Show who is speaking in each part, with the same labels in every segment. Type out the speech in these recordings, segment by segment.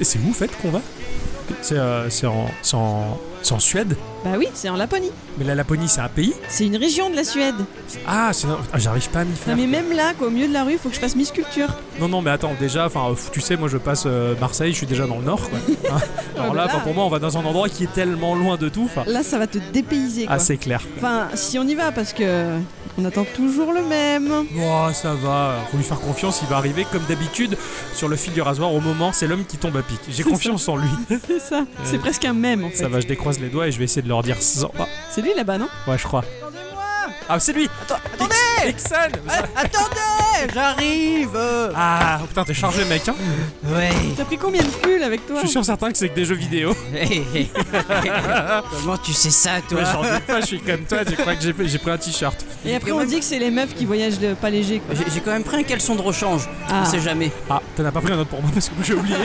Speaker 1: c'est où, en fait, qu'on va C'est euh, c'est en, c'est en- c'est en Suède
Speaker 2: Bah oui, c'est en Laponie.
Speaker 1: Mais la Laponie, c'est un pays
Speaker 2: C'est une région de la Suède.
Speaker 1: Ah, c'est... ah, j'arrive pas à m'y faire.
Speaker 2: Non mais même là, quoi, au milieu de la rue, faut que je fasse mi sculpture.
Speaker 1: Non, non, mais attends, déjà, enfin, euh, tu sais, moi je passe euh, Marseille, je suis déjà dans le nord, quoi. Hein Alors
Speaker 2: Ouais,
Speaker 1: là,
Speaker 2: bah
Speaker 1: enfin,
Speaker 2: là.
Speaker 1: pour moi, on va dans un endroit qui est tellement loin de tout, enfin.
Speaker 2: Là, ça va te dépayser. Quoi.
Speaker 1: Ah, c'est clair.
Speaker 2: enfin, si on y va, parce que on attend toujours le même.
Speaker 1: Oh, ça va, faut lui faire confiance, il va arriver comme d'habitude sur le fil du rasoir au moment, c'est l'homme qui tombe à pic. J'ai confiance en lui.
Speaker 2: C'est ça. C'est presque un même en fait.
Speaker 1: Ça va, je décroise les doigts et je vais essayer de leur dire. sans- Ah,
Speaker 2: C'est lui là-bas, non
Speaker 1: ouais, je crois. Ah, c'est lui
Speaker 3: Attendez
Speaker 1: Nixon
Speaker 3: Attendez J'arrive
Speaker 1: Ah, oh, putain, t'es chargé, mec, hein
Speaker 3: Ouais
Speaker 2: T'as pris combien de pulls avec
Speaker 1: Je
Speaker 2: toi
Speaker 1: suis sûr certain que c'est que des jeux vidéo.
Speaker 3: Comment tu sais ça,
Speaker 1: Ouais,
Speaker 3: toi
Speaker 1: j'en doute pas, je suis comme toi, tu crois que j'ai j'ai pris un t-shirt.
Speaker 2: Et après, on dit que c'est les meufs qui voyagent de- pas léger. Quoi.
Speaker 3: J'ai j'ai quand même pris un caleçon de rechange.
Speaker 2: Ah.
Speaker 3: On sait jamais.
Speaker 1: Ah, t'en as pas pris un autre pour moi parce que moi j'ai oublié.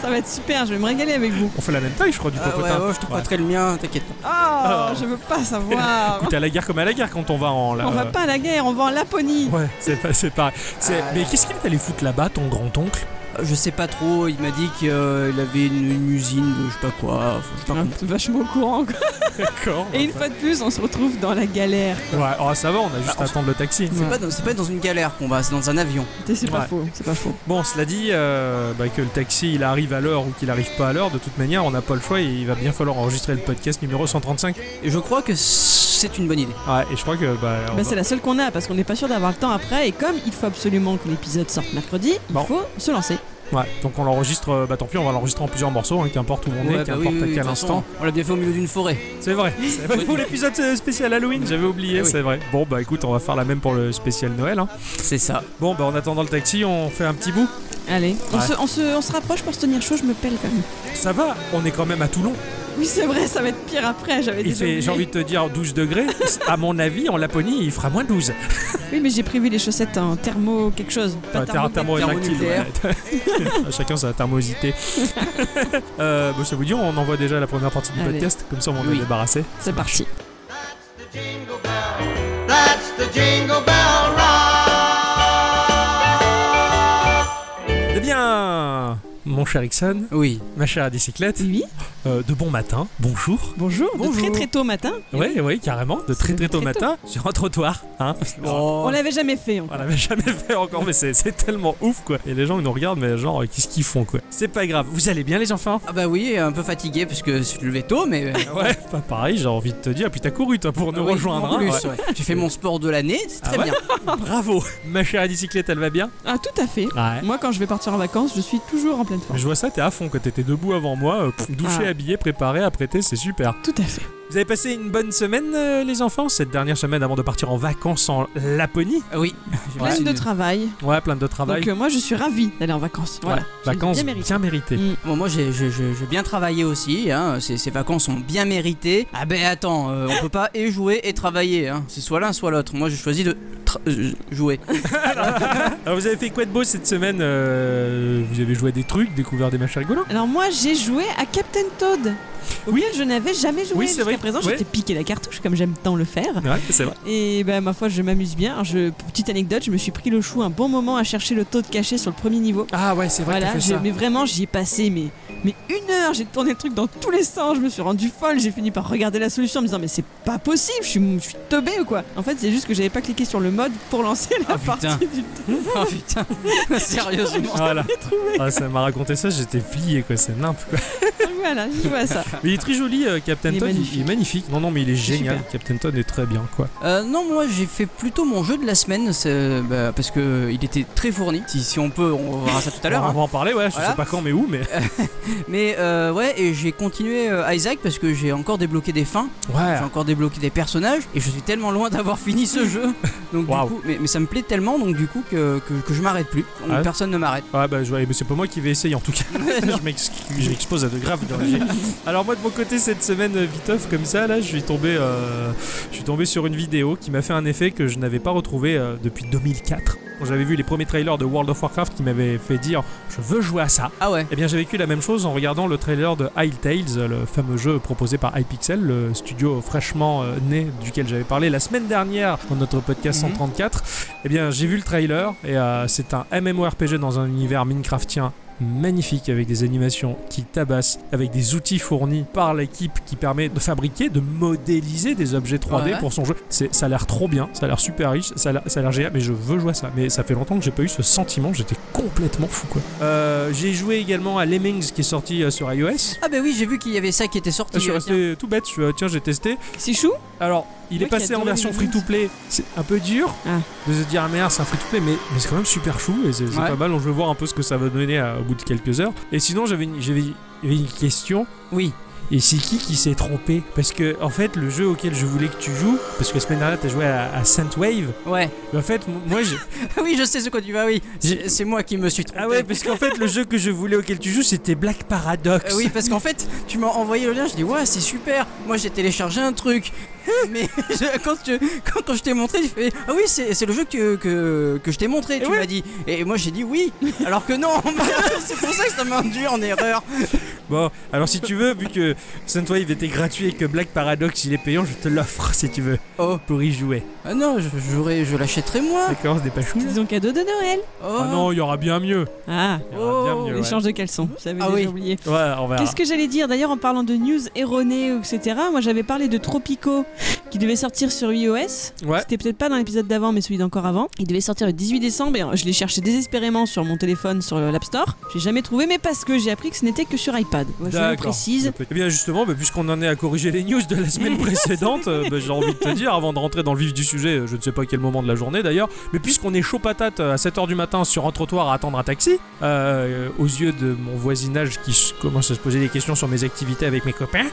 Speaker 2: Ça va être super, je vais me régaler avec vous.
Speaker 1: On fait la même taille, je crois, du
Speaker 3: Ah ouais,
Speaker 1: popotin.
Speaker 3: ouais, je te
Speaker 1: Ouais.
Speaker 3: prêterai le mien, t'inquiète pas.
Speaker 2: Oh, je veux pas savoir.
Speaker 1: Écoute, à la guerre comme à la guerre quand on va en. la-
Speaker 2: on va
Speaker 1: euh,
Speaker 2: pas à la guerre, on va en Laponie.
Speaker 1: Ouais, c'est pas, c'est pareil. C'est-
Speaker 3: Ah,
Speaker 1: mais qu'est-ce qu'il est allé foutre là-bas, ton grand-oncle
Speaker 3: Euh, Je sais pas trop, il m'a dit qu'il avait une, une usine de je sais pas quoi. Faut- Je sais pas
Speaker 2: Hein,
Speaker 3: comment.
Speaker 2: t'es vachement au courant. quoi.
Speaker 1: D'accord.
Speaker 2: Et une fois de plus, on se retrouve dans la galère.
Speaker 1: Ouais, oh, ça va, on a juste à
Speaker 3: Bah, on-
Speaker 1: attendre le taxi.
Speaker 3: C'est pas, dans- c'est pas dans une galère qu'on va, c'est dans un avion.
Speaker 2: T'es- C'est pas
Speaker 1: Ouais.
Speaker 2: faux, c'est pas faux.
Speaker 1: Bon, cela dit, euh, bah, que le taxi il arrive à l'heure ou qu'il arrive pas à l'heure, de toute manière, on n'a pas le choix et il va bien falloir enregistrer le podcast numéro 135.
Speaker 3: Et je crois que c'est une bonne idée.
Speaker 1: Ouais, et je crois que. Bah, on
Speaker 2: Bah,
Speaker 1: va-
Speaker 2: c'est la seule qu'on a parce qu'on n'est pas sûr d'avoir le temps après. Et comme il faut absolument que l'épisode sorte mercredi, il
Speaker 1: Bon.
Speaker 2: faut se lancer.
Speaker 1: Ouais, donc on l'enregistre, euh, bah tant pis, on va l'enregistrer en plusieurs morceaux, hein, qu'importe où on
Speaker 3: Ouais,
Speaker 1: est,
Speaker 3: bah
Speaker 1: qu'importe
Speaker 3: oui, oui,
Speaker 1: à
Speaker 3: oui, de
Speaker 1: quel
Speaker 3: toute
Speaker 1: instant.
Speaker 3: façon, On l'a bien fait au milieu d'une forêt.
Speaker 1: C'est vrai, c'est vrai.
Speaker 3: Oui.
Speaker 1: Pour l'épisode euh, spécial Halloween, j'avais oublié,
Speaker 3: Eh oui.
Speaker 1: c'est vrai. Bon, bah écoute, on va faire la même pour le spécial Noël. hein.
Speaker 3: C'est ça.
Speaker 1: Bon, bah en attendant le taxi, on fait un petit bout.
Speaker 2: Allez, on,
Speaker 1: Ouais.
Speaker 2: se, on se- on se rapproche pour se tenir chaud, je me pèle quand même.
Speaker 1: Ça va, on est quand même à Toulon.
Speaker 2: Oui, c'est vrai, ça va être pire après, j'avais
Speaker 1: Il
Speaker 2: déjà
Speaker 1: fait, j'ai envie de
Speaker 2: oublié.
Speaker 1: te dire, 12 degrés. à mon avis, en Laponie, il fera moins 12.
Speaker 2: Oui, mais j'ai prévu les chaussettes en thermo quelque chose. Pas
Speaker 1: Enfin, ther-
Speaker 2: thermo-
Speaker 1: thermoélectrique, ouais. Chacun sa thermosité. euh, bon, ça vous dit, on envoie déjà la première partie du
Speaker 2: Allez.
Speaker 1: podcast, comme ça on en est
Speaker 3: Oui.
Speaker 1: débarrassé.
Speaker 2: C'est parti.
Speaker 4: That's the jingle bell ride.
Speaker 1: Eh bien, mon cher Ixon,
Speaker 3: Oui.
Speaker 1: ma chère à bicyclette,
Speaker 2: Oui,
Speaker 1: euh, de bon matin, bonjour.
Speaker 2: bonjour. de
Speaker 3: Bonjour.
Speaker 2: très très tôt matin.
Speaker 1: Oui, oui, carrément, de très
Speaker 2: C'est
Speaker 1: très tôt
Speaker 2: très
Speaker 1: matin, sur un trottoir. Hein.
Speaker 2: On l'avait jamais fait. hein.
Speaker 1: On l'avait jamais fait encore, mais c'est c'est tellement ouf quoi. Et les gens ils nous regardent, mais genre, euh, qu'est-ce qu'ils font quoi C'est pas grave. Vous allez bien les enfants
Speaker 3: Ah bah oui, un peu fatigué parce que je suis levé tôt, mais. euh,
Speaker 1: Ouais, pas pareil, j'ai envie de te dire. Et puis t'as couru toi pour nous
Speaker 3: Ah Oui,
Speaker 1: rejoindre.
Speaker 3: en
Speaker 1: hein,
Speaker 3: plus,
Speaker 1: ouais.
Speaker 3: ouais. J'ai fait mon sport de l'année, c'est
Speaker 1: Ah
Speaker 3: très
Speaker 1: ouais
Speaker 3: bien.
Speaker 1: Bravo Ma chère à bicyclette, elle va bien
Speaker 2: Ah, tout à fait.
Speaker 1: Ouais.
Speaker 2: Moi, quand je vais partir en vacances, je suis toujours en pleine forme.
Speaker 1: Je vois ça, t'es à fond, quoi. T'étais debout avant moi, euh, pff, douché,
Speaker 2: Ah.
Speaker 1: habillé, préparé, apprêté, c'est super.
Speaker 2: Tout à fait.
Speaker 1: Vous avez passé une bonne semaine, euh, les enfants Cette dernière semaine avant de partir en vacances en Laponie
Speaker 3: Ah oui. J'ai
Speaker 1: Ouais.
Speaker 2: Pleine
Speaker 3: passé
Speaker 2: de
Speaker 3: une-
Speaker 2: travail.
Speaker 1: Ouais, plein de travail.
Speaker 2: Donc, euh, moi, je suis ravie d'aller en vacances.
Speaker 1: Ouais,
Speaker 2: Voilà. Je l'ai
Speaker 1: vacances
Speaker 2: bien
Speaker 1: bien, méritées.
Speaker 2: mérité. Mm.
Speaker 3: Bon, moi j'ai j'ai- j'ai- j'ai bien travaillé aussi, hein. ces, ces vacances sont bien méritées. Ah ben attends, euh, on peut pas et jouer et travailler, hein. c'est soit l'un soit l'autre. Moi j'ai choisi de tra- euh, jouer.
Speaker 1: Alors, vous avez fait quoi de beau cette semaine Euh, Vous avez joué à des trucs, découvert des machins rigolos
Speaker 2: Alors, moi, j'ai joué à Captain Toad. Auquel je n'avais jamais joué
Speaker 1: Oui, c'est
Speaker 2: jusqu'à
Speaker 1: vrai.
Speaker 2: présent.
Speaker 1: Ouais.
Speaker 2: J'étais piqué la cartouche, comme j'aime tant le faire.
Speaker 1: Ouais, c'est vrai.
Speaker 2: Et ben ma foi, je m'amuse bien. Alors, je, petite anecdote, je me suis pris le chou un bon moment à chercher le taux de cachet sur le premier niveau.
Speaker 1: Ah ouais, c'est vrai que
Speaker 2: Voilà,
Speaker 1: t'as fait
Speaker 2: j'ai-
Speaker 1: ça.
Speaker 2: mais vraiment, j'y ai passé mais, mais une heure, j'ai tourné le truc dans tous les sens, je me suis rendu folle, j'ai fini par regarder la solution en me disant mais c'est pas possible, je suis, je suis teubée ou quoi. En fait, c'est juste que j'avais pas cliqué sur le mode pour lancer la
Speaker 3: Ah, putain.
Speaker 2: partie du
Speaker 3: oh putain, sérieusement.
Speaker 1: Voilà. Ah, ça m'a raconté ça, j'étais plié quoi, c'est nimp quoi.
Speaker 2: Voilà, je vois ça.
Speaker 1: Mais il est très joli, euh, Captain
Speaker 2: Il est
Speaker 1: Todd, il- il est
Speaker 2: magnifique.
Speaker 1: magnifique. Non, non, mais il est
Speaker 2: C'est
Speaker 1: génial. Captain Todd est très bien quoi.
Speaker 3: Euh, non, moi j'ai fait plutôt mon jeu de la semaine c'est- bah, parce que il était très fourni. Si, si on peut, on verra ça tout à l'heure.
Speaker 1: on
Speaker 3: hein.
Speaker 1: va en parler, ouais, je
Speaker 3: Voilà.
Speaker 1: sais pas quand, mais où, mais.
Speaker 3: Mais euh, ouais, et j'ai continué euh, Isaac parce que j'ai encore débloqué des fins.
Speaker 1: Ouais.
Speaker 3: J'ai encore débloqué des personnages et je suis tellement loin d'avoir fini ce jeu. Donc
Speaker 1: Waouh.
Speaker 3: du coup, mais, mais ça me plaît tellement donc du coup que, que, que je m'arrête plus. Donc,
Speaker 1: Ah ouais
Speaker 3: Personne ne m'arrête.
Speaker 1: Ouais, bah, je, ouais, mais c'est pas moi qui vais essayer en tout cas.
Speaker 3: Non.
Speaker 1: je m'excuse, je m'expose à de graves dangers. Alors, moi de mon côté, cette semaine, euh, viteuf, comme ça, là, je suis tombé, euh, je suis tombé sur une vidéo qui m'a fait un effet que je n'avais pas retrouvé euh, depuis 2004. Quand j'avais vu les premiers trailers de World of Warcraft qui m'avaient fait dire je veux jouer à ça.
Speaker 3: Ah ouais.
Speaker 1: Eh bien, j'ai vécu la même chose en regardant le trailer de High Tales, le fameux jeu proposé par Hypixel, le studio fraîchement euh, né duquel j'avais parlé la semaine dernière dans notre podcast
Speaker 3: Mhm.
Speaker 1: 134. Eh bien, j'ai vu le trailer et euh, c'est un MMORPG dans un univers Minecraftien magnifique avec des animations qui tabassent, avec des outils fournis par l'équipe qui permet de fabriquer, de modéliser des objets 3D
Speaker 3: Ouais.
Speaker 1: pour son jeu. C'est, ça a l'air trop bien, ça a l'air super riche, ça a l'air, ça a l'air génial, mais je veux jouer à ça. Mais ça fait longtemps que j'ai pas eu ce sentiment, j'étais complètement fou quoi. Euh, j'ai joué également à Lemmings qui est sorti euh, sur iOS.
Speaker 3: Ah bah oui, j'ai vu qu'il y avait ça qui était sorti.
Speaker 1: Je suis
Speaker 3: euh,
Speaker 1: resté tout bête, je suis, euh, tiens j'ai testé.
Speaker 2: C'est chou
Speaker 1: Alors, il est
Speaker 2: Moi qui
Speaker 1: passé en
Speaker 2: adorais
Speaker 1: version
Speaker 2: les
Speaker 1: free to play. C'est un peu dur
Speaker 2: Ah.
Speaker 1: de se dire, ah merde, c'est un free to play, mais, mais c'est quand même super chou et c'est c'est
Speaker 3: Ouais.
Speaker 1: pas mal. On veut voir un peu ce que ça va donner à- au bout de quelques heures. Et sinon, j'avais une, j'avais- j'avais une question.
Speaker 3: Oui.
Speaker 1: Et c'est qui qui s'est trompé Parce que, en fait, le jeu auquel je voulais que tu joues, parce que la semaine dernière, t'as joué à, à Saint Wave,
Speaker 3: Ouais.
Speaker 1: mais en fait, m- moi, j'ai.
Speaker 3: oui, je sais ce que tu vas. Oui. C'est c'est moi qui me suis trompé.
Speaker 1: Ah ouais, parce qu'en fait, le jeu que je voulais auquel tu joues, c'était Black Paradox.
Speaker 3: Euh, oui, parce qu'en fait, tu m'as envoyé le lien, je dis ouais, c'est super. Moi, j'ai téléchargé un truc, mais je- quand, je, quand, quand je t'ai montré, tu fais ah oui, c'est c'est le jeu que, que, que je t'ai montré, tu
Speaker 1: ouais.
Speaker 3: m'as dit. Et moi, j'ai dit oui, alors que non, c'est pour ça que ça m'a induit en erreur.
Speaker 1: Bon, alors si tu veux, vu que Saint Wave était gratuit et que Black Paradox il est payant, je te l'offre si tu veux
Speaker 3: Oh,
Speaker 1: pour y jouer.
Speaker 3: ah non, je, j'aurais- je l'achèterai moi.
Speaker 1: D'accord, c'est pas chou. là
Speaker 2: Disons cadeau de Noël.
Speaker 3: Oh,
Speaker 1: Ah non, il y aura bien mieux.
Speaker 2: Ah,
Speaker 1: Il y aura
Speaker 3: Oh,
Speaker 1: bien mieux. Ouais.
Speaker 2: l'échange de caleçons. J'avais
Speaker 3: Ah
Speaker 2: déjà
Speaker 3: oui.
Speaker 2: oublié.
Speaker 1: Ouais, on verra.
Speaker 2: Qu'est-ce que j'allais dire D'ailleurs, en parlant de news erronées, etc., moi j'avais parlé de Tropico qui devait sortir sur iOS.
Speaker 1: Ouais.
Speaker 2: C'était peut-être pas dans l'épisode d'avant, mais celui d'encore avant. Il devait sortir le 18 décembre et euh, je l'ai cherché désespérément sur mon téléphone, sur euh, l'App Store. J'ai jamais trouvé, mais parce que j'ai appris que ce n'était que sur iPad. Moi, je le
Speaker 1: D'accord.
Speaker 2: précise.
Speaker 1: Eh bien justement, bah, puisqu'on en est à corriger les news de la semaine précédente, euh, bah, j'ai envie de te dire, avant de rentrer dans le vif du sujet, euh, je ne sais pas à quel moment de la journée d'ailleurs, mais puisqu'on est chaud patate euh, à 7h du matin sur un trottoir à attendre un taxi, euh, euh, aux yeux de mon voisinage qui s- commence à se poser des questions sur mes activités avec mes copains.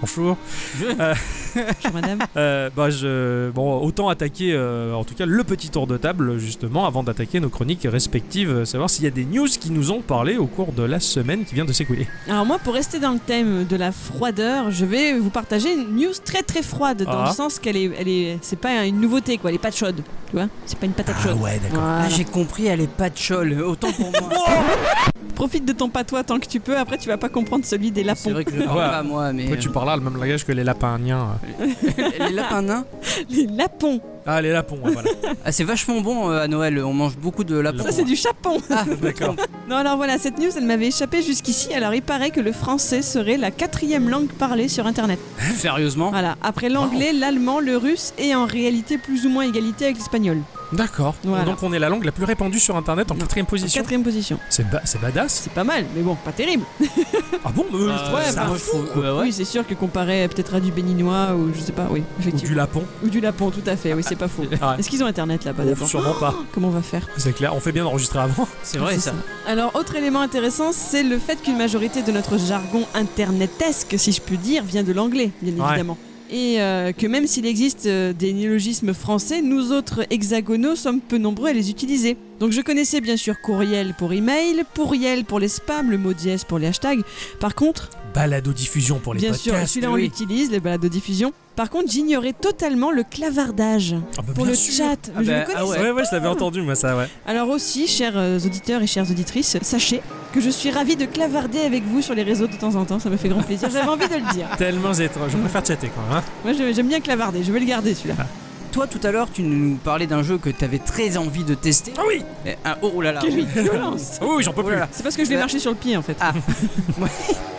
Speaker 1: Bonjour.
Speaker 2: Bonjour, madame.
Speaker 1: Euh, bah je, bon, autant attaquer euh, en tout cas le petit tour de table justement avant d'attaquer nos chroniques respectives, euh, savoir s'il y a des news qui nous ont parlé au cours de la semaine qui vient de s'écouler.
Speaker 2: Alors moi, pour rester dans le thème de la froideur, je vais vous partager une news très très froide dans
Speaker 1: Ah.
Speaker 2: le sens qu'elle est, elle est, c'est pas une nouveauté quoi, elle est pas chaude, tu vois, c'est pas une patate chaude.
Speaker 1: ouais,
Speaker 2: Voilà.
Speaker 3: Ah, j'ai compris, elle est pas de chol, autant pour moi.
Speaker 2: Profite de ton patois tant que tu peux. Après, tu vas pas comprendre celui des
Speaker 3: c'est
Speaker 2: lapons,
Speaker 3: vrai que je parle
Speaker 1: Ouais.
Speaker 3: pas moi, mais
Speaker 1: Toi, tu parles là le même langage que les lapins niens.
Speaker 3: euh, les lapins nains.
Speaker 2: les lapons.
Speaker 1: Ah, les lapons, ouais, voilà.
Speaker 3: Ah, c'est vachement bon euh, à Noël, on mange beaucoup de lapins.
Speaker 2: Ça, c'est du chapon.
Speaker 3: Ah,
Speaker 1: D'accord.
Speaker 2: Non, alors voilà, cette news, elle m'avait échappé jusqu'ici. Alors, il paraît que le français serait la quatrième langue parlée sur Internet.
Speaker 3: Sérieusement
Speaker 2: Voilà, après l'anglais, l'allemand, le russe et en réalité plus ou moins égalité avec l'espagnol.
Speaker 1: D'accord.
Speaker 2: Voilà.
Speaker 1: Donc, on est la langue la plus répandue sur internet en quatrième
Speaker 2: En
Speaker 1: position.
Speaker 2: Quatrième position.
Speaker 1: C'est ba- c'est badass.
Speaker 2: C'est pas mal, mais bon, pas terrible.
Speaker 1: Ah bon mais,
Speaker 3: Euh,
Speaker 1: ouais, ça
Speaker 3: moi, je trouve- bah ouais.
Speaker 2: Oui, c'est sûr que comparé peut-être à du béninois ou je sais pas, oui,
Speaker 1: Ou du
Speaker 2: effectivement.
Speaker 1: lapon.
Speaker 2: Ou du lapon, tout à fait, oui, c'est pas faux.
Speaker 1: Ah,
Speaker 2: Est-ce qu'ils ont internet là-bas
Speaker 1: ouais.
Speaker 2: d'abord
Speaker 1: Oh, sûrement pas.
Speaker 2: Comment on va faire
Speaker 1: C'est clair, on fait bien d'enregistrer avant.
Speaker 3: C'est vrai
Speaker 2: C'est
Speaker 3: ça.
Speaker 2: Alors, autre élément intéressant, c'est le fait qu'une majorité de notre jargon internetesque, si je puis dire, vient de l'anglais, bien
Speaker 1: Ouais.
Speaker 2: évidemment. Et euh, que même s'il existe euh, des néologismes français, nous autres hexagonaux sommes peu nombreux à les utiliser. Donc je connaissais bien sûr courriel pour email, pourriel pour les spams, le mot dièse pour les hashtags. Par contre,
Speaker 1: Balado diffusion pour les
Speaker 2: bien sûr,
Speaker 1: podcasts.
Speaker 2: celui-là on
Speaker 3: oui.
Speaker 2: l'utilise, les balades de diffusion. Par contre, j'ignorais totalement le clavardage
Speaker 1: Ah, bah,
Speaker 2: pour
Speaker 1: bien
Speaker 2: le
Speaker 1: sûr.
Speaker 2: chat.
Speaker 3: Ah
Speaker 2: je
Speaker 3: bah,
Speaker 2: le connaissais
Speaker 3: ah
Speaker 1: Ouais, ouais, je l'avais entendu, moi, ça, ouais.
Speaker 2: alors aussi, chers euh, auditeurs et chères auditrices, sachez que je suis ravie de clavarder avec vous sur les réseaux de temps en temps, ça me fait grand plaisir, j'avais envie de le dire.
Speaker 1: Tellement étrange. Je préfère chatter quand même. hein.
Speaker 2: Moi je- j'aime bien clavarder, je vais le garder celui-là.
Speaker 3: Toi tout à l'heure tu nous parlais d'un jeu que t'avais très envie de tester.
Speaker 1: Ah oui
Speaker 3: Eh, ah, oh, oh là là.
Speaker 2: Quelle violence
Speaker 1: Ah Oui, j'en peux
Speaker 3: Oh
Speaker 1: plus.
Speaker 3: là là.
Speaker 2: C'est parce que je l'ai
Speaker 3: Bah-
Speaker 2: marché sur le pied en fait.
Speaker 3: Ah.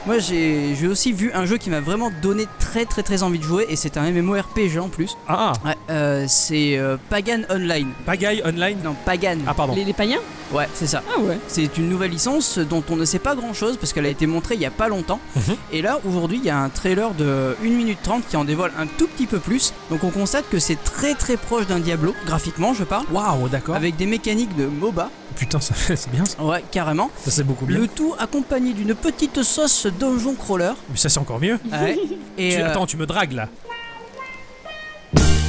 Speaker 3: Moi j'ai j'ai aussi vu un jeu qui m'a vraiment donné très très très envie de jouer et c'est un MMORPG en plus.
Speaker 1: Ah,
Speaker 3: Ouais, euh, c'est euh, Pagan Online.
Speaker 1: Pagaille Online.
Speaker 3: Non, Pagan.
Speaker 1: Ah, pardon.
Speaker 2: Les, les païens
Speaker 3: Ouais, c'est ça.
Speaker 2: Ah ouais.
Speaker 3: C'est une nouvelle licence dont on ne sait pas grand chose parce qu'elle a été montrée il y a pas longtemps.
Speaker 1: Mhm.
Speaker 3: Et là, aujourd'hui, il y a un trailer de 1 minute 30 qui en dévoile un tout petit peu plus. Donc on constate que c'est très très proche d'un Diablo, graphiquement je parle,
Speaker 1: Waouh, d'accord.
Speaker 3: avec des mécaniques de MOBA.
Speaker 1: Putain, ça fait- c'est bien, ça.
Speaker 3: Ouais, carrément.
Speaker 1: Ça, c'est beaucoup mieux.
Speaker 3: Le tout accompagné d'une petite sauce donjon crawler.
Speaker 1: Mais ça, c'est encore mieux.
Speaker 3: Ouais. Et
Speaker 1: Tu-
Speaker 3: euh,
Speaker 1: Attends, tu me dragues là.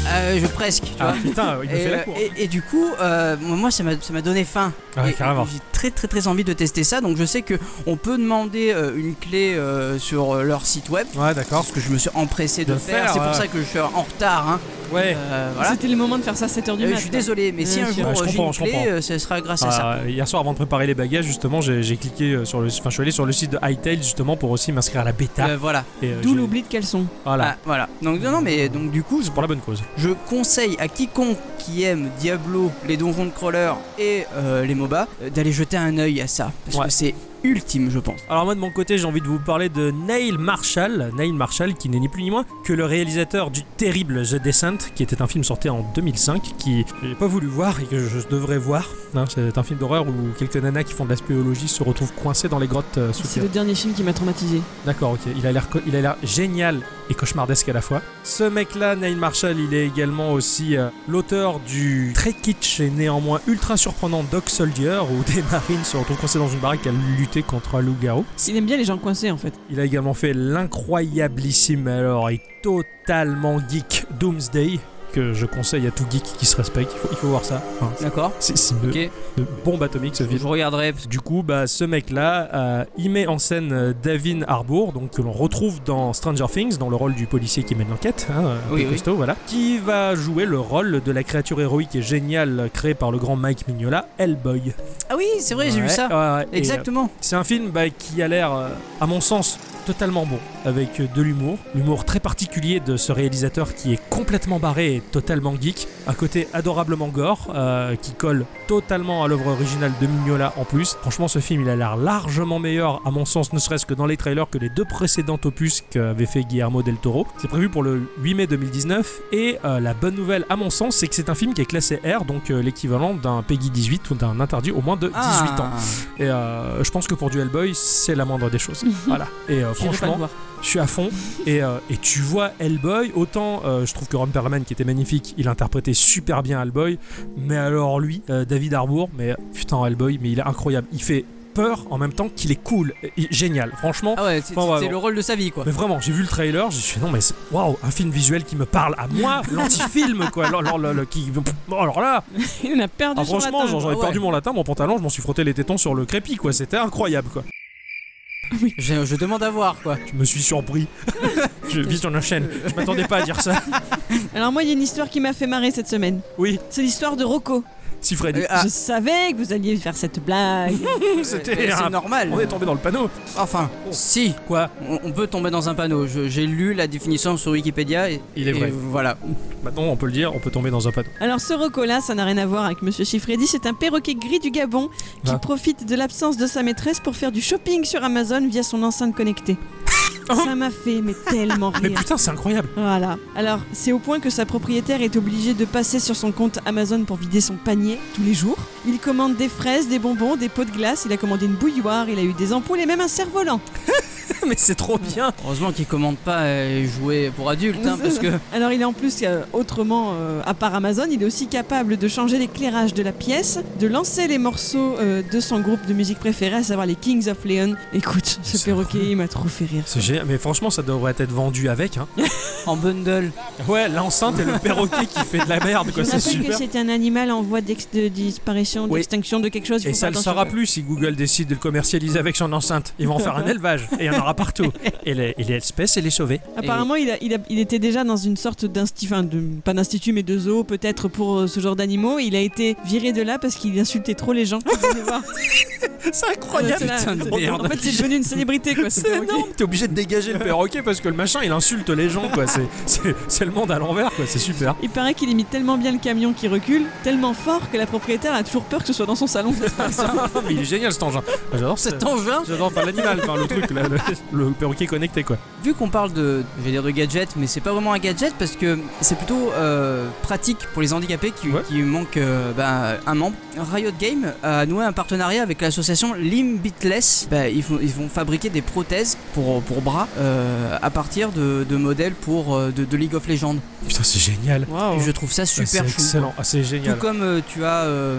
Speaker 3: euh, je presque, tu
Speaker 1: Ah
Speaker 3: vois.
Speaker 1: putain, il me
Speaker 3: Et,
Speaker 1: fait la
Speaker 3: euh,
Speaker 1: cour.
Speaker 3: et- et du coup, euh, moi ça m'a ça m'a donné faim.
Speaker 1: Ah,
Speaker 3: Et-
Speaker 1: carrément.
Speaker 3: J'ai très très très envie de tester ça. Donc je sais que on peut demander euh, une clé euh, sur euh, leur site web.
Speaker 1: Ouais, d'accord.
Speaker 3: Ce que je me suis empressé de,
Speaker 1: De
Speaker 3: faire.
Speaker 1: faire,
Speaker 3: C'est
Speaker 1: ouais. Eh,
Speaker 3: pour ça que je suis en retard. hein.
Speaker 1: Ouais.
Speaker 3: Euh, voilà.
Speaker 2: C'était le moment de faire ça à 7h du
Speaker 3: Euh,
Speaker 2: matin.
Speaker 3: je suis désolé, mais si
Speaker 2: Ouais,
Speaker 3: un
Speaker 2: je-
Speaker 3: jour
Speaker 1: Ah, je
Speaker 3: euh, j'ai
Speaker 1: comprends,
Speaker 3: une
Speaker 1: je
Speaker 3: clé,
Speaker 1: comprends.
Speaker 3: euh, ce sera grâce à ça.
Speaker 1: Ah, hier soir, avant de préparer les bagages, justement, j'ai j'ai cliqué euh, sur le, enfin, je suis allé sur le site de Hightail justement pour aussi m'inscrire à la bêta.
Speaker 3: Euh, voilà.
Speaker 1: Et, euh,
Speaker 2: D'où
Speaker 1: j'ai-
Speaker 2: l'oubli de caleçon.
Speaker 1: Voilà.
Speaker 3: Ah, voilà. Donc non, non, mais donc du coup, je,
Speaker 1: C'est pour la bonne cause.
Speaker 3: je conseille à quiconque qui aime Diablo, les donjons de crawler et euh, les MOBA euh, d'aller jeter un œil à ça parce
Speaker 1: Ouais.
Speaker 3: que c'est ultime, je pense.
Speaker 1: Alors moi de mon côté j'ai envie de vous parler de Neil Marshall, Neil Marshall qui n'est ni plus ni moins que le réalisateur du terrible The Descent qui était un film sorti en 2005 qui j'ai pas voulu voir et que je devrais voir. hein. c'est un film d'horreur où quelques nanas qui font de la spéologie se retrouvent coincées dans les grottes euh, sous
Speaker 2: C'est
Speaker 1: terre.
Speaker 2: le dernier film qui m'a traumatisé.
Speaker 1: D'accord, ok. Il a l'air, co- il a l'air génial et cauchemardesque à la fois. Ce mec-là, Neil Marshall, il est également aussi euh, l'auteur du très kitsch et néanmoins ultra surprenant Dog Soldier, où des marines se retrouvent coincés dans une baraque à lutter contre un loup-garou.
Speaker 2: Il aime bien les gens coincés en fait.
Speaker 1: Il a également fait l'incroyablissime alors et totalement geek Doomsday que je conseille à tout geek qui se respecte. Il faut, il faut voir ça. Enfin,
Speaker 3: D'accord.
Speaker 1: c'est c'est une,
Speaker 3: Ok.
Speaker 1: une bombe atomique ce film.
Speaker 3: Je regarderai.
Speaker 1: Du coup, bah, ce mec-là, euh, il met en scène euh, Davin Harbour, donc que l'on retrouve dans Stranger Things, dans le rôle du policier qui mène l'enquête, hein, un peu
Speaker 3: Oui, oui.
Speaker 1: costaud, voilà, qui va jouer le rôle de la créature héroïque et géniale créée par le grand Mike Mignola, Hellboy.
Speaker 3: Ah oui, c'est vrai, j'ai
Speaker 1: Ouais,
Speaker 3: vu ça.
Speaker 1: ouais, et, euh,
Speaker 3: Exactement.
Speaker 1: c'est un film bah, qui a l'air, euh, à mon sens, totalement bon, avec euh, de l'humour, l'humour très particulier de ce réalisateur qui est complètement barré et totalement geek, un côté adorablement gore, euh, qui colle totalement à l'œuvre originale de Mignola en plus. Franchement, ce film, il a l'air largement meilleur, à mon sens, ne serait-ce que dans les trailers, que les deux précédents opus qu'avait fait Guillermo del Toro. C'est prévu pour le 8 mai 2019, et euh, la bonne nouvelle, à mon sens, c'est que c'est un film qui est classé R, donc euh, l'équivalent d'un PEGI 18 ou d'un interdit au moins de 18 ans.
Speaker 3: Ah.
Speaker 1: Et euh, je pense que pour du Hellboy, c'est la moindre des choses. voilà. Et euh,
Speaker 2: J'irai pas le
Speaker 1: franchement,
Speaker 2: voir.
Speaker 1: je suis à fond. Et, euh, et tu vois Hellboy, autant euh, je trouve que Ron Perlman, qui était magnifique, il interprétait super bien Hellboy. Mais alors lui, euh, David Harbour, mais putain, Hellboy, mais il est incroyable. Il fait peur en même temps qu'il est cool. Et- et génial. Franchement,
Speaker 3: Ah ouais, c'est
Speaker 1: Bon, ouais,
Speaker 3: c'est
Speaker 1: bon.
Speaker 3: le rôle de sa vie, quoi.
Speaker 1: mais vraiment, j'ai vu le trailer, je suis non mais c'est- waouh, un film visuel qui me parle à moi, l'anti-film quoi, alors, alors, alors, qui- bon, alors là,
Speaker 2: Il en a perdu
Speaker 1: ah,
Speaker 2: son
Speaker 1: franchement,
Speaker 2: matin.
Speaker 1: genre, j'en ai
Speaker 3: ouais.
Speaker 1: perdu mon latin, mon pantalon, je m'en suis frotté les tétons sur le crépi quoi, c'était incroyable quoi.
Speaker 3: Je, je demande à voir, quoi.
Speaker 1: Je me suis surpris. je vis sur la chaîne. Je m'attendais pas à dire ça.
Speaker 2: Alors moi, il y a une histoire qui m'a fait marrer cette semaine.
Speaker 1: Oui,
Speaker 2: C'est l'histoire de Rocco.
Speaker 1: si Freddy.
Speaker 3: Euh, ah,
Speaker 2: Je savais que vous alliez faire cette blague.
Speaker 1: C'était
Speaker 3: c'est
Speaker 1: un-
Speaker 3: normal.
Speaker 1: On est tombé dans le panneau.
Speaker 3: Enfin,
Speaker 1: Oh.
Speaker 3: si,
Speaker 1: Quoi
Speaker 3: on, on peut tomber dans un panneau. Je- J'ai lu la définition sur Wikipédia et,
Speaker 1: Il est
Speaker 3: et
Speaker 1: vrai.
Speaker 3: voilà.
Speaker 1: Maintenant, on peut le dire, on peut tomber dans un panneau.
Speaker 2: Alors ce Rocco-là, ça n'a rien à voir avec Monsieur Chiffredi, c'est un perroquet gris du Gabon qui
Speaker 1: Ah.
Speaker 2: profite de l'absence de sa maîtresse pour faire du shopping sur Amazon via son enceinte connectée. ça m'a fait mais tellement
Speaker 1: Mais
Speaker 2: rire.
Speaker 1: putain, c'est incroyable.
Speaker 2: Voilà. Alors, c'est au point que sa propriétaire est obligée de passer sur son compte Amazon pour vider son panier tous les jours. Il commande des fraises, des bonbons, des pots de glace, il a commandé une bouilloire, il a eu des ampoules et même un cerf-volant.
Speaker 1: Mais c'est trop bien.
Speaker 3: Heureusement qu'ils commandent pas euh, jouer pour adultes, hein, parce que
Speaker 2: Alors, il est en plus, euh, autrement, euh, à part Amazon, il est aussi capable de changer l'éclairage de la pièce, de lancer les morceaux euh, de son groupe de musique préféré, à savoir les Kings of Leon. Écoute, ce
Speaker 1: C'est
Speaker 2: perroquet, il m'a trop fait rire.
Speaker 1: C'est génial. Mais franchement, ça devrait être vendu avec. Hein.
Speaker 3: en bundle.
Speaker 1: Ouais, l'enceinte et le perroquet qui fait de la merde.
Speaker 2: Je
Speaker 1: quoi, C'est
Speaker 2: rappelle que
Speaker 1: super.
Speaker 2: c'est un animal en voie d'ex- de disparition,
Speaker 1: Oui.
Speaker 2: d'extinction de quelque chose. il
Speaker 1: Et
Speaker 2: faut
Speaker 1: ça
Speaker 2: faire
Speaker 1: le
Speaker 2: attention.
Speaker 1: saura plus si Google décide de le commercialiser avec son enceinte. Ils vont en faire un élevage et il y en aura partout. Et les, et les espèces, et les sauver.
Speaker 2: Apparemment, il, a- il a- il était déjà dans une sorte d'institut, enfin, de, pas d'institut, mais de zoo, peut-être pour euh, ce genre d'animaux. Il a été viré de là parce qu'il insultait trop les gens qui venaient voir.
Speaker 1: C'est
Speaker 2: C'est là-
Speaker 3: putain de
Speaker 2: c'est-
Speaker 3: merde.
Speaker 2: Euh, En fait, c'est devenu une célébrité, quoi. ce
Speaker 1: C'est
Speaker 2: perroquet.
Speaker 1: énorme, t'es obligé de dégager le perroquet parce que le machin il insulte les gens quoi, c'est, c'est, c'est le monde à l'envers quoi, c'est super.
Speaker 2: Il paraît qu'il imite tellement bien le camion qui recule, tellement fort que la propriétaire a toujours peur que ce soit dans son salon.
Speaker 1: Mais il est génial cet engin. Ah, J'adore cet
Speaker 3: Cet engin,
Speaker 1: J'adore enfin, l'animal, enfin le truc, là, le, le perroquet connecté quoi.
Speaker 3: vu qu'on parle de, je vais dire de gadget, mais c'est pas vraiment un gadget parce que c'est plutôt euh, pratique pour les handicapés qui,
Speaker 1: Ouais.
Speaker 3: qui manquent euh, bah, un membre. Riot Game a noué un partenariat avec l'association Limbitless. Bah, ils, font- ils vont fabriquer des prothèses pour, pour bras euh, à partir de, de modèles pour euh, de, de League of Legends.
Speaker 1: Putain, c'est génial.
Speaker 3: Et je trouve ça
Speaker 1: Ah, c'est
Speaker 3: super chou.
Speaker 1: excellent, ah, c'est
Speaker 3: Tout
Speaker 1: génial.
Speaker 3: comme euh, tu as euh,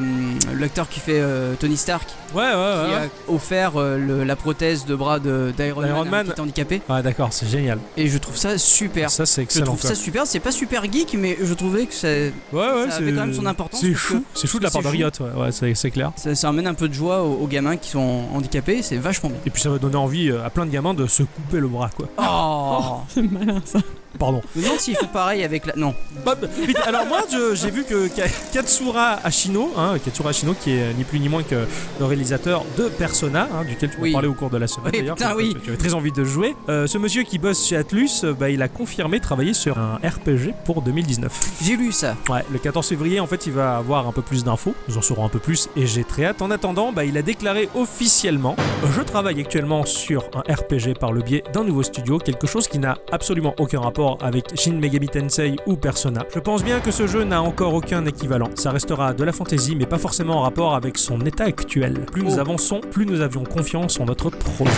Speaker 3: l'acteur qui fait euh, Tony Stark
Speaker 1: Ouais, ouais,
Speaker 3: qui
Speaker 1: Ah ouais.
Speaker 3: a offert euh, le- la prothèse de bras de- d'Iron Man,
Speaker 1: D'Iron
Speaker 3: à un
Speaker 1: Man.
Speaker 3: petit handicapé
Speaker 1: Ah d'accord, c'est génial.
Speaker 3: et je trouve ça euh, super.
Speaker 1: Ça c'est
Speaker 3: Je
Speaker 1: excellent.
Speaker 3: trouve
Speaker 1: quoi.
Speaker 3: ça super, c'est pas super geek mais je trouvais que ça,
Speaker 1: ouais, ouais,
Speaker 3: ça
Speaker 1: c'est...
Speaker 3: avait quand même son importance
Speaker 1: C'est
Speaker 3: parce
Speaker 1: chou, c'est chou de la part
Speaker 3: c'est
Speaker 1: de Riot, ouais, ouais, c'est, c'est clair.
Speaker 3: ça, ça amène un peu de joie aux, aux gamins qui sont handicapés, c'est vachement bien.
Speaker 1: Et puis ça va donner envie euh, à plein de gamins de se couper le bras quoi.
Speaker 3: Oh
Speaker 2: C'est malin ça.
Speaker 1: Pardon.
Speaker 3: Je me demande s'ils font pareil avec la. Non.
Speaker 1: Bah, bah, vite. Alors moi, je- j'ai vu que Ka- Katsura Ashino, hein, Katsura Ashino, qui est ni plus ni moins que le réalisateur de Persona, hein, duquel tu m'as
Speaker 3: Oui.
Speaker 1: parlé au cours de la semaine
Speaker 3: Oui,
Speaker 1: d'ailleurs,
Speaker 3: putain,
Speaker 1: que-
Speaker 3: oui.
Speaker 1: que tu avais très envie de jouer. Euh, ce monsieur qui bosse chez Atlus, euh, bah, il a confirmé travailler sur un RPG pour 2019.
Speaker 3: J'ai lu ça.
Speaker 1: Ouais, le 14 février, en fait, il va avoir un peu plus d'infos. Nous en saurons un peu plus et j'ai très hâte. En attendant, bah, il a déclaré officiellement Je travaille actuellement sur un RPG par le biais d'un nouveau studio, quelque chose qui n'a absolument aucun rapport avec Shin Megami Tensei ou Persona. Je pense bien que ce jeu n'a encore aucun équivalent. Ça restera de la fantaisie, mais pas forcément en rapport avec son état actuel. Plus nous
Speaker 3: Oh.
Speaker 1: avançons, plus nous avions confiance en notre projet.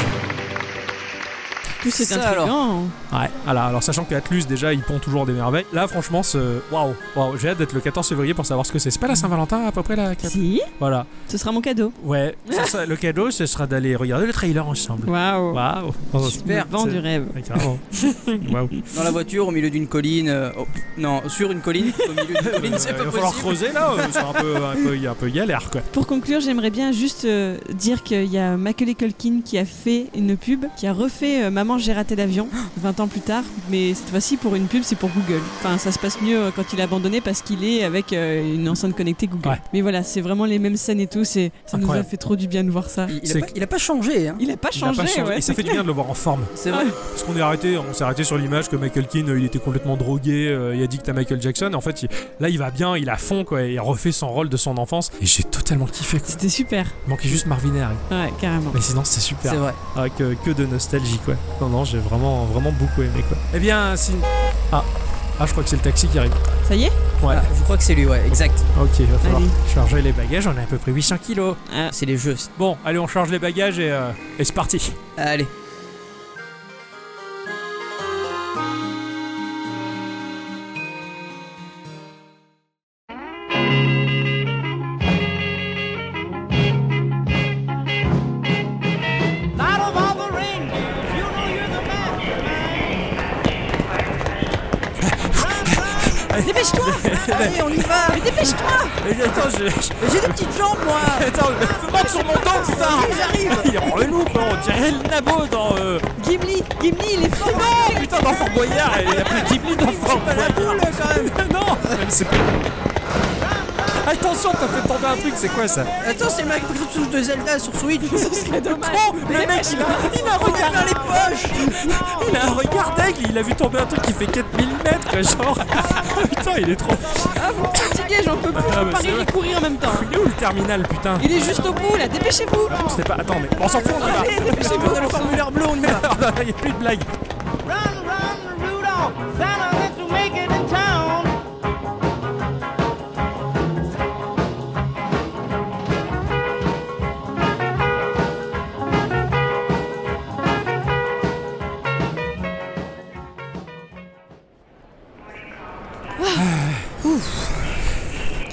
Speaker 2: Tout c'est
Speaker 3: Ça, alors.
Speaker 2: intriguant.
Speaker 1: Ouais, alors, alors sachant que Atlus déjà ils pond toujours des merveilles. Là franchement ce waouh, waouh, j'ai hâte d'être le 14 février pour savoir ce que c'est. C'est pas la Saint-Valentin à peu près la
Speaker 2: Si,
Speaker 1: Voilà.
Speaker 2: ce sera mon cadeau.
Speaker 1: Ouais, ça, ça, le cadeau ce sera d'aller regarder le trailer ensemble.
Speaker 2: Waouh.
Speaker 1: Waouh.
Speaker 2: Super.
Speaker 1: C'est-
Speaker 2: Vent du rêve.
Speaker 1: Ouais, carrément. Waouh.
Speaker 3: Dans la voiture, au milieu d'une colline. euh, oh, non, sur une colline. Au milieu d'une
Speaker 1: Euh, Il
Speaker 3: colline,
Speaker 1: va
Speaker 3: c'est pas
Speaker 1: falloir
Speaker 3: possible.
Speaker 1: creuser là, euh, c'est un peu un peu, un peu galère quoi.
Speaker 2: Pour conclure, j'aimerais bien juste euh, dire qu'il y a Macaulay Culkin qui a fait une pub, qui a refait euh, Maman j'ai raté l'avion 20 ans plus tard, mais cette fois-ci pour une pub c'est pour Google. Enfin ça se passe mieux euh, quand il est abandonné parce qu'il est avec euh, une enceinte connectée Google.
Speaker 1: Ouais.
Speaker 2: Mais voilà, c'est vraiment les mêmes scènes et tout, c'est, ça nous a
Speaker 1: Incroyable.
Speaker 2: fait trop du bien de voir ça.
Speaker 3: Il, il
Speaker 1: C'est
Speaker 3: a pas, il a pas changé, hein.
Speaker 2: Il a pas
Speaker 1: Il a
Speaker 2: changé,
Speaker 1: pas changé.
Speaker 2: ouais.
Speaker 1: Et ça fait du bien de le voir en forme.
Speaker 3: C'est vrai.
Speaker 1: Parce qu'on est arrêté, on s'est arrêté sur l'image que Michael Keane, euh, il était complètement drogué, euh, il a dit que t'as Michael Jackson. En fait, il- là, il va bien, il a fond, quoi, et il refait son rôle de son enfance. Et j'ai totalement kiffé. Quoi.
Speaker 2: C'était super,
Speaker 1: Il manquait juste Marvin et Harry.
Speaker 2: ouais, carrément.
Speaker 1: Mais sinon, c'était
Speaker 3: C'est
Speaker 1: super.
Speaker 3: vrai.
Speaker 1: Ah, que, que de nostalgie, quoi. Non, non, j'ai vraiment, vraiment beaucoup aimé, quoi. Eh bien, si. Ah. Ah, je crois que c'est le taxi qui arrive.
Speaker 2: Ça y est
Speaker 1: Ouais.
Speaker 3: Ah, je crois que c'est lui, ouais, exact.
Speaker 1: Ok, il va falloir
Speaker 2: Allez.
Speaker 1: charger les bagages. On a à peu près 800 kilos.
Speaker 2: Ah,
Speaker 3: C'est les jeux.
Speaker 1: Bon, allez, on charge les bagages et, euh, et c'est parti.
Speaker 3: Allez.
Speaker 2: Dépêche-toi Allez, on y va Mais dépêche-toi
Speaker 1: Mais attends, je.
Speaker 3: J'ai des petites jambes, moi
Speaker 1: Attends, fais pas sur mon temps, putain
Speaker 3: J'arrive
Speaker 1: Il est relou, quoi. On dirait le nabo dans. euh, Ah,
Speaker 2: Gimli Gimli, il est fort
Speaker 1: Putain, dans Fort Boyard, il a plus Ghibli dans Fort Boyard.
Speaker 3: quand même
Speaker 1: Non C'est pas- Attention, t'as fait tomber un truc, c'est quoi ça
Speaker 3: Attends, c'est le Microsoft de Zelda sur Switch
Speaker 2: Ce serait dommage
Speaker 1: Oh, le mec, il a, il a regardé les poches Il a un regard d'aigle, il a vu tomber un truc qui fait 4000 mètres, quoi, genre. Oh, putain, il est trop.
Speaker 2: Ah, vous me fatiguez, j'en peux plus,
Speaker 1: Ah,
Speaker 2: je
Speaker 1: mais
Speaker 2: peux pas
Speaker 1: c'est
Speaker 2: rire
Speaker 1: vrai.
Speaker 2: et courir en même temps Ah,
Speaker 1: Il est où le terminal, putain
Speaker 2: bah, Il est juste au bout là, dépêchez-vous
Speaker 1: C'était pas. Attends, mais on s'en fout, on y va
Speaker 2: Allez, dépêchez-vous
Speaker 3: le formulaire bleu, on y va
Speaker 1: Merde, il n'y a plus de blague
Speaker 4: Run, run, Rudolph, Santa let you make it in town.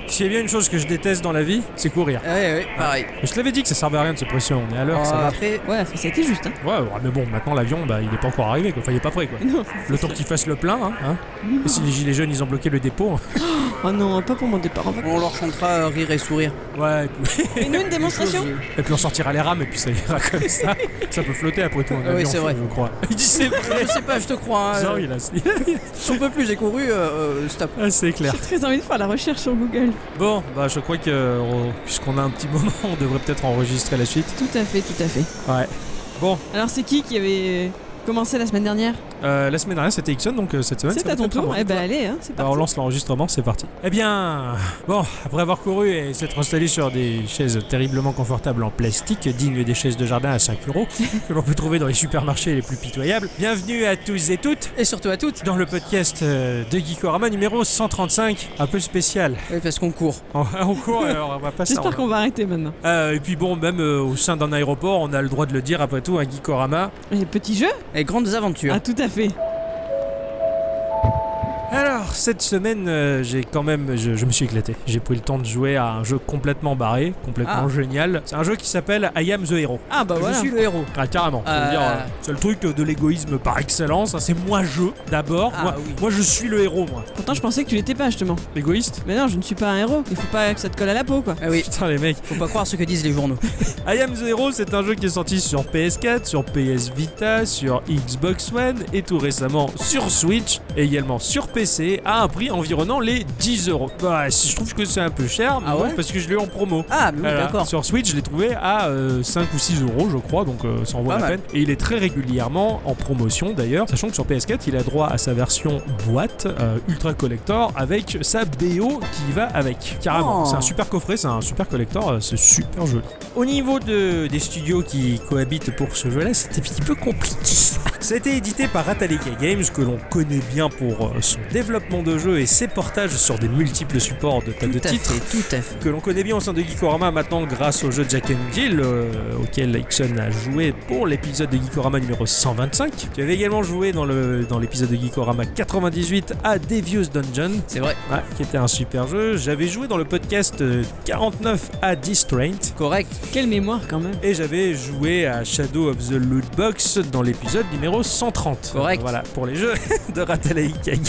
Speaker 1: S'il y a bien une chose que je déteste dans la vie, c'est courir.
Speaker 3: Ah Ouais, ouais, pareil. Euh,
Speaker 1: Mais je te l'avais dit que ça servait à rien de se pression, on est à l'heure, ça va.
Speaker 3: Après,
Speaker 2: Ouais, ça a été juste, hein
Speaker 1: Ouais, ouais, mais bon, maintenant l'avion, bah, il est pas encore arrivé, quoi. Enfin, il est pas prêt, quoi.
Speaker 2: non.
Speaker 1: Le temps qu'ils fassent le plein, hein, hein. Et si les gilets jaunes, ils ont bloqué le dépôt. hein.
Speaker 2: Oh non, pas pour mon départ en vacances
Speaker 3: on leur chantera euh, rire et sourire.
Speaker 1: Ouais, et puis,
Speaker 2: Et nous, une démonstration
Speaker 1: et puis on sortira les rames, et puis ça ira comme ça. Ça peut flotter après tout, un
Speaker 3: Oui,
Speaker 1: avion,
Speaker 3: c'est vrai.
Speaker 1: je crois. Il dit c'est vrai.
Speaker 3: euh, Je sais pas, je te crois.
Speaker 1: Non,
Speaker 3: hein.
Speaker 1: il a-
Speaker 3: J'en peux plus, j'ai couru, euh, euh, stop.
Speaker 1: Ah, c'est
Speaker 2: J'ai
Speaker 1: clair.
Speaker 2: très envie de faire la recherche sur Google.
Speaker 1: Bon, bah, je crois que, euh, puisqu'on a un petit moment, on devrait peut-être enregistrer la suite.
Speaker 2: Tout à fait, tout à fait.
Speaker 1: Ouais. Bon,
Speaker 2: Alors, c'est qui qui avait commencé la semaine dernière
Speaker 1: euh, la semaine dernière, c'était Ixon, donc euh, cette semaine,
Speaker 2: C'est
Speaker 1: ça
Speaker 2: à
Speaker 1: va
Speaker 2: ton
Speaker 1: être
Speaker 2: tour
Speaker 1: moi.
Speaker 2: Eh ben, allez, hein, c'est
Speaker 1: Bah, on
Speaker 2: parti
Speaker 1: lance l'enregistrement, c'est parti. Eh bien, bon, après avoir couru et s'être installé sur des chaises terriblement confortables en plastique, dignes des chaises de jardin à 5 euros, que l'on peut trouver dans les supermarchés les plus pitoyables, bienvenue à tous et toutes
Speaker 3: Et surtout à toutes.
Speaker 1: dans le podcast euh, de Geekorama numéro 135, un peu spécial.
Speaker 3: Oui, euh, parce qu'on court.
Speaker 1: On, on court, alors on va pas
Speaker 2: J'espère qu'on va arrêter maintenant.
Speaker 1: Euh, et puis bon, même euh, au sein d'un aéroport, on a le droit de le dire après tout, un Geekorama.
Speaker 2: Et petit jeu
Speaker 3: Et grandes aventures.
Speaker 2: Ah, tout à fait.
Speaker 1: Alors, cette semaine, euh, j'ai quand même. Je, je me suis éclaté. J'ai pris le temps de jouer à un jeu complètement barré, complètement
Speaker 3: Ah.
Speaker 1: génial. C'est un jeu qui s'appelle I Am the Hero.
Speaker 2: Ah bah
Speaker 3: Je
Speaker 2: voilà.
Speaker 3: suis le héros.
Speaker 1: Ah, carrément. Je veux
Speaker 3: Euh.
Speaker 1: dire, euh, c'est le truc de l'égoïsme par excellence. hein, C'est moi, je, d'abord.
Speaker 3: Ah
Speaker 1: moi,
Speaker 3: oui.
Speaker 1: moi, je suis le héros, moi.
Speaker 2: Pourtant, je pensais que tu l'étais pas justement.
Speaker 1: Égoïste
Speaker 2: Mais non, je ne suis pas un héros. Il faut pas que ça te colle à la peau quoi.
Speaker 3: Ah oui,
Speaker 1: Putain, les mecs.
Speaker 3: faut pas croire ce que disent les journaux.
Speaker 1: I Am The Hero, c'est un jeu qui est sorti sur PS4, sur PS Vita, sur Xbox One et tout récemment sur Switch, et également sur PC, à un prix environnant les 10 euros. Bah, si je trouve que c'est un peu cher, mais
Speaker 3: Ah
Speaker 1: bon,
Speaker 3: ouais
Speaker 1: parce que je l'ai eu en promo.
Speaker 3: Ah, mais oui,
Speaker 1: Voilà.
Speaker 3: d'accord.
Speaker 1: Sur Switch, je l'ai trouvé à euh, 5 ou 6 euros, je crois, donc euh, ça en vaut
Speaker 3: Pas
Speaker 1: la
Speaker 3: mal.
Speaker 1: peine. Et il est très régulièrement en promotion d'ailleurs, sachant que sur PS4, il a droit à sa version boîte euh, ultra collector avec sa BO qui va avec. Carrément,
Speaker 3: Oh.
Speaker 1: c'est un super coffret, c'est un super collector, euh, c'est super joli. Au niveau de, des studios qui cohabitent pour ce jeu-là, c'était un petit peu compliqué. C'était édité par Atalika Games, que l'on connaît bien pour euh, son développement de jeux et ses portages sur des multiples supports de tas de
Speaker 3: tout à
Speaker 1: titres
Speaker 3: fait, tout à fait.
Speaker 1: que l'on connaît bien au sein de Geekorama maintenant grâce au jeu Jack and Jill euh, auquel Ixon a joué pour l'épisode de Geekorama numéro 125. Tu avais également joué dans le dans l'épisode de Geekorama 98 à Devious Dungeon,
Speaker 3: C'est vrai.
Speaker 1: ouais, qui était un super jeu. J'avais joué dans le podcast euh, 49 à Distraint.
Speaker 3: Correct.
Speaker 2: Quelle mémoire quand même.
Speaker 1: Et j'avais joué à Shadow of the Loot Box dans l'épisode numéro 130.
Speaker 3: Correct.
Speaker 1: Voilà, pour les jeux de Ratalaika Games.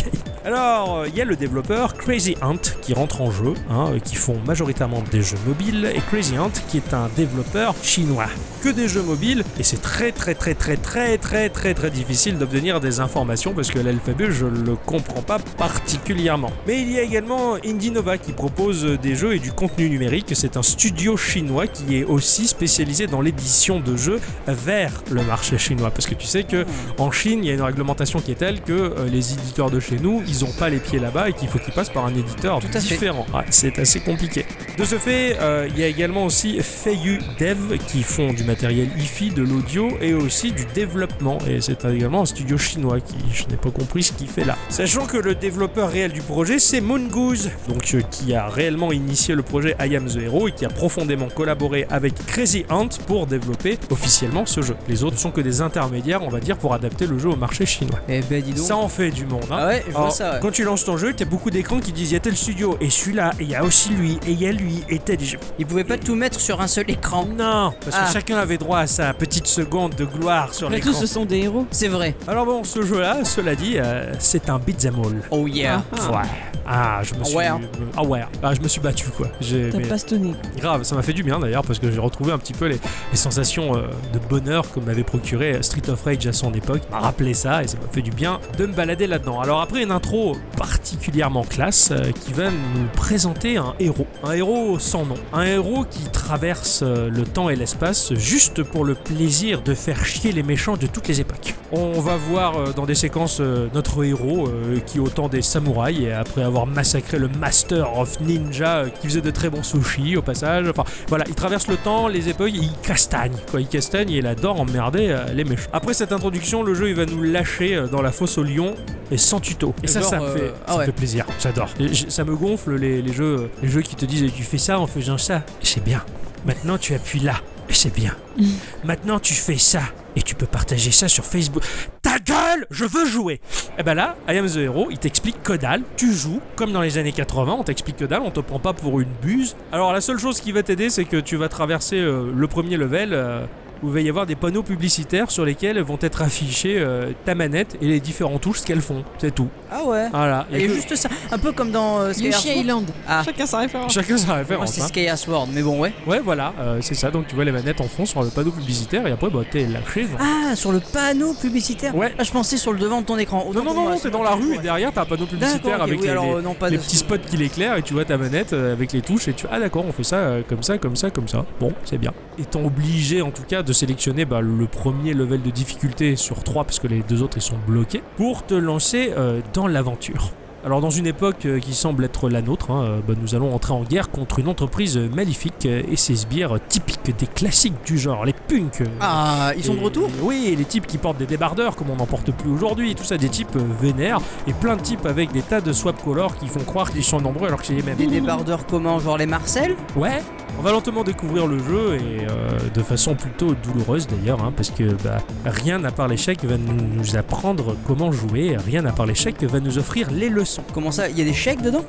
Speaker 1: Alors, euh, il y a le développeur Crazy Hunt qui rentre en jeu, hein, euh, qui font majoritairement des jeux mobiles, et Crazy Hunt qui est un développeur chinois. Que des jeux mobiles, et c'est très très très très très très très très difficile d'obtenir des informations parce que l'alphabet, je le comprends pas particulièrement. Mais il y a également Indinova qui propose des jeux et du contenu numérique. C'est un studio chinois qui est aussi spécialisé dans l'édition de jeux vers le marché chinois. Parce que tu sais que en Chine, il y a une réglementation qui est telle que euh, les éditeurs de chez nous, ils n'ont pas les pieds là-bas et qu'il faut qu'ils passent par un éditeur
Speaker 3: à fait.
Speaker 1: différent. Ouais, c'est assez compliqué. De ce fait, euh, il y a également aussi Feiyu Dev qui font du matériel hi-fi, de l'audio et aussi du développement. Et c'est également un studio chinois qui, je n'ai pas compris ce qu'il fait là. Sachant que le développeur réel du projet, c'est Mongoose, donc euh, qui a réellement initié le projet I Am the Hero et qui a profondément collaboré avec Crazy Hunt pour développer officiellement ce jeu. Les autres ne sont que des intermédiaires, on va dire, pour adapter le jeu au marché chinois.
Speaker 3: Eh ben, dis donc.
Speaker 1: Ça en fait du monde. hein.
Speaker 3: Ah ouais, je vois
Speaker 1: Alors,
Speaker 3: ça. ouais.
Speaker 1: Quand tu lances ton jeu, t'as beaucoup d'écrans qui disent il y a tel studio et celui-là et il y a aussi lui et il y a lui et tel. Je-
Speaker 3: Ils pouvaient pas tout mettre sur un seul écran.
Speaker 1: Non, parce
Speaker 3: Ah.
Speaker 1: que chacun avait droit à sa petite seconde de gloire sur
Speaker 2: Après tout,
Speaker 1: l'écran.
Speaker 2: ce sont des héros.
Speaker 3: C'est vrai.
Speaker 1: Alors bon, ce jeu-là, cela dit, euh, c'est un beat'em all.
Speaker 3: Oh yeah.
Speaker 2: Ah,
Speaker 1: Ouais. Ah, je me suis.
Speaker 3: Ouais, hein.
Speaker 1: Ah ouais. Ah, je me suis battu quoi. J'ai.
Speaker 2: T'as
Speaker 1: mais-
Speaker 2: pas stonné.
Speaker 1: Grave, ça m'a fait du bien d'ailleurs parce que j'ai retrouvé un petit peu les, les sensations euh, de bonheur que m'avait procuré Street of Rage à son époque. Ça m'a rappelé ça et ça m'a fait du bien de me balader là-dedans. Alors après une intro particulièrement classe euh, qui va nous présenter un héros, un héros sans nom, un héros qui traverse euh, le temps et l'espace juste pour le plaisir de faire chier les méchants de toutes les époques. On va voir euh, dans des séquences euh, notre héros euh, qui au temps des samouraïs et après avoir massacré le Master of Ninja euh, qui faisait de très bons sushis au passage. Enfin voilà, il traverse le temps, les époques, il castagne quoi, il castagne et il adore emmerder euh, les méchants. Après cette introduction, le jeu il va nous lâcher euh, dans la fosse au lion et sans tuto. Et ça,
Speaker 3: Genre,
Speaker 1: ça me fait,
Speaker 3: euh, ah
Speaker 1: ça me
Speaker 3: ouais.
Speaker 1: fait plaisir. J'adore. Et j- Ça me gonfle les, les jeux, euh, les jeux qui te disent tu fais ça en faisant ça. C'est bien. Maintenant tu appuies là. C'est bien.
Speaker 2: Mm.
Speaker 1: Maintenant tu fais ça. Et tu peux partager ça sur Facebook. Ta gueule Je veux jouer Et ben là, I Am The Hero, il t'explique que dalle. Tu joues, comme dans les années 80, on t'explique que dalle, on te prend pas pour une buse. Alors la seule chose qui va t'aider, c'est que tu vas traverser euh, le premier level euh, où il va y avoir des panneaux publicitaires sur lesquels vont être affichés euh, ta manette et les différentes touches, ce qu'elles font. C'est tout.
Speaker 3: Ah ouais.
Speaker 1: Voilà. Il y a
Speaker 3: Et
Speaker 1: que-
Speaker 3: juste ça. Un peu comme dans euh, Skyward
Speaker 2: Yoshi
Speaker 3: Sword.
Speaker 2: Island.
Speaker 3: Ah.
Speaker 2: Chacun sa référence.
Speaker 1: Chacun sa
Speaker 3: Moi,
Speaker 1: référence.
Speaker 3: c'est
Speaker 1: hein.
Speaker 3: Skyward Sword, mais bon, ouais.
Speaker 1: Ouais, voilà, euh, c'est ça. Donc tu vois les manettes en fond sur le panneau publicitaire et après, bah, t'es lâché. genre.
Speaker 3: Ah, sur le panneau publicitaire.
Speaker 1: Ouais.
Speaker 3: Ah, je pensais sur le devant de ton écran.
Speaker 1: Non, non, non, non, t'es dans la rue et derrière, t'as un panneau publicitaire avec les, les-
Speaker 3: euh, non, pas
Speaker 1: les
Speaker 3: de-
Speaker 1: petits spots qui l'éclairent et tu vois ta manette euh, avec les touches et tu ah d'accord on fait ça euh, comme ça comme ça comme ça bon c'est bien étant obligé en tout cas de sélectionner bah, le premier level de difficulté sur trois parce que les deux autres ils sont bloqués pour te lancer euh, dans l'aventure alors dans une époque euh, qui semble être la nôtre, hein, euh, bah, nous allons entrer en guerre contre une entreprise euh, maléfique euh, et ses sbires euh, typiques des classiques du genre, les punks. euh,
Speaker 3: Ah, ils sont de
Speaker 1: et-
Speaker 3: retour
Speaker 1: Oui, et les types qui portent des débardeurs comme on n'en porte plus aujourd'hui, tout ça, des types euh, vénères et plein de types avec des tas de swap color qui font croire qu'ils sont nombreux alors que c'est les mêmes.
Speaker 3: Des débardeurs comment Genre les Marcel
Speaker 1: Ouais, on va lentement découvrir le jeu et euh, de façon plutôt douloureuse d'ailleurs, hein, parce que bah, rien à part l'échec va nous, nous apprendre comment jouer, rien à part l'échec va nous offrir les leçons
Speaker 3: sont. Comment ça Il y a des chèques dedans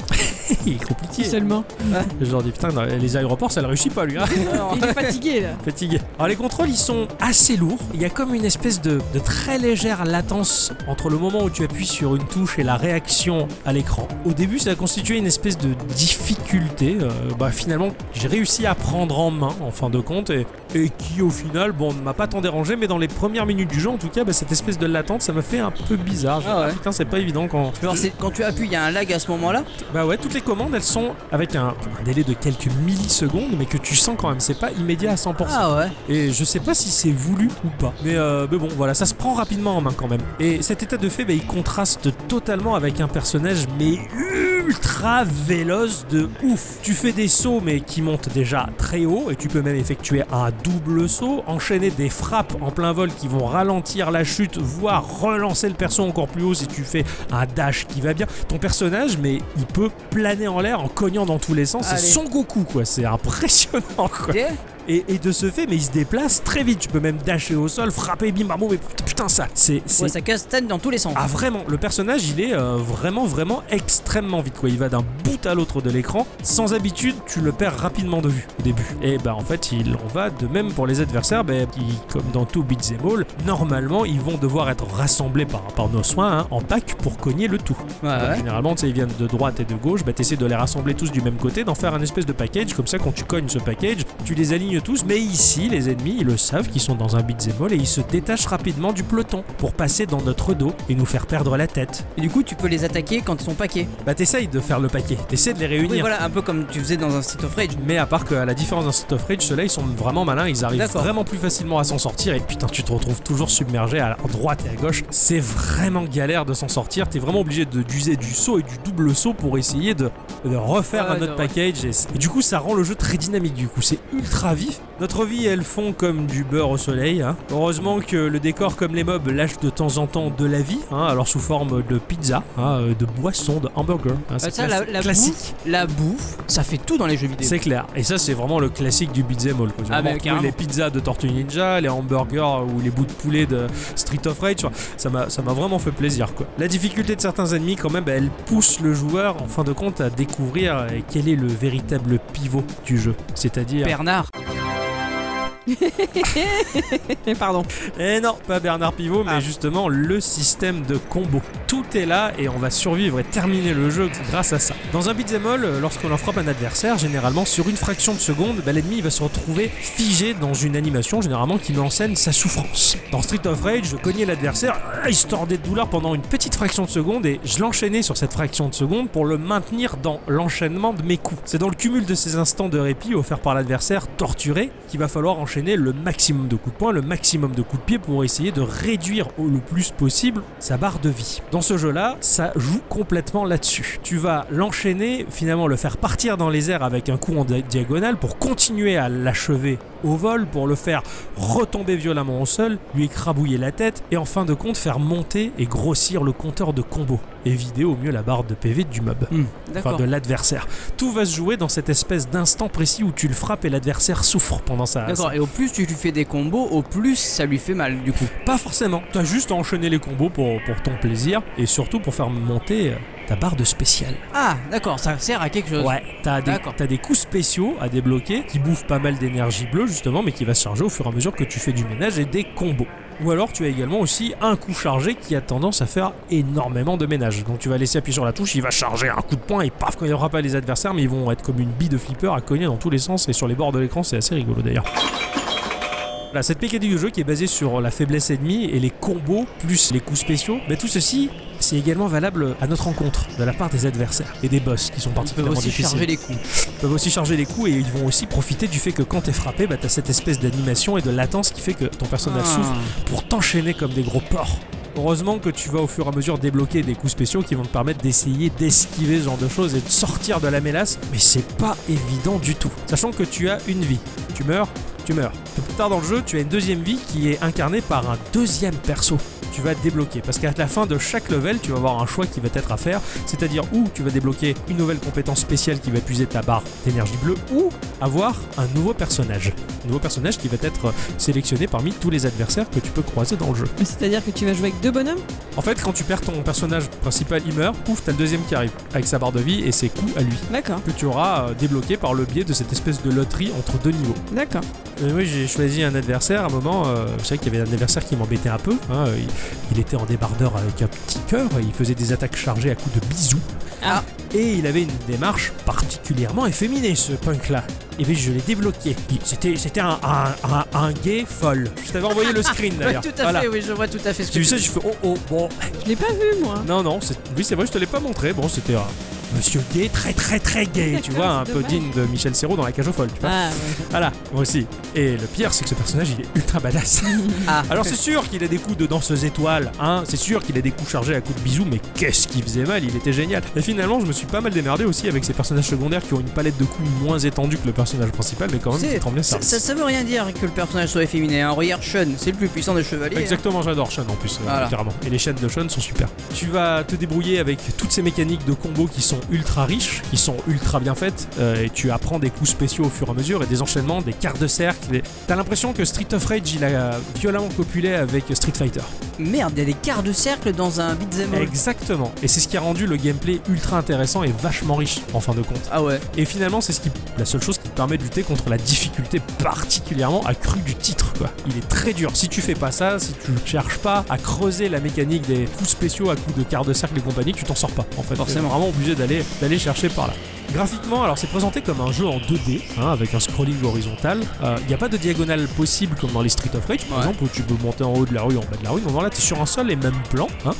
Speaker 1: Il est compliqué.
Speaker 2: Si seulement.
Speaker 1: Je leur dis putain, non, les aéroports ça ne réussit pas lui. hein.
Speaker 2: Il est fatigué là.
Speaker 1: Fatigué. Alors les contrôles ils sont assez lourds. Il y a comme une espèce de, de très légère latence entre le moment où tu appuies sur une touche et la réaction à l'écran. Au début ça a constitué une espèce de difficulté. euh, bah finalement j'ai réussi à prendre en main en fin de compte et, et qui au final bon ne m'a pas tant dérangé mais dans les premières minutes du jeu en tout cas bah, cette espèce de latence ça m'a fait un peu bizarre. J'ai dit,
Speaker 3: Ah ouais.
Speaker 1: Ah, putain c'est pas évident quand
Speaker 3: Genre, c'est- quand tu appuies, il y a un lag à ce moment-là.
Speaker 1: Bah ouais, toutes les commandes, elles sont avec un, un délai de quelques millisecondes, mais que tu sens quand même, c'est pas immédiat à 100%.
Speaker 3: Ah ouais.
Speaker 1: Et je sais pas si c'est voulu ou pas. Mais, euh, mais bon, voilà, ça se prend rapidement en main quand même. Et cet état de fait, bah, il contraste totalement avec un personnage, mais ultra véloce de ouf. Tu fais des sauts, mais qui montent déjà très haut, et tu peux même effectuer un double saut, enchaîner des frappes en plein vol qui vont ralentir la chute, voire relancer le perso encore plus haut si tu fais un dash qui va bien. Ton personnage, mais il peut planer en l'air en cognant dans tous les sens. C'est
Speaker 3: Allez.
Speaker 1: Son Goku, quoi. C'est impressionnant, quoi.
Speaker 3: Ok.
Speaker 1: Et, et de ce fait, mais il se déplace très vite. Tu peux même dasher au sol, frapper, bim, bam, boum, mais putain, putain, ça, c'est. c'est-
Speaker 3: Ouais, ça castagne dans tous les sens.
Speaker 1: Ah vraiment, le personnage il est euh, vraiment vraiment extrêmement vite quoi. Il va d'un bout à l'autre de l'écran. Sans habitude, tu le perds rapidement de vue au début. Et bah en fait, il en va de même pour les adversaires, bah, qui comme dans tout beat'em all, normalement ils vont devoir être rassemblés par, par nos soins hein, en pack pour cogner le tout.
Speaker 3: Ouais,
Speaker 1: Donc,
Speaker 3: ouais.
Speaker 1: Généralement, tu sais, ils viennent de droite et de gauche, bah, t'essaies de les rassembler tous du même côté, d'en faire un espèce de package, comme ça quand tu cognes ce package, tu les alignes tous, mais ici, les ennemis, ils le savent qu'ils sont dans un beat'em all et ils se détachent rapidement du peloton pour passer dans notre dos et nous faire perdre la tête.
Speaker 3: Et du coup, tu peux les attaquer quand ils sont paquets.
Speaker 1: Bah t'essayes de faire le paquet, t'essaies de les réunir.
Speaker 3: Oui, voilà, un peu comme tu faisais dans un Street of Rage.
Speaker 1: Mais à part que à la différence d'un Street of Rage, ceux-là ils sont vraiment malins, ils arrivent
Speaker 3: D'accord.
Speaker 1: vraiment plus facilement à s'en sortir et putain tu te retrouves toujours submergé à la- à droite et à gauche. C'est vraiment galère de s'en sortir, t'es vraiment obligé de d'user du saut et du double saut pour essayer de, de refaire
Speaker 3: Ah ouais,
Speaker 1: un autre
Speaker 3: de- ouais.
Speaker 1: package. Et, c- et du coup ça rend le jeu très dynamique du coup, c'est ultra vif. Notre vie elles font comme du beurre au soleil. hein. Heureusement que le décor comme les mobs lâche de temps en temps de la vie, hein, alors sous forme de pizza, hein, euh, de boisson, de hamburger. hein, c'est
Speaker 3: Euh, Bah, ça, la-
Speaker 1: classi-
Speaker 3: la
Speaker 1: classique.
Speaker 3: La bouffe, ça fait tout dans les jeux vidéo.
Speaker 1: C'est clair. Et ça, c'est vraiment le classique du beat'em all. Quoi. J'ai
Speaker 3: Ah,
Speaker 1: vraiment
Speaker 3: bah,
Speaker 1: retrouvé
Speaker 3: carrément.
Speaker 1: les pizzas de Tortue Ninja, les hamburgers ou les bouts de poulet de Street of Rage. Enfin, Ça m'a, ça m'a vraiment fait plaisir. Quoi. La difficulté de certains ennemis, quand même, bah, elle pousse le joueur, en fin de compte, à découvrir euh, quel est le véritable pivot du jeu. C'est-à-dire.
Speaker 3: Bernard.
Speaker 2: Eh, Pardon.
Speaker 1: Eh non, pas Bernard Pivot, mais
Speaker 3: Ah.
Speaker 1: justement le système de combo. Tout est là et on va survivre et terminer le jeu grâce à ça. Dans un beat'em all, lorsqu'on en frappe un adversaire, généralement sur une fraction de seconde, bah, l'ennemi va se retrouver figé dans une animation généralement qui met en scène sa souffrance. Dans Street of Rage, je cognais l'adversaire, ah, il se tordait de douleur pendant une petite fraction de seconde et je l'enchaînais sur cette fraction de seconde pour le maintenir dans l'enchaînement de mes coups. C'est dans le cumul de ces instants de répit offerts par l'adversaire torturé qu'il va falloir enchaîner le maximum de coups de poing, le maximum de coups de pied pour essayer de réduire au le plus possible sa barre de vie. Dans ce jeu-là, ça joue complètement là-dessus. Tu vas l'enchaîner, finalement le faire partir dans les airs avec un coup en di- diagonale pour continuer à l'achever au vol, pour le faire retomber violemment au sol, lui écrabouiller la tête et en fin de compte faire monter et grossir le compteur de combo et vider au mieux la barre de PV du mob
Speaker 3: Hmm,
Speaker 1: enfin
Speaker 3: D'accord.
Speaker 1: de l'adversaire. Tout va se jouer dans cette espèce d'instant précis où tu le frappes et l'adversaire souffre pendant Ah, ça.
Speaker 3: D'accord, et au plus tu lui fais des combos, au plus ça lui fait mal du coup.
Speaker 1: Pas forcément. T'as juste à enchaîner les combos pour, pour ton plaisir et surtout pour faire monter euh, ta barre de spécial.
Speaker 3: Ah, d'accord, ça sert à quelque chose.
Speaker 1: Ouais, t'as des,
Speaker 3: D'accord.
Speaker 1: t'as des coups spéciaux à débloquer qui bouffent pas mal d'énergie bleue justement, mais qui va se charger au fur et à mesure que tu fais du ménage et des combos. Ou alors tu as également aussi un coup chargé qui a tendance à faire énormément de ménage. Donc tu vas laisser appuyer sur la touche, il va charger un coup de poing et paf, quand il aura pas les adversaires, mais ils vont être comme une bille de flipper à cogner dans tous les sens et sur les bords de l'écran, c'est assez rigolo d'ailleurs. Voilà, cette mécanique de jeu qui est basée sur la faiblesse ennemie et les combos plus les coups spéciaux, mais tout ceci c'est également valable à notre rencontre de la part des adversaires et des boss qui sont
Speaker 3: Ils peuvent
Speaker 1: particulièrement
Speaker 3: aussi
Speaker 1: difficiles.
Speaker 3: charger les coups.
Speaker 1: Ils peuvent aussi charger les coups et ils vont aussi profiter du fait que quand t'es frappé, bah, t'as cette espèce d'animation et de latence qui fait que ton personnage
Speaker 3: Ah.
Speaker 1: souffre pour t'enchaîner comme des gros porcs. Heureusement que tu vas au fur et à mesure débloquer des coups spéciaux qui vont te permettre d'essayer d'esquiver ce genre de choses et de sortir de la mélasse, mais c'est pas évident du tout. Sachant que tu as une vie. Tu meurs, tu meurs. Un peu plus tard dans le jeu, tu as une deuxième vie qui est incarnée par un deuxième perso. tu vas débloquer. Parce qu'à la fin de chaque level, tu vas avoir un choix qui va être à faire, c'est-à-dire ou tu vas débloquer une nouvelle compétence spéciale qui va puiser ta barre d'énergie bleue, ou avoir un nouveau personnage. Un nouveau personnage qui va être sélectionné parmi tous les adversaires que tu peux croiser dans le jeu.
Speaker 2: Mais C'est-à-dire que tu vas jouer avec deux bonhommes
Speaker 1: En fait, quand tu perds ton personnage principal, il meurt, pouf, t'as le deuxième qui arrive, avec sa barre de vie et ses coups à lui,
Speaker 2: D'accord,
Speaker 1: que tu auras euh, débloqué par le biais de cette espèce de loterie entre deux niveaux.
Speaker 2: d'accord.
Speaker 1: Euh, oui, j'ai choisi un adversaire. À un moment, euh, c'est vrai qu'il y avait un adversaire qui m'embêtait un peu. hein. il, il était en débardeur avec un petit cœur. Il faisait des attaques chargées à coups de bisous.
Speaker 2: Ah.
Speaker 1: Et il avait une démarche particulièrement efféminée, ce punk-là. Et puis je l'ai débloqué. Il- C'était, c'était un, un, un- un gay folle. Je t'avais envoyé le screen
Speaker 3: Ouais,
Speaker 1: d'ailleurs.
Speaker 3: tout à
Speaker 1: Voilà.
Speaker 3: fait, oui, je vois tout à fait ce que
Speaker 1: J'ai vu
Speaker 3: tu
Speaker 1: ça, je fais oh oh bon.
Speaker 2: Je l'ai pas vu moi.
Speaker 1: Non non, c'est... oui c'est vrai, je te l'ai pas montré. Bon, c'était un monsieur gay, très très très gay. tu
Speaker 2: D'accord,
Speaker 1: vois, un
Speaker 2: c'est
Speaker 1: peu
Speaker 2: dommage.
Speaker 1: digne de Michel Serrault dans la cage aux folles. Tu vois.
Speaker 2: Ah, ouais.
Speaker 1: Voilà, moi aussi. Et le pire, c'est que ce personnage, il est ultra badass.
Speaker 3: Ah.
Speaker 1: Alors c'est sûr qu'il a des coups de danseuse étoile, hein. C'est sûr qu'il a des coups chargés à coups de bisous, mais qu'est-ce qu'il faisait mal, il était génial. Et finalement, je me suis pas mal démerdé aussi avec ces personnages secondaires qui ont une palette de coups moins étendue que le personnage principal, mais quand même,
Speaker 3: C'est-
Speaker 1: qui te rend bien
Speaker 3: ça,
Speaker 1: service.
Speaker 3: ça, ça veut rien dire que le personnage soit efféminé. hein. Regarde Sean, c'est le plus puissant des chevaliers. hein.
Speaker 1: Exactement, j'adore Sean en plus, euh,
Speaker 3: Voilà.
Speaker 1: carrément. Et les chaînes de Sean sont super. Tu vas te débrouiller avec toutes ces mécaniques de combos qui sont ultra riches, qui sont ultra bien faites, euh, et tu apprends des coups spéciaux au fur et à mesure, et des enchaînements, des quarts de cercle. et- T'as l'impression que Street of Rage, il a violemment copulé avec Street Fighter.
Speaker 3: Merde, il y a des quarts de cercle dans un beat'em all.
Speaker 1: Exactement. Et c'est ce qui a rendu le gameplay ultra intéressant et vachement riche, en fin de compte.
Speaker 3: Ah ouais.
Speaker 1: Et finalement, c'est ce qui, la seule chose qui te permet de lutter contre la difficulté particulièrement accrue du titre. Quoi. Il est très dur. Si tu fais pas ça, si tu cherches pas à creuser la mécanique des coups spéciaux à coups de quart de cercle et compagnie, tu t'en sors pas. En fait,
Speaker 3: Forcément.
Speaker 1: T'es vraiment obligé d'aller d'aller chercher par là. Graphiquement, alors c'est présenté comme un jeu en 2D, hein, avec un scrolling horizontal. Il n'y a pas de diagonale possible comme dans les Street of Rage, par
Speaker 3: Ouais.
Speaker 1: exemple, où tu peux monter en haut de la rue, en bas de la rue. Non, non, là, tu es sur un seul et même plan. hein.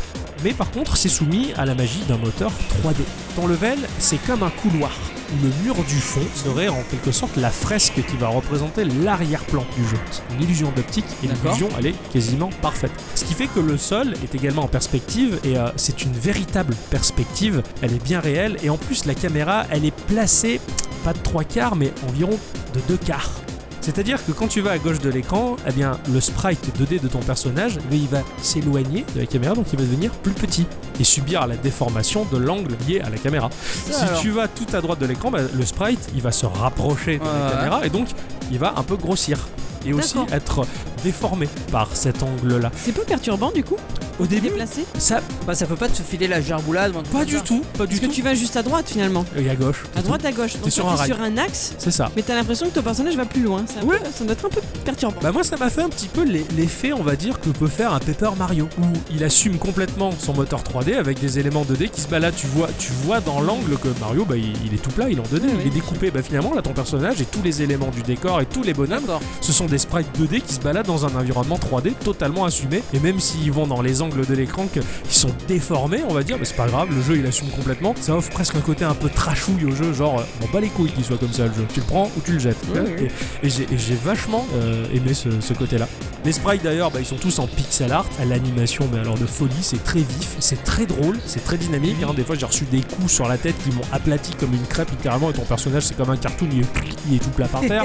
Speaker 1: Mais par contre, c'est soumis à la magie d'un moteur 3D. Ton level, c'est comme un couloir. où Le mur du fond serait en quelque sorte la fresque qui va représenter l'arrière-plan du jeu. C'est une illusion d'optique et
Speaker 3: D'accord.
Speaker 1: l'illusion, elle est quasiment parfaite. Ce qui fait que le sol est également en perspective et euh, c'est une véritable perspective. Elle est bien réelle et en plus, la caméra, elle est placée pas de trois quarts, mais environ de deux quarts. C'est-à-dire que quand tu vas à gauche de l'écran, eh bien, le sprite 2D de ton personnage, eh bien, il va s'éloigner de la caméra, donc il va devenir plus petit et subir la déformation de l'angle lié à la caméra. si
Speaker 3: alors.
Speaker 1: tu vas tout à droite de l'écran, bah, le sprite, il va se rapprocher de la
Speaker 3: Ouais.
Speaker 1: caméra et donc il va un peu grossir et aussi
Speaker 2: D'accord.
Speaker 1: être déformé par cet angle-là.
Speaker 2: C'est pas perturbant du coup
Speaker 1: Au début,
Speaker 2: Déplacé
Speaker 1: ça,
Speaker 3: Bah ça peut pas te filer la gerboulade. ou un truc
Speaker 1: pas
Speaker 3: comme
Speaker 1: du
Speaker 3: ça.
Speaker 1: tout, pas du
Speaker 2: Parce que
Speaker 1: tout.
Speaker 2: tu vas juste à droite finalement.
Speaker 1: Et à gauche.
Speaker 2: À droite, à gauche. Donc
Speaker 1: sur
Speaker 2: toi,
Speaker 1: un
Speaker 2: t'es
Speaker 1: rail.
Speaker 2: sur un axe,
Speaker 1: C'est ça.
Speaker 2: mais t'as l'impression que ton personnage va plus loin. C'est un
Speaker 1: Ouais.
Speaker 2: peu- ça doit être un peu perturbant.
Speaker 1: Bah moi ça m'a fait un petit peu l'e- l'effet on va dire que peut faire un Paper Mario où il assume complètement son moteur 3D avec des éléments 2D qui se baladent tu vois tu vois dans l'angle que Mario bah il, il est tout plat il est en 2D
Speaker 2: Ouais,
Speaker 1: il est
Speaker 2: ouais.
Speaker 1: découpé bah finalement là ton personnage et tous les éléments du décor et tous les bonhommes
Speaker 3: D'accord.
Speaker 1: ce sont des sprites 2D qui se baladent dans un environnement 3D totalement assumé et même s'ils vont dans les angles de l'écran qu'ils sont déformés on va dire mais c'est pas grave le jeu il assume complètement ça offre presque un côté un peu trashouille au jeu genre euh, bon pas les couilles qu'il soit comme ça le jeu tu le prends ou tu le jettes
Speaker 2: Ouais, ouais.
Speaker 1: Et- et j'ai et j'ai vachement euh, aimé ce, ce côté-là. Les sprites d'ailleurs, bah, ils sont tous en pixel art, à l'animation, mais alors de folie, c'est très vif, c'est très drôle, c'est très dynamique. hein. Des fois, j'ai reçu des coups sur la tête qui m'ont aplati comme une crêpe, littéralement, et ton personnage, c'est comme un cartoon, il est, il est tout plat par terre.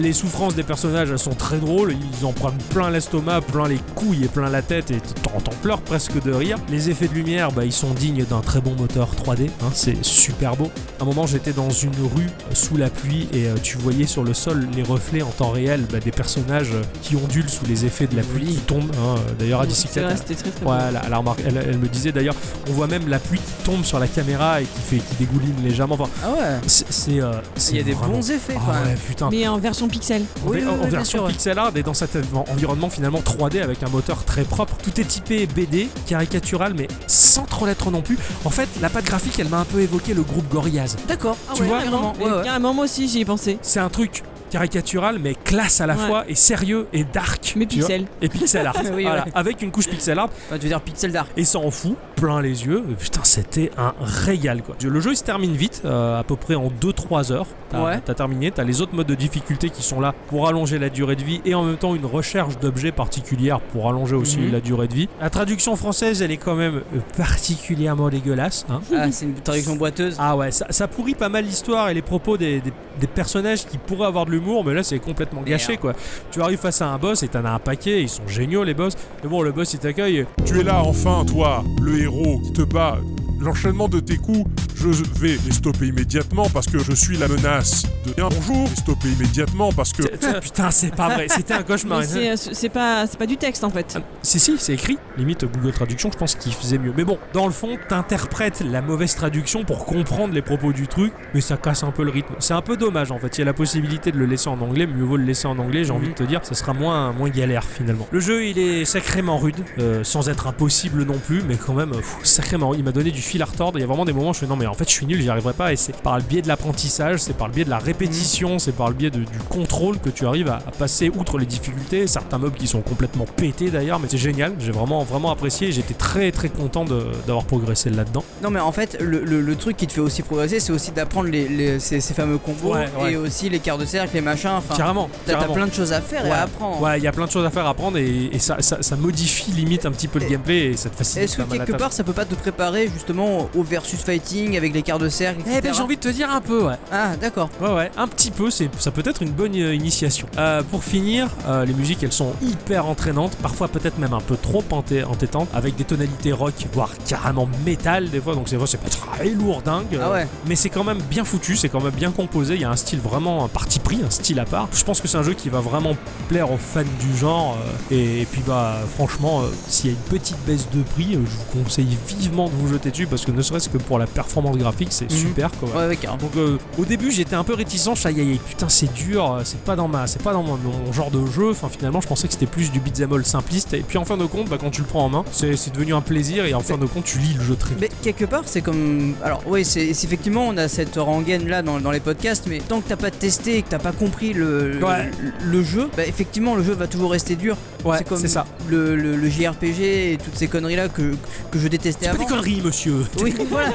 Speaker 1: Les souffrances des personnages, elles sont très drôles, ils en prennent plein l'estomac, plein les couilles et plein la tête, et t'en t'en pleures presque de rire. Les effets de lumière, bah, ils sont dignes d'un très bon moteur 3D, hein, c'est super beau. À un moment, j'étais dans une rue euh, sous la pluie et euh, tu voyais sur le sol les reflets en temps réel bah, des personnages euh, qui ondulent sous les effets de la pluie qui tombe. hein. Euh, D'ailleurs, à
Speaker 2: C'est vrai, c'était très très bon.
Speaker 1: voilà, elle, a remarqué- elle- elle me disait d'ailleurs, on voit même la pluie qui tombe sur la caméra et qui fait qui dégouline légèrement. Enfin,
Speaker 3: Ah ouais.
Speaker 1: c'est- c'est euh, c'est
Speaker 3: Il y a des
Speaker 1: vraiment-
Speaker 3: bons effets
Speaker 1: Ah
Speaker 3: quand même.
Speaker 1: ouais, putain.
Speaker 2: Mais en version pixel.
Speaker 1: On
Speaker 3: Oui,
Speaker 1: est
Speaker 3: oui,
Speaker 1: en-
Speaker 3: oui,
Speaker 1: en
Speaker 3: bien
Speaker 1: version
Speaker 3: sûr, ouais.
Speaker 1: pixel art et dans cet env- environnement finalement 3D avec un moteur très propre. Tout est typé BD, caricatural, mais sans trop l'être non plus. En fait, la patte graphique, elle m'a un peu évoqué le groupe Gorillaz.
Speaker 3: D'accord. Ah
Speaker 1: Tu
Speaker 3: ouais,
Speaker 1: vois,
Speaker 3: carrément.
Speaker 2: Mais
Speaker 3: Ouais, ouais.
Speaker 2: Carrément, moi aussi j'y ai pensé.
Speaker 1: C'est un truc caricatural mais classe à la
Speaker 2: Ouais.
Speaker 1: fois et sérieux et dark
Speaker 2: Mais
Speaker 1: tu vois,
Speaker 2: pixel.
Speaker 1: et pixel art
Speaker 3: Oui,
Speaker 1: Voilà,
Speaker 3: ouais.
Speaker 1: avec une couche pixel art
Speaker 3: Enfin, Ah, tu veux dire pixel d'art.
Speaker 1: et ça en fout plein les yeux putain c'était un régal quoi le jeu il se termine vite euh, à peu près en 2-3 heures t'as
Speaker 3: Ouais.
Speaker 1: t'as terminé t'as les autres modes de difficulté qui sont là pour allonger la durée de vie et en même temps une recherche d'objets particulières pour allonger aussi
Speaker 3: Mhm.
Speaker 1: la durée de vie la traduction française elle est quand même euh, particulièrement dégueulasse hein.
Speaker 3: Ah, c'est une traduction boiteuse.
Speaker 1: Ah ouais, ça, ça pourrit pas mal l'histoire et les propos des, des- des personnages qui pourraient avoir de l'humour, mais là c'est complètement gâché quoi. Tu arrives face à un boss et t'en as un paquet, ils sont géniaux les boss. Mais bon, le boss il t'accueille.
Speaker 5: Tu es là enfin, toi, le héros qui te bat. L'enchaînement de tes coups, je vais les stopper immédiatement parce que je suis la menace de bien bonjour. Les stopper immédiatement parce que
Speaker 1: Putain, c'est pas vrai, c'était un cauchemar. hein.
Speaker 2: Mais c'est, euh, c'est pas, c'est pas du texte en fait.
Speaker 6: Euh,
Speaker 1: Ah, Si, si, c'est écrit. Limite Google Traduction, je pense qu'il faisait mieux. Mais bon, dans le fond, t'interprètes la mauvaise traduction pour comprendre les propos du truc, mais ça casse un peu le rythme. C'est un peu dommage en fait. Il y a la possibilité de le laisser en anglais, mieux vaut le laisser en anglais, j'ai envie de te dire, ça sera moins, moins galère finalement. Mhm. Le jeu, il est sacrément rude, euh, sans être impossible non plus, mais quand même, euh, pff, sacrément rude. Il m'a donné du fil à retordre. Il y a vraiment des moments où je fais non, mais en fait, je suis nul, j'y arriverai pas. Et c'est par le biais de l'apprentissage, c'est par le biais de la répétition, c'est par le biais de- du contrôle que tu arrives à, à passer outre les difficultés. Certains mobs qui sont complètement pétés d'ailleurs, mais c'est génial. J'ai vraiment, vraiment apprécié. J'étais très, très content de- d'avoir progressé là-dedans.
Speaker 3: Non mais en fait le, le- le truc qui te fait aussi progresser c'est aussi d'apprendre les, les- ces, ces fameux combos
Speaker 1: Ouais, ouais.
Speaker 3: et aussi les quarts de cercle, les machins, enfin
Speaker 1: Carrément,
Speaker 3: t'as- t'as
Speaker 1: carrément.
Speaker 3: plein de choses à faire et
Speaker 1: Ouais.
Speaker 3: à apprendre.
Speaker 1: Ouais, il y a plein de choses à faire à apprendre et, et ça, ça, ça modifie limite un petit peu le
Speaker 3: Et-
Speaker 1: gameplay et ça te facilite
Speaker 3: Est-ce
Speaker 1: pas
Speaker 3: que
Speaker 1: mal la
Speaker 3: quelque
Speaker 1: tâche.
Speaker 3: part ça peut pas te préparer justement au versus fighting avec les quarts de cercle etc.
Speaker 1: Eh ben j'ai envie de te dire un peu, ouais.
Speaker 3: Ah d'accord.
Speaker 1: Ouais, ouais, un petit peu, c'est, ça peut être une bonne euh, initiation. Euh, pour finir, euh, les musiques elles sont hyper entraînantes, parfois peut-être même un peu trop enté- entêtantes, avec des tonalités rock, voire carrément métal des fois, donc c'est vrai, c'est pas très lourd dingue. euh,
Speaker 3: Ah ouais.
Speaker 1: Mais c'est quand même bien foutu, c'est quand même bien composé, il y a un style vraiment un parti pris, un style à part. Je pense que c'est un jeu qui va vraiment plaire aux fans du genre, euh, et, et puis bah franchement, euh, s'il y a une petite baisse de prix, euh, je vous conseille vivement de vous jeter dessus, parce que ne serait-ce que pour la performance graphique, c'est
Speaker 3: Mhm.
Speaker 1: super quoi.
Speaker 3: Ouais, ouais carrément.
Speaker 1: Donc euh, au début j'étais un peu réticent, je fais, aïe aïe aïe, putain c'est dur, euh, c'est pas dans ma, c'est pas dans mon, mon genre de jeu. Enfin finalement je pensais que c'était plus du beat'em all simpliste. Et puis en fin de compte, bah, quand tu le prends en main, c'est c'est devenu un plaisir et en fin de compte tu lis le jeu très vite.
Speaker 3: Mais quelque part, c'est comme. Alors, oui, c'est c'est- effectivement, on a cette rengaine là dans, dans les podcasts, mais tant que t'as pas testé et que t'as pas compris le,
Speaker 1: Ouais.
Speaker 3: le, le jeu, bah, effectivement, le jeu va toujours rester dur.
Speaker 1: Ouais,
Speaker 3: c'est comme
Speaker 1: c'est ça.
Speaker 3: Le, le- le JRPG et toutes ces conneries là que, que je détestais
Speaker 1: C'est pas
Speaker 3: avant.
Speaker 1: des conneries monsieur.
Speaker 3: oui, voilà.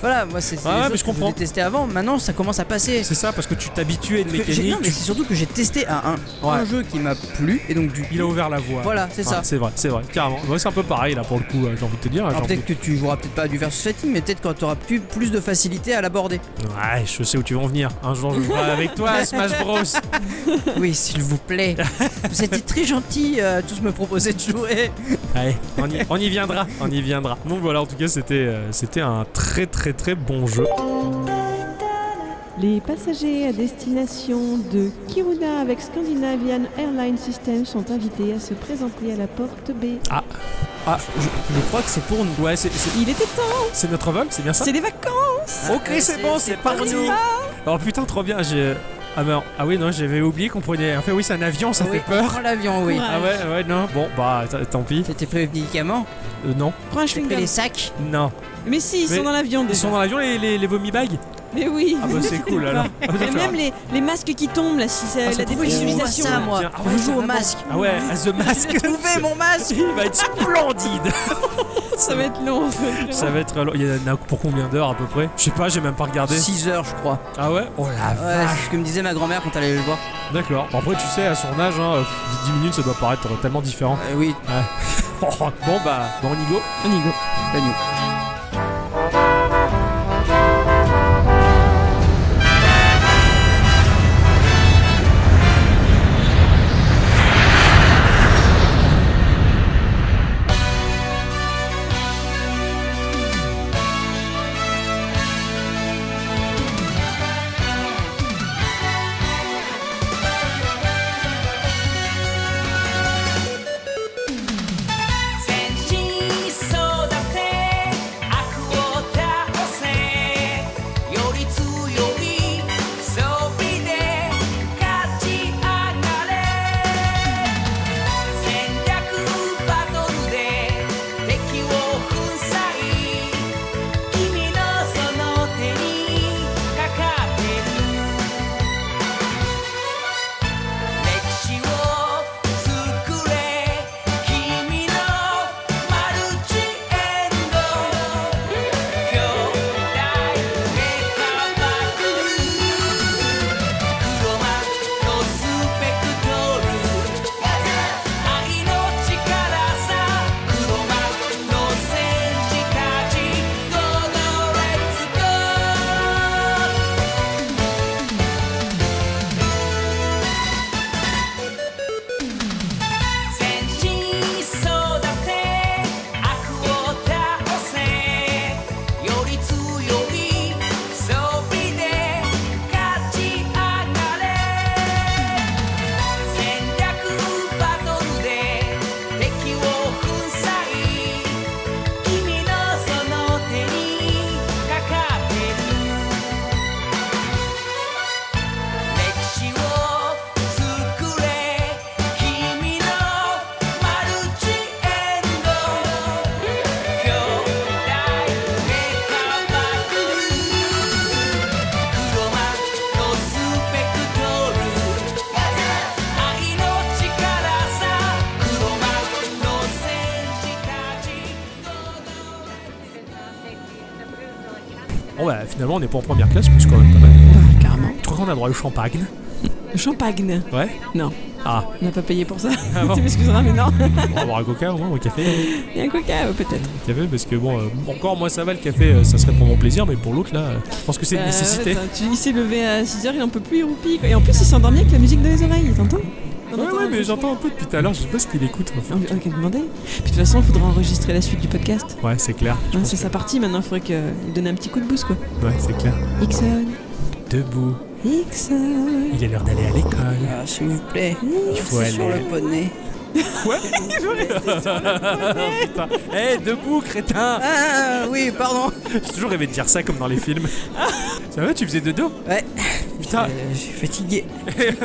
Speaker 3: voilà, moi, c'est c'est
Speaker 1: Ouais,
Speaker 3: les
Speaker 1: ouais,
Speaker 3: choses
Speaker 1: mais je
Speaker 3: que
Speaker 1: comprends.
Speaker 3: détestais avant. Maintenant, ça commence à passer.
Speaker 1: C'est ça parce que tu t'habitues à une
Speaker 3: Parce que j'ai-
Speaker 1: mécanique,
Speaker 3: Non, mais
Speaker 1: tu-
Speaker 3: c'est surtout que j'ai testé à un, un
Speaker 1: Ouais.
Speaker 3: jeu qui m'a plu et donc du.
Speaker 1: il a ouvert la voie.
Speaker 3: Voilà, c'est
Speaker 1: Ouais,
Speaker 3: ça.
Speaker 1: c'est vrai, c'est vrai, carrément. Ouais, c'est un peu pareil là pour le coup, euh, j'ai envie de te dire. j'ai
Speaker 3: Alors
Speaker 1: envie
Speaker 3: peut-être que tu joueras peut-être pas à du versus fighting, mais peut-être quand t'auras plus, plus de facilité à l'aborder.
Speaker 1: de- Ouais, je sais où tu veux en venir. Un jour je jouerai avec toi à Smash Bros.
Speaker 3: Oui, s'il vous plaît. Vous étiez très gentils euh, tous me proposer de jouer.
Speaker 1: Allez, on y, on y viendra, on y viendra. Donc voilà, en tout cas, c'était euh, c'était un très très très bon jeu.
Speaker 6: Les passagers à destination de Kiruna avec Scandinavian Airlines System sont invités à se présenter à la porte B.
Speaker 1: Ah, je, crois que c'est pour nous. Ouais, c'est- c'est
Speaker 2: Il était temps,
Speaker 1: c'est notre vol, c'est bien ça Ah.
Speaker 2: c'est les vacances.
Speaker 1: Ok, c'est bon, c'est parti Oh putain, trop bien, j'ai... Ah, mais, ah oui, non, j'avais oublié qu'on prenait... En fait, oui, c'est un avion, ça
Speaker 3: oui,
Speaker 1: fait peur
Speaker 3: Prends l'avion, oui.
Speaker 2: Ouais.
Speaker 1: Ah ouais, ouais, non, bon, bah, t- tant pis.
Speaker 3: T'étais pris les médicaments,
Speaker 1: Euh, non,
Speaker 2: Prends un
Speaker 3: t'as
Speaker 2: chewing
Speaker 3: pris les sacs.
Speaker 1: non.
Speaker 2: Mais si, ils
Speaker 1: Mais-
Speaker 2: sont dans l'avion
Speaker 1: Ils
Speaker 2: déjà.
Speaker 1: sont dans l'avion, les, les, les vomi bags
Speaker 2: Mais oui.
Speaker 1: Ah bah, c'est cool, alors.
Speaker 2: Et même les, les masques qui tombent là, si c'est
Speaker 1: Ah,
Speaker 2: Euh, la
Speaker 1: c'est trop
Speaker 3: Oui, je vois
Speaker 2: dépressurisation.
Speaker 3: ça, moi.
Speaker 1: Tiens, ah ouais,
Speaker 3: je joue au
Speaker 1: carrément.
Speaker 3: masque.
Speaker 1: Ah ouais, à The Mask
Speaker 3: J'ai trouvé mon masque.
Speaker 1: Il va être splendide
Speaker 2: Ça va être long. ça va être long.
Speaker 1: Ça va être... Il y en a pour combien d'heures, à peu près Je sais pas, j'ai même pas regardé.
Speaker 3: 6 heures, je crois.
Speaker 1: Ah ouais Oh la
Speaker 3: Ouais, c'est ce que me disait ma grand-mère quand elle allait le voir.
Speaker 1: D'accord. Bon, Après, tu sais, à son âge, hein, pff, 10 minutes, ça doit paraître tellement différent.
Speaker 3: Euh, oui,
Speaker 1: Oh, bon, bah, bon, on y go.
Speaker 2: On y va.
Speaker 3: l'agneau.
Speaker 7: She saw the play
Speaker 1: Bon bah finalement on n'est pas en première classe, mais c'est quand même pas mal.
Speaker 2: Bah, carrément.
Speaker 1: Je crois qu'on a droit au champagne.
Speaker 2: Champagne.
Speaker 1: Ouais
Speaker 2: Non.
Speaker 1: Ah,
Speaker 2: On n'a pas payé pour ça.
Speaker 1: Ah bon.
Speaker 2: tu m'excuseras, mais non.
Speaker 1: on va boire un coca au moins, ou un café.
Speaker 2: Il y a un coca, euh, peut-être.
Speaker 1: Un café, parce que bon, euh, encore moi ça va, le café euh, ça serait pour mon plaisir, mais pour l'autre là, euh, je pense que c'est une
Speaker 2: Bah,
Speaker 1: nécessité.
Speaker 2: attends, tu- il s'est levé à 6h, il en peut plus, il roupille. quoi. Et en plus, il s'endormit avec la musique dans les oreilles, t'entends On
Speaker 1: Ouais,
Speaker 2: entend
Speaker 1: ouais,
Speaker 2: un
Speaker 1: mais
Speaker 2: peu
Speaker 1: j'entends un peu depuis tout à l'heure, je sais pas ce qu'il écoute. en fait.
Speaker 2: On on va demander. Puis de toute façon, il faudra enregistrer la suite du podcast.
Speaker 1: Ouais, c'est clair. je
Speaker 2: Hein,
Speaker 1: pense
Speaker 2: c'est sa partie maintenant, il faudrait qu'il donne un petit coup de boost quoi.
Speaker 1: que- Ouais, c'est clair.
Speaker 2: Ixon,
Speaker 1: Debout,
Speaker 2: Ixon.
Speaker 1: il est l'heure d'aller à l'école.
Speaker 3: Ah, S'il vous plaît,
Speaker 1: Il faut aller.
Speaker 3: sur le poney.
Speaker 1: Putain. Eh, debout, crétin
Speaker 3: Ah oui, pardon.
Speaker 1: J'ai toujours rêvé de dire ça comme dans les films. ça va, tu faisais de dos
Speaker 3: Ouais.
Speaker 1: Putain,
Speaker 3: Euh, je suis fatigué.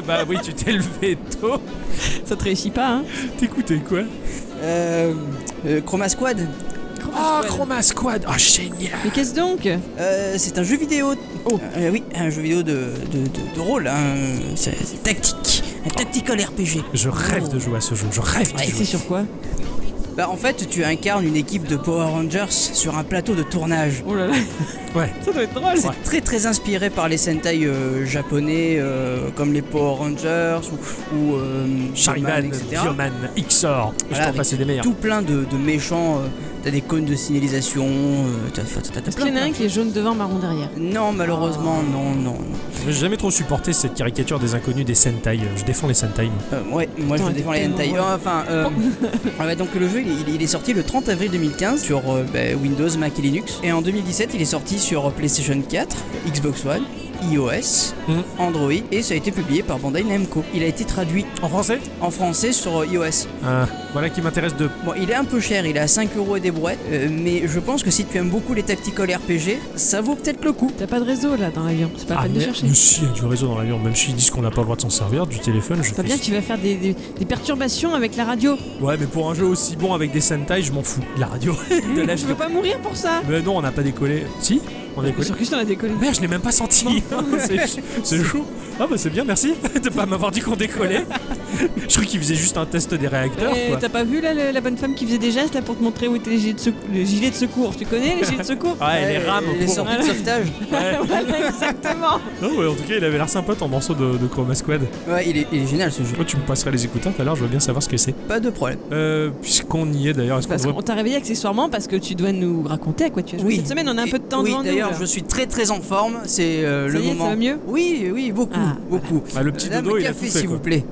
Speaker 1: bah oui, tu t'es levé tôt.
Speaker 2: Ça te réussit pas, hein
Speaker 1: T'écoutais quoi
Speaker 3: Euh, euh, Chroma Squad,
Speaker 1: Ah, Chroma Squad Ah, génial
Speaker 2: Mais qu'est-ce donc
Speaker 1: Bah,
Speaker 3: euh, c'est un jeu vidéo.
Speaker 1: Oh.
Speaker 3: Euh, oui, un jeu vidéo de, de, de- de rôle. hein. C'est c'est tactique. Un tactical RPG.
Speaker 1: Je rêve de jouer à ce jeu, je rêve de
Speaker 3: Ouais,
Speaker 1: jouer.
Speaker 2: C'est sur quoi
Speaker 3: Bah, en fait, tu incarnes une équipe de Power Rangers sur un plateau de tournage.
Speaker 2: Oh là là,
Speaker 1: Ouais.
Speaker 2: ça doit être drôle.
Speaker 1: Ouais.
Speaker 3: Très très inspiré par les Sentai euh, japonais euh, comme les Power Rangers ou, ou euh,
Speaker 1: Shariman,
Speaker 3: Bioman, etc.
Speaker 1: Bioman, Xor,
Speaker 3: Voilà,
Speaker 1: je t'en
Speaker 3: avec
Speaker 1: passe c'est des meilleurs.
Speaker 3: Tout plein de, de méchants. euh, t'as des cônes de signalisation. euh, t'as t'as- t'as- t'as
Speaker 2: Est-ce qu'il y
Speaker 3: plein,
Speaker 2: en Ah. a
Speaker 3: plein.
Speaker 2: un qui est jaune devant, marron derrière
Speaker 3: Non, malheureusement, non, non. non.
Speaker 1: J'ai jamais trop supporté cette caricature des inconnus des Sentai. Je défends les Sentai. moi.
Speaker 3: Euh, ouais, moi
Speaker 2: Putain,
Speaker 3: je défends les
Speaker 2: t'es
Speaker 3: hentai.
Speaker 2: tellement-
Speaker 3: Euh, Enfin, euh, ah ouais, donc le jeu il, il est sorti le 30 avril 2015 sur euh, bah, Windows, Mac et Linux. Et en 2017, il est sorti sur PlayStation 4, Xbox One, iOS,
Speaker 2: Hmm.
Speaker 1: Mhm.
Speaker 3: Android et ça a été publié par Bandai Namco. Il a été traduit
Speaker 1: En français
Speaker 3: en français sur euh, iOS.
Speaker 1: Ah, Voilà qui m'intéresse de.
Speaker 3: Bon, il est un peu cher, il est à 5 euros et des brouettes, euh, mais je pense que si tu aimes beaucoup les tactical RPG, ça vaut peut-être le coup.
Speaker 2: T'as pas de réseau là dans l'avion, c'est pas la peine de
Speaker 1: Ah, mais-
Speaker 2: chercher.
Speaker 1: mais si, il y a du réseau dans l'avion, même s'ils disent qu'on n'a pas le droit de s'en servir, du téléphone, je
Speaker 2: Pas bien,
Speaker 1: fais-
Speaker 2: tu vas faire des, des- des perturbations avec la radio.
Speaker 1: Ouais, mais pour un jeu aussi bon avec des Sentai, je m'en fous. La radio, de la
Speaker 2: Je veux pas mourir pour ça.
Speaker 1: Mais non, on n'a pas décollé. Si On a décollé.
Speaker 2: Sur Christian, on a décollé.
Speaker 1: Merde, je l'ai même pas senti. c'est c'est chaud. Ah bah c'est bien, merci de pas m'avoir dit qu'on décollait. je croyais qu'ils faisaient juste un test des réacteurs.
Speaker 2: Eh,
Speaker 1: quoi.
Speaker 2: T'as pas vu là le- la bonne femme qui faisait des gestes là pour te montrer où étaient les gilets de secours, les gilets de secours. Tu connais les gilets de secours
Speaker 1: Ouais, Ah, les rames.
Speaker 3: Les
Speaker 1: pour-
Speaker 3: sorties de sauvetage.
Speaker 1: Ouais.
Speaker 2: Voilà, exactement.
Speaker 1: Non, ouais, en tout cas, il avait l'air sympa ton morceau de, de Chroma Squad.
Speaker 3: Ouais, il est, il est génial ce jeu.
Speaker 1: Toi, tu me passerais les écouteurs tout à l'heure, je veux bien savoir ce que c'est.
Speaker 3: Pas de problème.
Speaker 1: Euh, puisqu'on y est d'ailleurs, est-ce qu'on
Speaker 2: Parce
Speaker 1: devrait.
Speaker 2: qu'on t'a réveillé accessoirement parce que tu dois nous raconter à quoi tu as joué
Speaker 3: Oui.
Speaker 2: cette semaine. On a un peu de temps
Speaker 3: oui,
Speaker 2: devant nous.
Speaker 3: d'ailleurs,
Speaker 2: là.
Speaker 3: je suis très très en forme. C'est euh,
Speaker 2: Ça
Speaker 3: le
Speaker 2: y est,
Speaker 3: moment.
Speaker 2: ça va mieux
Speaker 3: Oui, oui, beaucoup,
Speaker 2: Ah,
Speaker 3: beaucoup.
Speaker 1: Ah, le petit
Speaker 3: Madame,
Speaker 1: dodo, il a tout
Speaker 3: café,
Speaker 1: fait.
Speaker 3: s'il
Speaker 1: quoi.
Speaker 3: vous plaît.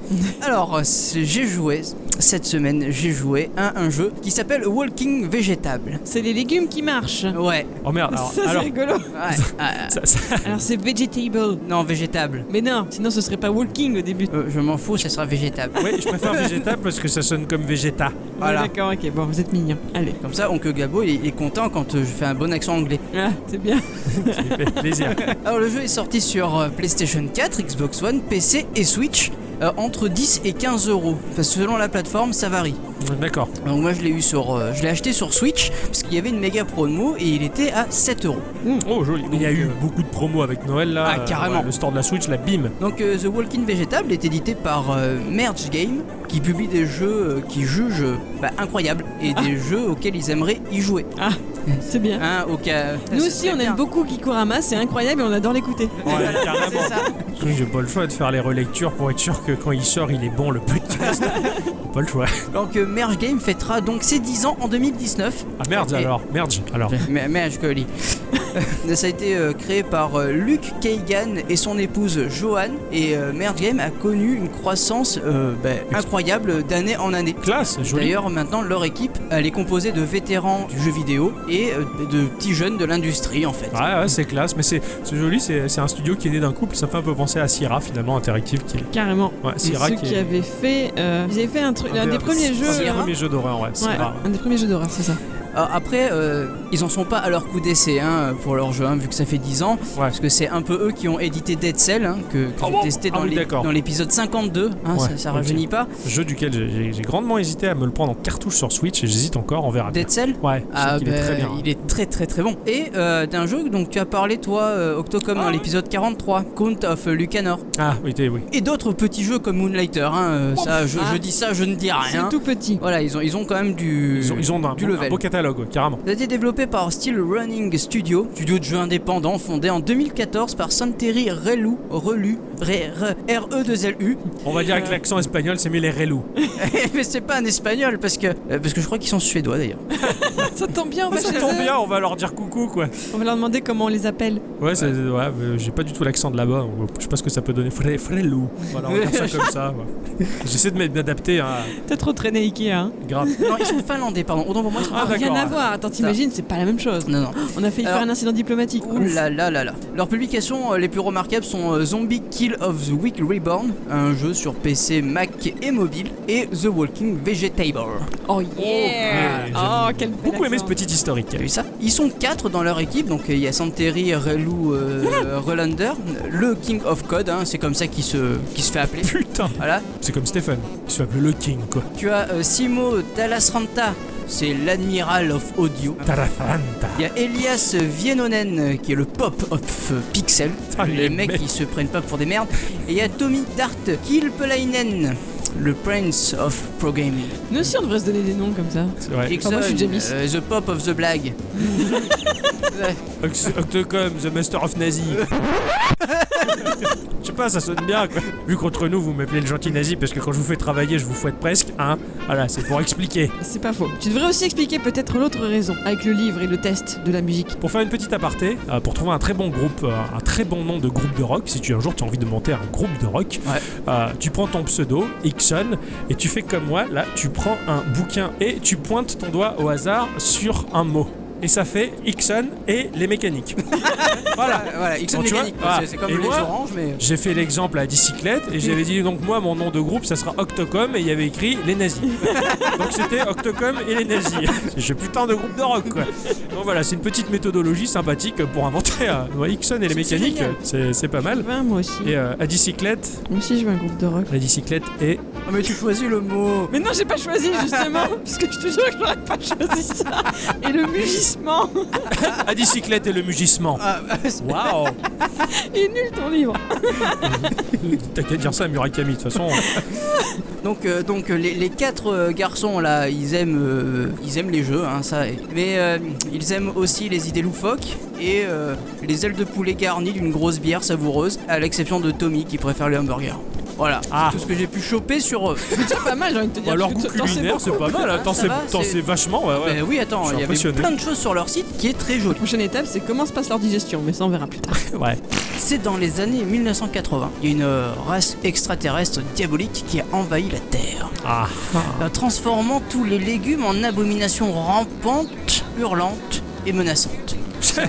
Speaker 3: Alors, euh, c'est- j'ai joué cette semaine, j'ai joué à un jeu qui s'appelle Walking Vegetable.
Speaker 2: C'est les légumes qui marchent.
Speaker 3: Ouais,
Speaker 1: Oh merde, alors.
Speaker 2: ça, c'est
Speaker 1: alors,
Speaker 2: rigolo.
Speaker 3: ouais. ah,
Speaker 1: ça- ça-
Speaker 2: Alors, c'est vegetable.
Speaker 3: non, Vegetable.
Speaker 2: Mais non, sinon ce serait pas walking au début.
Speaker 3: Euh, je m'en fous, ça sera Vegetable.
Speaker 1: Ouais, je préfère végétal parce que ça sonne comme végéta.
Speaker 3: Voilà.
Speaker 2: Ouais, D'accord, ok, bon, vous êtes mignons. Allez.
Speaker 3: Comme ça, oncle Gabo, il est, il est content quand euh, je fais un bon accent anglais.
Speaker 2: Ah, c'est bien.
Speaker 1: Ça lui fait plaisir.
Speaker 3: Alors, le jeu est sorti sur euh, PlayStation 4, Xbox One, PC et Switch. euh, entre 10 et 15 euros. Enfin, selon la plateforme, ça varie.
Speaker 1: D'accord.
Speaker 3: Donc moi je l'ai eu sur, euh, je l'ai acheté sur Switch parce qu'il y avait une méga promo et il était à 7 euros.
Speaker 1: Oh joli. Il y a eu beaucoup de promos avec Noël là.
Speaker 3: Ah,
Speaker 1: Euh,
Speaker 3: carrément.
Speaker 1: ouais, le store de la Switch, la bim.
Speaker 3: Donc euh, The Walking Vegetable est édité par euh, Merge Game qui publie des jeux euh, qu'ils jugent euh, bah, incroyables et des
Speaker 2: Ah.
Speaker 3: jeux auxquels ils aimeraient y jouer.
Speaker 2: C'est bien.
Speaker 3: Hein, au cas...
Speaker 2: Nous aussi, on aime
Speaker 3: beaucoup.
Speaker 2: beaucoup Kikurama, c'est incroyable et on adore l'écouter.
Speaker 1: Ouais, carrément.
Speaker 3: C'est ça.
Speaker 1: J'ai pas le choix de faire les relectures pour être sûr que quand il sort, il est bon le podcast. pas le choix.
Speaker 3: Donc euh, Merge Game fêtera donc ses 10 ans en 2019.
Speaker 1: Ah merde
Speaker 3: Et-
Speaker 1: alors, merde alors.
Speaker 3: Mais- Merge Collie. ça a été euh, créé par euh, Luke Kagan et son épouse Joanne et euh, Merge Game a connu une croissance euh, bah, incroyable d'année en année.
Speaker 1: Classe, joli.
Speaker 3: D'ailleurs, maintenant, leur équipe, elle est composée de vétérans du jeu vidéo et euh, de petits jeunes de l'industrie, en fait.
Speaker 1: Ouais, ouais, c'est classe, mais c'est c'est joli, c'est c'est un studio qui est né d'un couple, ça me fait un peu penser à Sierra finalement, Interactive qui est.
Speaker 2: Carrément.
Speaker 1: Ouais,
Speaker 2: C'est
Speaker 1: Sierra
Speaker 2: ceux
Speaker 1: qui
Speaker 2: qui
Speaker 1: est.
Speaker 2: avaient fait. euh, ils avaient fait un truc. Un des premiers jeux.
Speaker 1: Un des
Speaker 2: euh,
Speaker 1: premiers jeux d'horreur, ouais.
Speaker 2: Ouais,
Speaker 1: Sierra.
Speaker 2: un des premiers jeux d'horreur, c'est ça.
Speaker 3: Euh, après, euh, ils en sont pas à leur coup d'essai hein, pour leur jeu, hein, vu que ça fait 10 ans.
Speaker 1: Ouais.
Speaker 3: Parce que c'est un peu eux qui ont édité Dead Cell, hein, que, que
Speaker 1: Ah
Speaker 3: j'ai
Speaker 1: bon
Speaker 3: testé
Speaker 1: Ah
Speaker 3: dans
Speaker 1: oui,
Speaker 3: l'ép-
Speaker 1: d'accord.
Speaker 3: dans l'épisode 52. hein,
Speaker 1: Ouais,
Speaker 3: ça, ça
Speaker 1: ok.
Speaker 3: rajeunit pas.
Speaker 1: Jeu duquel j'ai- j'ai j'ai grandement hésité à me le prendre en cartouche sur Switch et j'hésite encore, on verra. bien.
Speaker 3: Dead Cell
Speaker 1: Ouais, je sais
Speaker 3: ah,
Speaker 1: qu'il est
Speaker 3: bah,
Speaker 1: très bien. hein.
Speaker 3: il est très très très bon. Et euh, d'un jeu dont tu as parlé toi, euh, Octocom, dans l'épisode 43, Count of Lucanor.
Speaker 1: Ah oui, t'es- oui.
Speaker 3: Et d'autres petits jeux comme Moonlighter. hein, euh, ça, je,
Speaker 2: ah.
Speaker 3: je dis ça, je ne dis rien.
Speaker 2: C'est tout petit.
Speaker 3: Voilà, ils ont, ils ont quand même du,
Speaker 1: Ils ont, ils ont un,
Speaker 3: du
Speaker 1: bon- un
Speaker 3: level.
Speaker 1: beau catalogue, ouais, carrément.
Speaker 3: Ça a été développé par Steel Running Studio, studio de jeux indépendant fondé en 2014 par Santeri Relou, Relu, E R-E-2-L-U.
Speaker 1: On va
Speaker 3: Euh.
Speaker 1: dire avec l'accent espagnol, c'est mieux les relous.
Speaker 3: Mais c'est pas un espagnol parce que, euh, parce que je crois qu'ils sont suédois d'ailleurs.
Speaker 2: Oh, Ça tombe bien, on va
Speaker 1: Ça
Speaker 2: chez
Speaker 1: tombe
Speaker 2: eux.
Speaker 1: bien, on va leur dire coucou quoi.
Speaker 2: On va leur demander comment on les appelle.
Speaker 1: Ouais, c'est- ouais, euh, j'ai pas du tout l'accent de là-bas. Je sais pas ce que ça peut donner. Fré, frélou. Voilà, on va dire ça comme ça. ouais. J'essaie de m'adapter à.
Speaker 2: T'as trop traîné Ikea. Hein.
Speaker 1: Grave.
Speaker 3: Non, ils sont finlandais, pardon. Autant pour moi, ils sont
Speaker 1: Ah,
Speaker 3: finlandais.
Speaker 2: Rien à
Speaker 1: ouais.
Speaker 2: voir. Attends, t'imagines, c'est pas la même chose.
Speaker 3: Non, non.
Speaker 2: On a failli
Speaker 3: Alors-
Speaker 2: faire un incident diplomatique.
Speaker 3: Ouh
Speaker 2: Ouf.
Speaker 3: là là là là. Leurs publications euh, les plus remarquables sont euh, Zombie Kill of the Week Reborn, un jeu sur PC, Mac et mobile, et The Walking Vegetable.
Speaker 2: Oh
Speaker 1: ouais,
Speaker 2: yeah Oh, quel bel
Speaker 1: Beaucoup aimé ce
Speaker 2: accent.
Speaker 1: petit historique.
Speaker 3: T'as vu ça Ils sont quatre dans leur équipe, donc euh, il y a Santeri, Relou, euh, Relander, le King of Code, hein, c'est comme ça qu'il se, qu'il se fait appeler.
Speaker 1: Putain.
Speaker 3: Voilà.
Speaker 1: C'est comme Stéphane. Il se fait appeler le King quoi.
Speaker 3: Tu as euh, Simo Talasranta, c'est l'admiral of audio.
Speaker 1: Tarafanta.
Speaker 3: Il y a Elias Vienonen euh, qui est le pop of euh, pixel.
Speaker 1: Ah,
Speaker 3: les,
Speaker 1: les
Speaker 3: mecs
Speaker 1: mecs.
Speaker 3: ils se prennent pas pour des merdes. Et il y a Tommy Dart Kilpelainen, le prince of pro gaming.
Speaker 2: Nous aussi, on devrait se donner des noms comme ça.
Speaker 1: C'est vrai.
Speaker 3: Dixon,
Speaker 2: Ah, moi, je suis Jamis.
Speaker 3: euh, the pop of the blague.
Speaker 1: Ox- Octocom, The Master of Nazi. Je sais pas, ça sonne bien quoi. Vu qu'entre nous vous m'appelez le gentil nazi parce que quand je vous fais travailler, je vous fouette presque, hein. Voilà, c'est pour expliquer.
Speaker 2: C'est pas faux. Tu devrais aussi expliquer peut-être l'autre raison, avec le livre et le test de la musique.
Speaker 1: Pour faire une petite aparté, euh, pour trouver un très bon groupe, euh, un très bon nom de groupe de rock, si tu un jour tu as envie de monter un groupe de rock,
Speaker 3: Ouais.
Speaker 1: euh, tu prends ton pseudo, Ixon, et tu fais comme moi, là, tu prends un bouquin et tu pointes ton doigt au hasard sur un mot. Et ça fait Ixon et les mécaniques. voilà.
Speaker 3: Euh, voilà,
Speaker 1: Ah,
Speaker 3: Ixon
Speaker 1: Bon, tu vois,
Speaker 3: mécanique,
Speaker 1: voilà.
Speaker 3: c'est- c'est comme
Speaker 1: Et
Speaker 3: les
Speaker 1: moi,
Speaker 3: oranges mais.
Speaker 1: J'ai fait l'exemple à la bicyclette et j'avais dit donc moi mon nom de groupe ça sera Octocom et il y avait écrit les nazis. donc c'était Octocom et les nazis. J'ai putain de groupe de rock quoi. Donc voilà, c'est une petite méthodologie sympathique pour inventer euh, ouais, Ixon et les
Speaker 2: C'est
Speaker 1: mécaniques,
Speaker 2: génial.
Speaker 1: c'est c'est pas
Speaker 2: Je
Speaker 1: mal.
Speaker 2: veux un, moi aussi.
Speaker 1: Et euh, à bicyclette,
Speaker 2: Moi aussi, je veux un groupe de rock.
Speaker 1: la bicyclette et
Speaker 3: Ah, mais tu choisis le mot.
Speaker 2: Mais non, j'ai pas choisi justement, parce que je te jure que j'aurais pas choisi ça. Et le mugissement,
Speaker 1: à bicyclette et le mugissement.
Speaker 3: Ah, bah, c'est-
Speaker 1: Waouh
Speaker 2: il est nul ton livre.
Speaker 1: T'as qu'à dire ça à Murakami de toute façon.
Speaker 3: Donc, euh, donc euh, les, les quatre euh, garçons là, ils aiment, euh, ils aiment les jeux, hein, ça. et- Mais euh, ils aiment aussi les idées loufoques et euh, les ailes de poulet garnies d'une grosse bière savoureuse, à l'exception de Tommy qui préfère les hamburgers. Voilà, c'est
Speaker 1: Ah.
Speaker 3: tout ce que j'ai pu choper sur euh, eux.
Speaker 2: C'est déjà pas mal, j'ai envie de te dire.
Speaker 1: Alors
Speaker 2: parce
Speaker 1: goût
Speaker 2: que t'en sais
Speaker 1: culinaire
Speaker 2: beaucoup.
Speaker 1: c'est pas mal, hein.
Speaker 3: Ah,
Speaker 1: t'en
Speaker 3: ça
Speaker 1: sais-
Speaker 3: va,
Speaker 1: t'en
Speaker 3: c'est-
Speaker 1: sais vachement ouais ouais.
Speaker 3: Mais ben oui,
Speaker 1: Je
Speaker 3: attends,
Speaker 1: suis
Speaker 3: il y avait
Speaker 1: impressionné.
Speaker 3: plein de choses sur leur site qui est très joli.
Speaker 2: Prochaine étape, c'est comment se passe leur digestion, mais ça on verra plus tard.
Speaker 1: Ouais.
Speaker 3: C'est dans les années 1980. Il y a une euh, race extraterrestre diabolique qui a envahi la Terre.
Speaker 1: Ah.
Speaker 3: euh, transformant tous les légumes en abominations rampantes, hurlantes et menaçantes.
Speaker 1: C'est-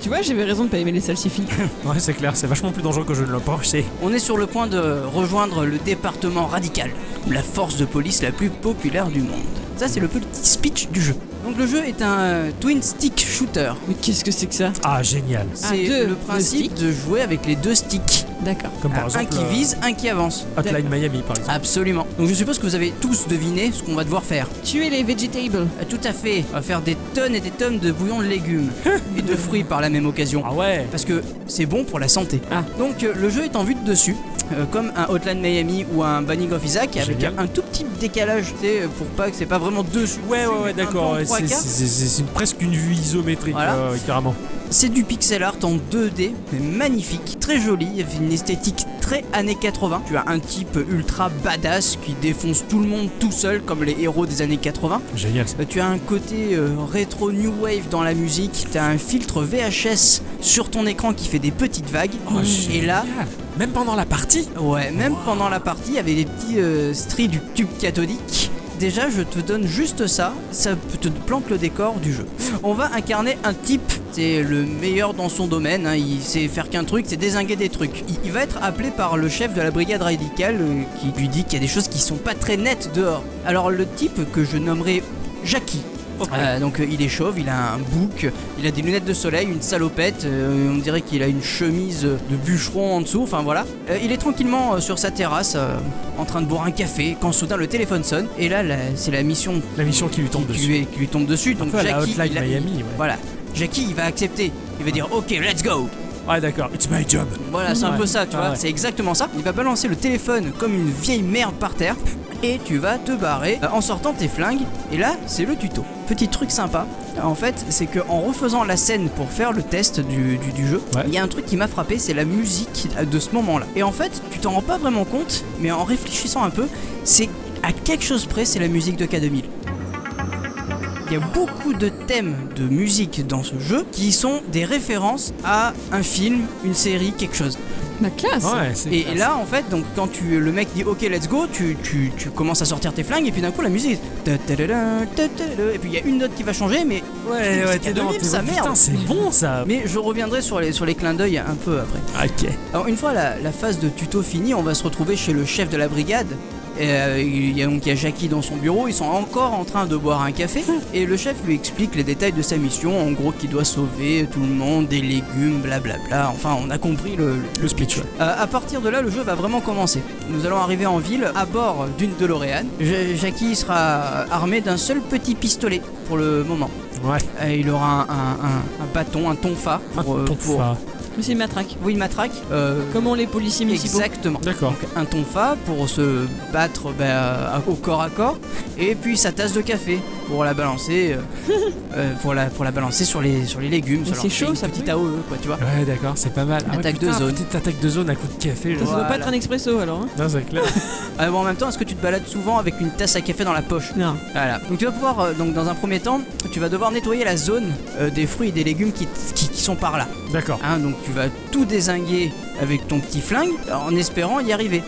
Speaker 2: Tu vois, j'avais raison de pas aimer les salsifis.
Speaker 1: Ouais, c'est clair, c'est vachement plus dangereux que je ne le pensais.
Speaker 3: On est sur le point de rejoindre le département radical, la force de police la plus populaire du monde. Ça, c'est le petit speech du jeu. Donc le jeu est un euh, twin stick shooter.
Speaker 2: Mais qu'est-ce que c'est que ça
Speaker 1: Ah, génial.
Speaker 3: C'est
Speaker 2: deux,
Speaker 3: le
Speaker 2: deux
Speaker 3: principe de jouer avec les deux sticks.
Speaker 2: D'accord.
Speaker 1: Comme par
Speaker 3: Un
Speaker 1: exemple
Speaker 3: qui
Speaker 1: euh,
Speaker 3: vise, un qui avance.
Speaker 1: Hotline Miami, par exemple.
Speaker 3: Absolument. Donc je suppose que vous avez tous deviné ce qu'on va devoir faire.
Speaker 2: Tuer les vegetables.
Speaker 3: Euh, Tout à fait. On va faire des tonnes et des tonnes de bouillon de légumes et de fruits par la même occasion.
Speaker 1: Ah ouais
Speaker 3: parce que c'est bon pour la santé.
Speaker 2: Ah.
Speaker 3: Donc euh, le jeu est en vue de dessus, euh, comme un Hotline Miami ou un Banning of Isaac, avec
Speaker 1: Génial.
Speaker 3: un, un tout petit décalage, tu sais, euh, pour pas que c'est pas vraiment dessus.
Speaker 1: Ouais, ouais,
Speaker 3: mais
Speaker 1: ouais,
Speaker 3: un
Speaker 1: d'accord.
Speaker 3: plan
Speaker 1: ouais,
Speaker 3: trois
Speaker 1: C'est
Speaker 3: quarts.
Speaker 1: c'est- c'est- c'est une- presque une vue isométrique,
Speaker 3: Voilà.
Speaker 1: euh, carrément.
Speaker 3: C'est du pixel art en 2D, mais magnifique, très joli, avec une esthétique très années 80. Tu as un type ultra badass qui défonce tout le monde tout seul, comme les héros des années 80.
Speaker 1: Génial. ça.
Speaker 3: Euh, Tu as un côté euh, rétro new wave dans la musique, tu as un filtre VHS sur ton écran qui fait des petites vagues.
Speaker 1: Oh,
Speaker 3: et là,
Speaker 1: Ah, Même pendant la partie
Speaker 3: Ouais, même pendant la partie, il y avait des petits euh, stries du tube cathodique. Déjà, je te donne juste ça, ça p- te plante le décor du jeu. On va incarner un type, c'est le meilleur dans son domaine, hein, il sait faire qu'un truc, c'est désinguer des trucs. Il, il va être appelé par le chef de la brigade radicale euh, qui lui dit qu'il y a des choses qui sont pas très nettes dehors. Alors le type que je nommerai Jackie. Euh, donc euh, il est chauve, il a un bouc, il a des lunettes de soleil, une salopette, euh, on dirait qu'il a une chemise de bûcheron en dessous, enfin voilà. Euh, il est tranquillement euh, sur sa terrasse euh, en train de boire un café quand soudain le téléphone sonne et là, là, c'est la mission
Speaker 1: La mission qui lui tombe
Speaker 3: qui, qui
Speaker 1: dessus.
Speaker 3: lui, est- qui lui tombe dessus.
Speaker 1: Un
Speaker 3: Donc
Speaker 1: peu à la
Speaker 3: Jackie,
Speaker 1: Hotline
Speaker 3: il a-
Speaker 1: Miami, ouais.
Speaker 3: voilà. Jackie il va accepter, il va dire ok let's go
Speaker 1: Ouais, d'accord. It's my job.
Speaker 3: Voilà c'est un
Speaker 1: Ouais.
Speaker 3: peu ça tu
Speaker 1: Ah
Speaker 3: vois,
Speaker 1: ouais.
Speaker 3: c'est exactement ça. Il va balancer le téléphone comme une vieille merde par terre. et tu vas te barrer euh, en sortant tes flingues. Et là, c'est le tuto. Petit truc sympa, en fait, c'est que en refaisant la scène pour faire le test du, du- du jeu,
Speaker 1: Ouais.
Speaker 3: il y a un truc qui m'a frappé, c'est la musique de ce moment-là. Et en fait, tu t'en rends pas vraiment compte, mais en réfléchissant un peu, c'est à quelque chose près, c'est la musique de K2000. Il y a beaucoup de thèmes de musique dans ce jeu qui sont des références à un film, une série, quelque chose.
Speaker 2: La Bah, classe
Speaker 1: Ouais, c'est
Speaker 3: Et
Speaker 1: classe.
Speaker 3: là, en fait, donc quand tu, le mec dit OK, let's go, tu, tu, tu commences à sortir tes flingues et puis d'un coup la musique. ta- ta- ta- ta- ta- ta- Et puis il y a une note qui va changer, mais
Speaker 1: ouais, ouais,
Speaker 3: c'est
Speaker 1: t'es
Speaker 3: 4000,
Speaker 1: dans t'es-
Speaker 3: sa merde.
Speaker 1: Putain, c'est bon ça. Ah,
Speaker 3: mais je reviendrai sur les sur les clins d'œil un peu après.
Speaker 1: Ok.
Speaker 3: Alors une fois la, la phase de tuto finie, on va se retrouver chez le chef de la brigade. Et, euh, il y a donc il y a Jackie dans son bureau, ils sont encore en train de boire un café et le chef lui explique les détails de sa mission, en gros qu'il doit sauver tout le monde, des légumes, blablabla. Enfin, on a compris le,
Speaker 1: Le speech. ouais.
Speaker 3: euh, à partir de là, le jeu va vraiment commencer. Nous allons arriver en ville à bord d'une DeLorean. Ja- Jackie sera armé d'un seul petit pistolet pour le moment.
Speaker 1: Ouais.
Speaker 3: Et il aura un, un- un- un bâton, un tonfa. Pour, euh,
Speaker 1: Ton
Speaker 3: pour-
Speaker 1: fa.
Speaker 2: Mais c'est une matraque.
Speaker 3: Oui, une matraque. euh,
Speaker 2: Comme ont les policiers municipaux.
Speaker 3: exactement.
Speaker 1: D'accord.
Speaker 3: Donc, un tonfa pour se battre bah, au corps à corps. Et puis sa tasse de café pour la balancer, euh, euh, pour la, pour la balancer sur les, sur les légumes.
Speaker 2: Mais
Speaker 3: leur
Speaker 2: c'est
Speaker 3: fait
Speaker 2: chaud,
Speaker 3: une
Speaker 2: ça
Speaker 3: petite
Speaker 2: peut.
Speaker 3: AOE, quoi, tu vois.
Speaker 1: Ouais, d'accord, c'est pas mal. Ah ouais,
Speaker 3: Attaque
Speaker 1: putain,
Speaker 3: de zone.
Speaker 1: Petite attaque de zone à coup de café.
Speaker 2: Ça
Speaker 1: Genre.
Speaker 3: Ouais.
Speaker 2: doit pas
Speaker 3: Voilà.
Speaker 2: être un expresso alors. hein.
Speaker 1: Non, c'est clair.
Speaker 3: Ah, bon, en même temps, est-ce que tu te balades souvent avec une tasse à café dans la poche
Speaker 2: Non.
Speaker 3: Voilà. Donc tu vas pouvoir, euh, donc dans un premier temps, tu vas devoir nettoyer la zone euh, des fruits et des légumes qui, qui, qui sont par là.
Speaker 1: D'accord.
Speaker 3: Hein, donc tu vas tout désinguer avec ton petit flingue en espérant y arriver.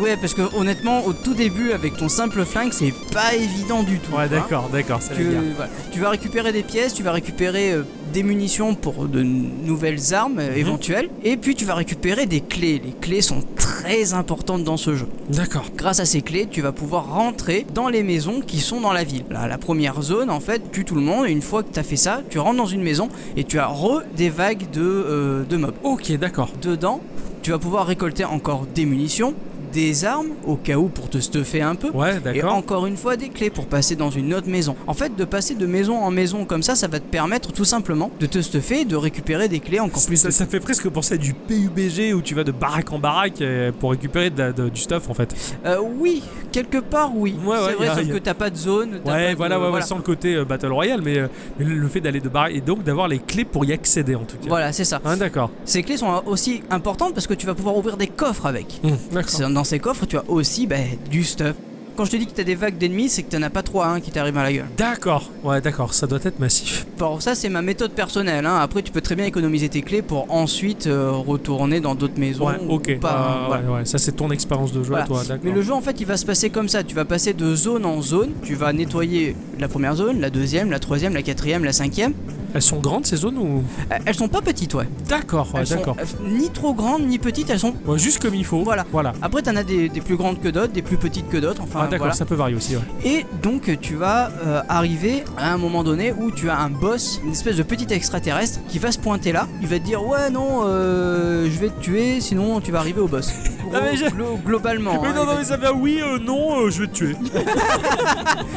Speaker 3: Ouais, parce que honnêtement, au tout début, avec ton simple flingue, c'est pas évident du tout.
Speaker 1: Ouais,
Speaker 3: hein.
Speaker 1: d'accord, d'accord, c'est
Speaker 3: Tu,
Speaker 1: la guerre.
Speaker 3: voilà. Tu vas récupérer des pièces, tu vas récupérer euh, des munitions pour de nouvelles armes
Speaker 1: Mhm.
Speaker 3: euh, éventuelles, et puis tu vas récupérer des clés. Les clés sont très importantes dans ce jeu.
Speaker 1: D'accord.
Speaker 3: Grâce à ces clés, tu vas pouvoir rentrer dans les maisons qui sont dans la ville. Là, la première zone, en fait, tue tout le monde. Et une fois que tu as fait ça, tu rentres dans une maison et tu as re des vagues de, euh, de mobs.
Speaker 1: Ok, d'accord.
Speaker 3: Dedans, tu vas pouvoir récolter encore des munitions, des armes, au cas où pour te stuffer un peu.
Speaker 1: Ouais,
Speaker 3: Et
Speaker 1: d'accord.
Speaker 3: encore une fois des clés pour passer dans une autre maison. En fait, de passer de maison en maison comme ça, ça va te permettre tout simplement de te stuffer et de récupérer des clés encore plus.
Speaker 1: ça, ça fait presque penser à du PUBG où tu vas de baraque en baraque euh, pour récupérer de la- de- du stuff en fait.
Speaker 3: Euh, oui, quelque part oui.
Speaker 1: Ouais,
Speaker 3: C'est
Speaker 1: ouais,
Speaker 3: vrai,
Speaker 1: y a-
Speaker 3: sauf
Speaker 1: y a-
Speaker 3: que t'as pas de zone. t'as pas
Speaker 1: Ouais,
Speaker 3: de-
Speaker 1: voilà, ouais, ouais, sans le côté euh, Battle Royale, mais, euh, mais le le fait d'aller de baraque et donc d'avoir les clés pour y accéder en tout cas.
Speaker 3: Voilà, c'est ça.
Speaker 1: Hein, d'accord.
Speaker 3: Ces clés sont aussi importantes parce que tu vas pouvoir ouvrir des coffres avec.
Speaker 1: Hum, d'accord.
Speaker 3: Dans ces coffres, tu as aussi bah, du stuff. Quand je te dis que t'as des vagues d'ennemis, c'est que t'en as pas trois hein, qui t'arrivent à la gueule.
Speaker 1: D'accord. Ouais, d'accord, ça doit être massif.
Speaker 3: Bon, ça c'est ma méthode personnelle. hein. Après, tu peux très bien économiser tes clés pour ensuite euh, retourner dans d'autres maisons.
Speaker 1: Ouais,
Speaker 3: ou
Speaker 1: ok.
Speaker 3: pas, hein,
Speaker 1: Ah,
Speaker 3: voilà.
Speaker 1: ouais, ouais, ça c'est ton expérience de jeu à
Speaker 3: Voilà.
Speaker 1: toi, d'accord.
Speaker 3: Mais le jeu en fait il va se passer comme ça, tu vas passer de zone en zone, tu vas nettoyer la première zone, la deuxième, la troisième, la quatrième, la cinquième.
Speaker 1: Elles sont grandes ces zones ou.
Speaker 3: Euh, Elles sont pas petites ouais.
Speaker 1: D'accord, ouais,
Speaker 3: Elles sont,
Speaker 1: d'accord.
Speaker 3: euh, ni trop grandes ni petites, elles sont
Speaker 1: Ouais, juste comme il faut.
Speaker 3: Voilà.
Speaker 1: Voilà.
Speaker 3: Après, t'en as des, des plus grandes que d'autres, des plus petites que d'autres. Enfin,
Speaker 1: Ah, d'accord,
Speaker 3: voilà.
Speaker 1: ça peut varier aussi, ouais.
Speaker 3: Et donc, tu vas euh, arriver à un moment donné où tu as un boss, une espèce de petit extraterrestre, qui va se pointer là. Il va te dire Ouais, non, euh, je vais te tuer, sinon tu vas arriver au boss. Gros-
Speaker 1: Ah, mais je-
Speaker 3: glo- globalement. hein,
Speaker 1: Mais non,
Speaker 3: il va
Speaker 1: non, mais ça va, oui, euh, non, euh, je vais te tuer.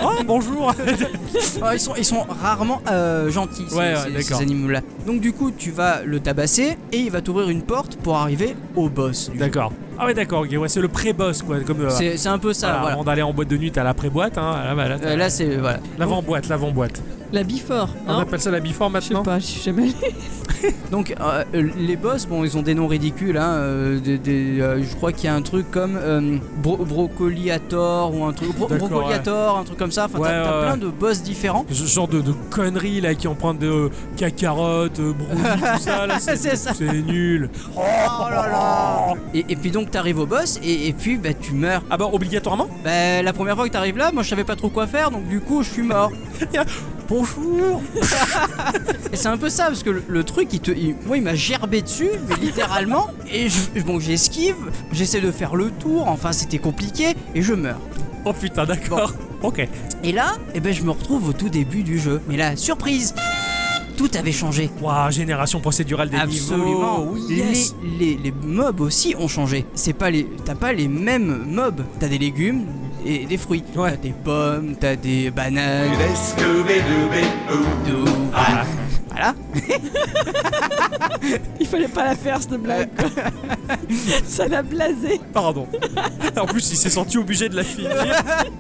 Speaker 1: oh, bonjour.
Speaker 3: Ah, ils, sont, ils sont rarement euh, gentils, ces,
Speaker 1: Ouais, ouais,
Speaker 3: ces-
Speaker 1: d'accord.
Speaker 3: ces animaux-là. Donc, du coup, tu vas le tabasser et il va t'ouvrir une porte pour arriver au boss. du jeu.
Speaker 1: d'accord. Ah, ouais, d'accord, ok, ouais, c'est le pré-boss, quoi. Comme, euh,
Speaker 3: C'est c'est un peu ça,
Speaker 1: voilà,
Speaker 3: voilà.
Speaker 1: Avant d'aller en boîte de nuit, t'as l'après-boîte, hein. Là, bah, là, t'as-
Speaker 3: Euh, là, c'est. Voilà.
Speaker 1: L'avant-boîte, l'avant-boîte.
Speaker 2: La before.
Speaker 1: On
Speaker 2: Hein
Speaker 1: appelle ça la before
Speaker 2: je sais
Speaker 1: maintenant
Speaker 2: pas, je suis jamais allée.
Speaker 3: Donc euh, les boss, bon, ils ont des noms ridicules. Hein, euh, des- des, euh, je crois qu'il y a un truc comme euh, Bro- Brocoliator ou un truc Bro-
Speaker 1: D'accord,
Speaker 3: Brocoliator, un truc comme ça. Enfin,
Speaker 1: Ouais,
Speaker 3: t'as t'as
Speaker 1: ouais, ouais.
Speaker 3: plein de boss différents.
Speaker 1: Ce genre de, de conneries là qui empruntent de euh, cacarottes, euh, brownies, tout ça là, c'est,
Speaker 3: C'est ça.
Speaker 1: c'est nul.
Speaker 3: Et, et puis donc t'arrives au boss et, et puis bah tu meurs.
Speaker 1: Ah bah obligatoirement
Speaker 3: Bah la première fois que t'arrives là, moi je savais pas trop quoi faire, donc du coup je suis mort.
Speaker 1: Bonjour
Speaker 3: Et c'est un peu ça parce que le, le truc, il te, il- moi il m'a gerbé dessus, mais littéralement. Et je, bon j'esquive, j'essaie de faire le tour. Enfin c'était compliqué et je meurs.
Speaker 1: Oh putain d'accord Ok.
Speaker 3: Et là, eh ben, je me retrouve au tout début du jeu. Mais là, surprise Tout avait changé. Oh,
Speaker 1: Waouh, génération procédurale des niveaux.
Speaker 3: Absolument.
Speaker 1: oui,
Speaker 3: les,
Speaker 1: yes.
Speaker 3: les, les mobs aussi ont changé. C'est pas les, t'as pas les mêmes mobs. T'as des légumes et des fruits.
Speaker 1: Ouais.
Speaker 3: T'as des pommes, t'as des bananes.
Speaker 7: Scooby-Dooby-Doo.
Speaker 3: Dou- pas là.
Speaker 2: Il fallait pas la faire cette blague. quoi. Ça l'a blasé.
Speaker 1: Pardon. en plus, il s'est senti obligé de la finir.